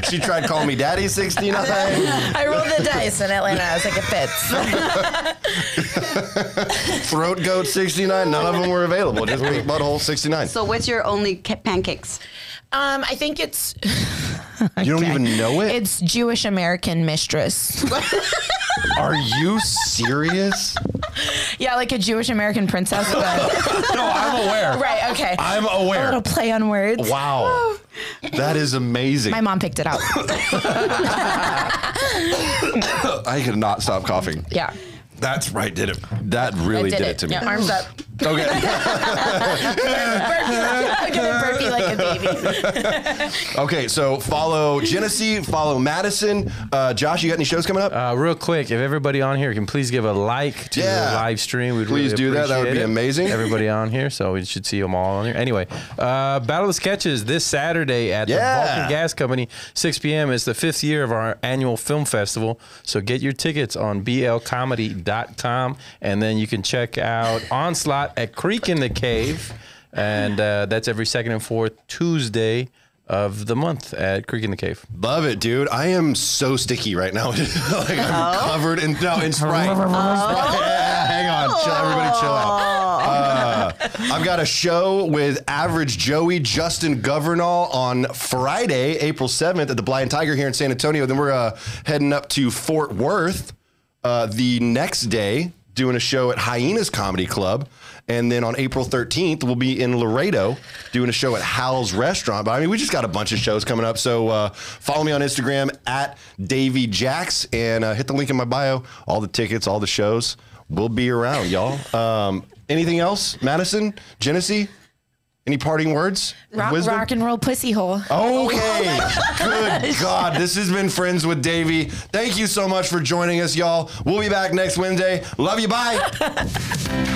Speaker 1: She tried calling me Daddy
Speaker 2: (laughs)
Speaker 1: 69,
Speaker 3: I rolled the dice in Atlanta. I was like, it
Speaker 1: (laughs)
Speaker 3: fits.
Speaker 1: Throat Goat 69. None of them were available. Just Pink Butthole 69.
Speaker 2: So what's your only ca- pancakes?
Speaker 3: Um, I think it's
Speaker 1: you don't even know it?
Speaker 3: it's Jewish
Speaker 1: (laughs)
Speaker 3: American mistress.
Speaker 1: Are you serious?
Speaker 3: yeah, like a Jewish American princess.
Speaker 1: (laughs)
Speaker 3: But,
Speaker 1: No, I'm aware.
Speaker 3: right. Okay.
Speaker 1: I'm aware.
Speaker 3: A little play on words.
Speaker 1: Wow. That is amazing.
Speaker 3: My mom picked
Speaker 1: (laughs)
Speaker 3: it out.
Speaker 1: I could not stop coughing.
Speaker 3: Yeah.
Speaker 1: That's right, did it. That really did, it. to me.
Speaker 3: Yeah,
Speaker 1: (laughs)
Speaker 3: arms up.
Speaker 1: Okay.
Speaker 3: Burpee like, (laughs) I'm gonna burpee like a baby.
Speaker 1: okay, so follow Genesee, follow Madison. Uh, Josh, you got any shows coming up?
Speaker 4: Uh, real quick, if everybody on here can please give a like to
Speaker 1: Yeah.
Speaker 4: the live stream, we'd
Speaker 1: Please
Speaker 4: really
Speaker 1: do that. That would
Speaker 4: appreciate
Speaker 1: be
Speaker 4: it.
Speaker 1: amazing.
Speaker 4: Everybody on here, so we should see them all on here. Anyway, uh, Battle of Sketches this Saturday at
Speaker 1: Yeah.
Speaker 4: the Vulcan Gas Company, 6 p.m. It's the fifth year of our annual film festival, so get your tickets on blcomedy.com, and then you can check out Onslaught at Creek in the Cave, and uh, that's every second and fourth Tuesday of the month at Creek in the Cave.
Speaker 1: Love it, dude. I am so sticky right now. (laughs) like I'm covered in no in Sprite. Sprite. Yeah, (laughs) hang on, chill, everybody, chill out. Uh, I've got a show with Average Joey Justin Governall on Friday, April seventh, at the Blind Tiger here in San Antonio. Then we're uh, heading up to Fort Worth uh, the next day, doing a show at Hyenas Comedy Club. And then on April 13th, we'll be in Laredo doing a show at Hal's Restaurant. But I mean, we just got a bunch of shows coming up. So uh, follow me on Instagram at Davy Jax and uh, hit the link in my bio. All the tickets, all the shows. We'll be around, y'all. Um, anything else? Madison? Genesee? Any parting words?
Speaker 3: Rock,
Speaker 1: Wisdom?
Speaker 3: rock and roll pussy hole. (laughs)
Speaker 1: Okay. Good God. This has been Friends with Davey. Thank you so much for joining us, y'all. We'll be back next Wednesday. Love you. Bye.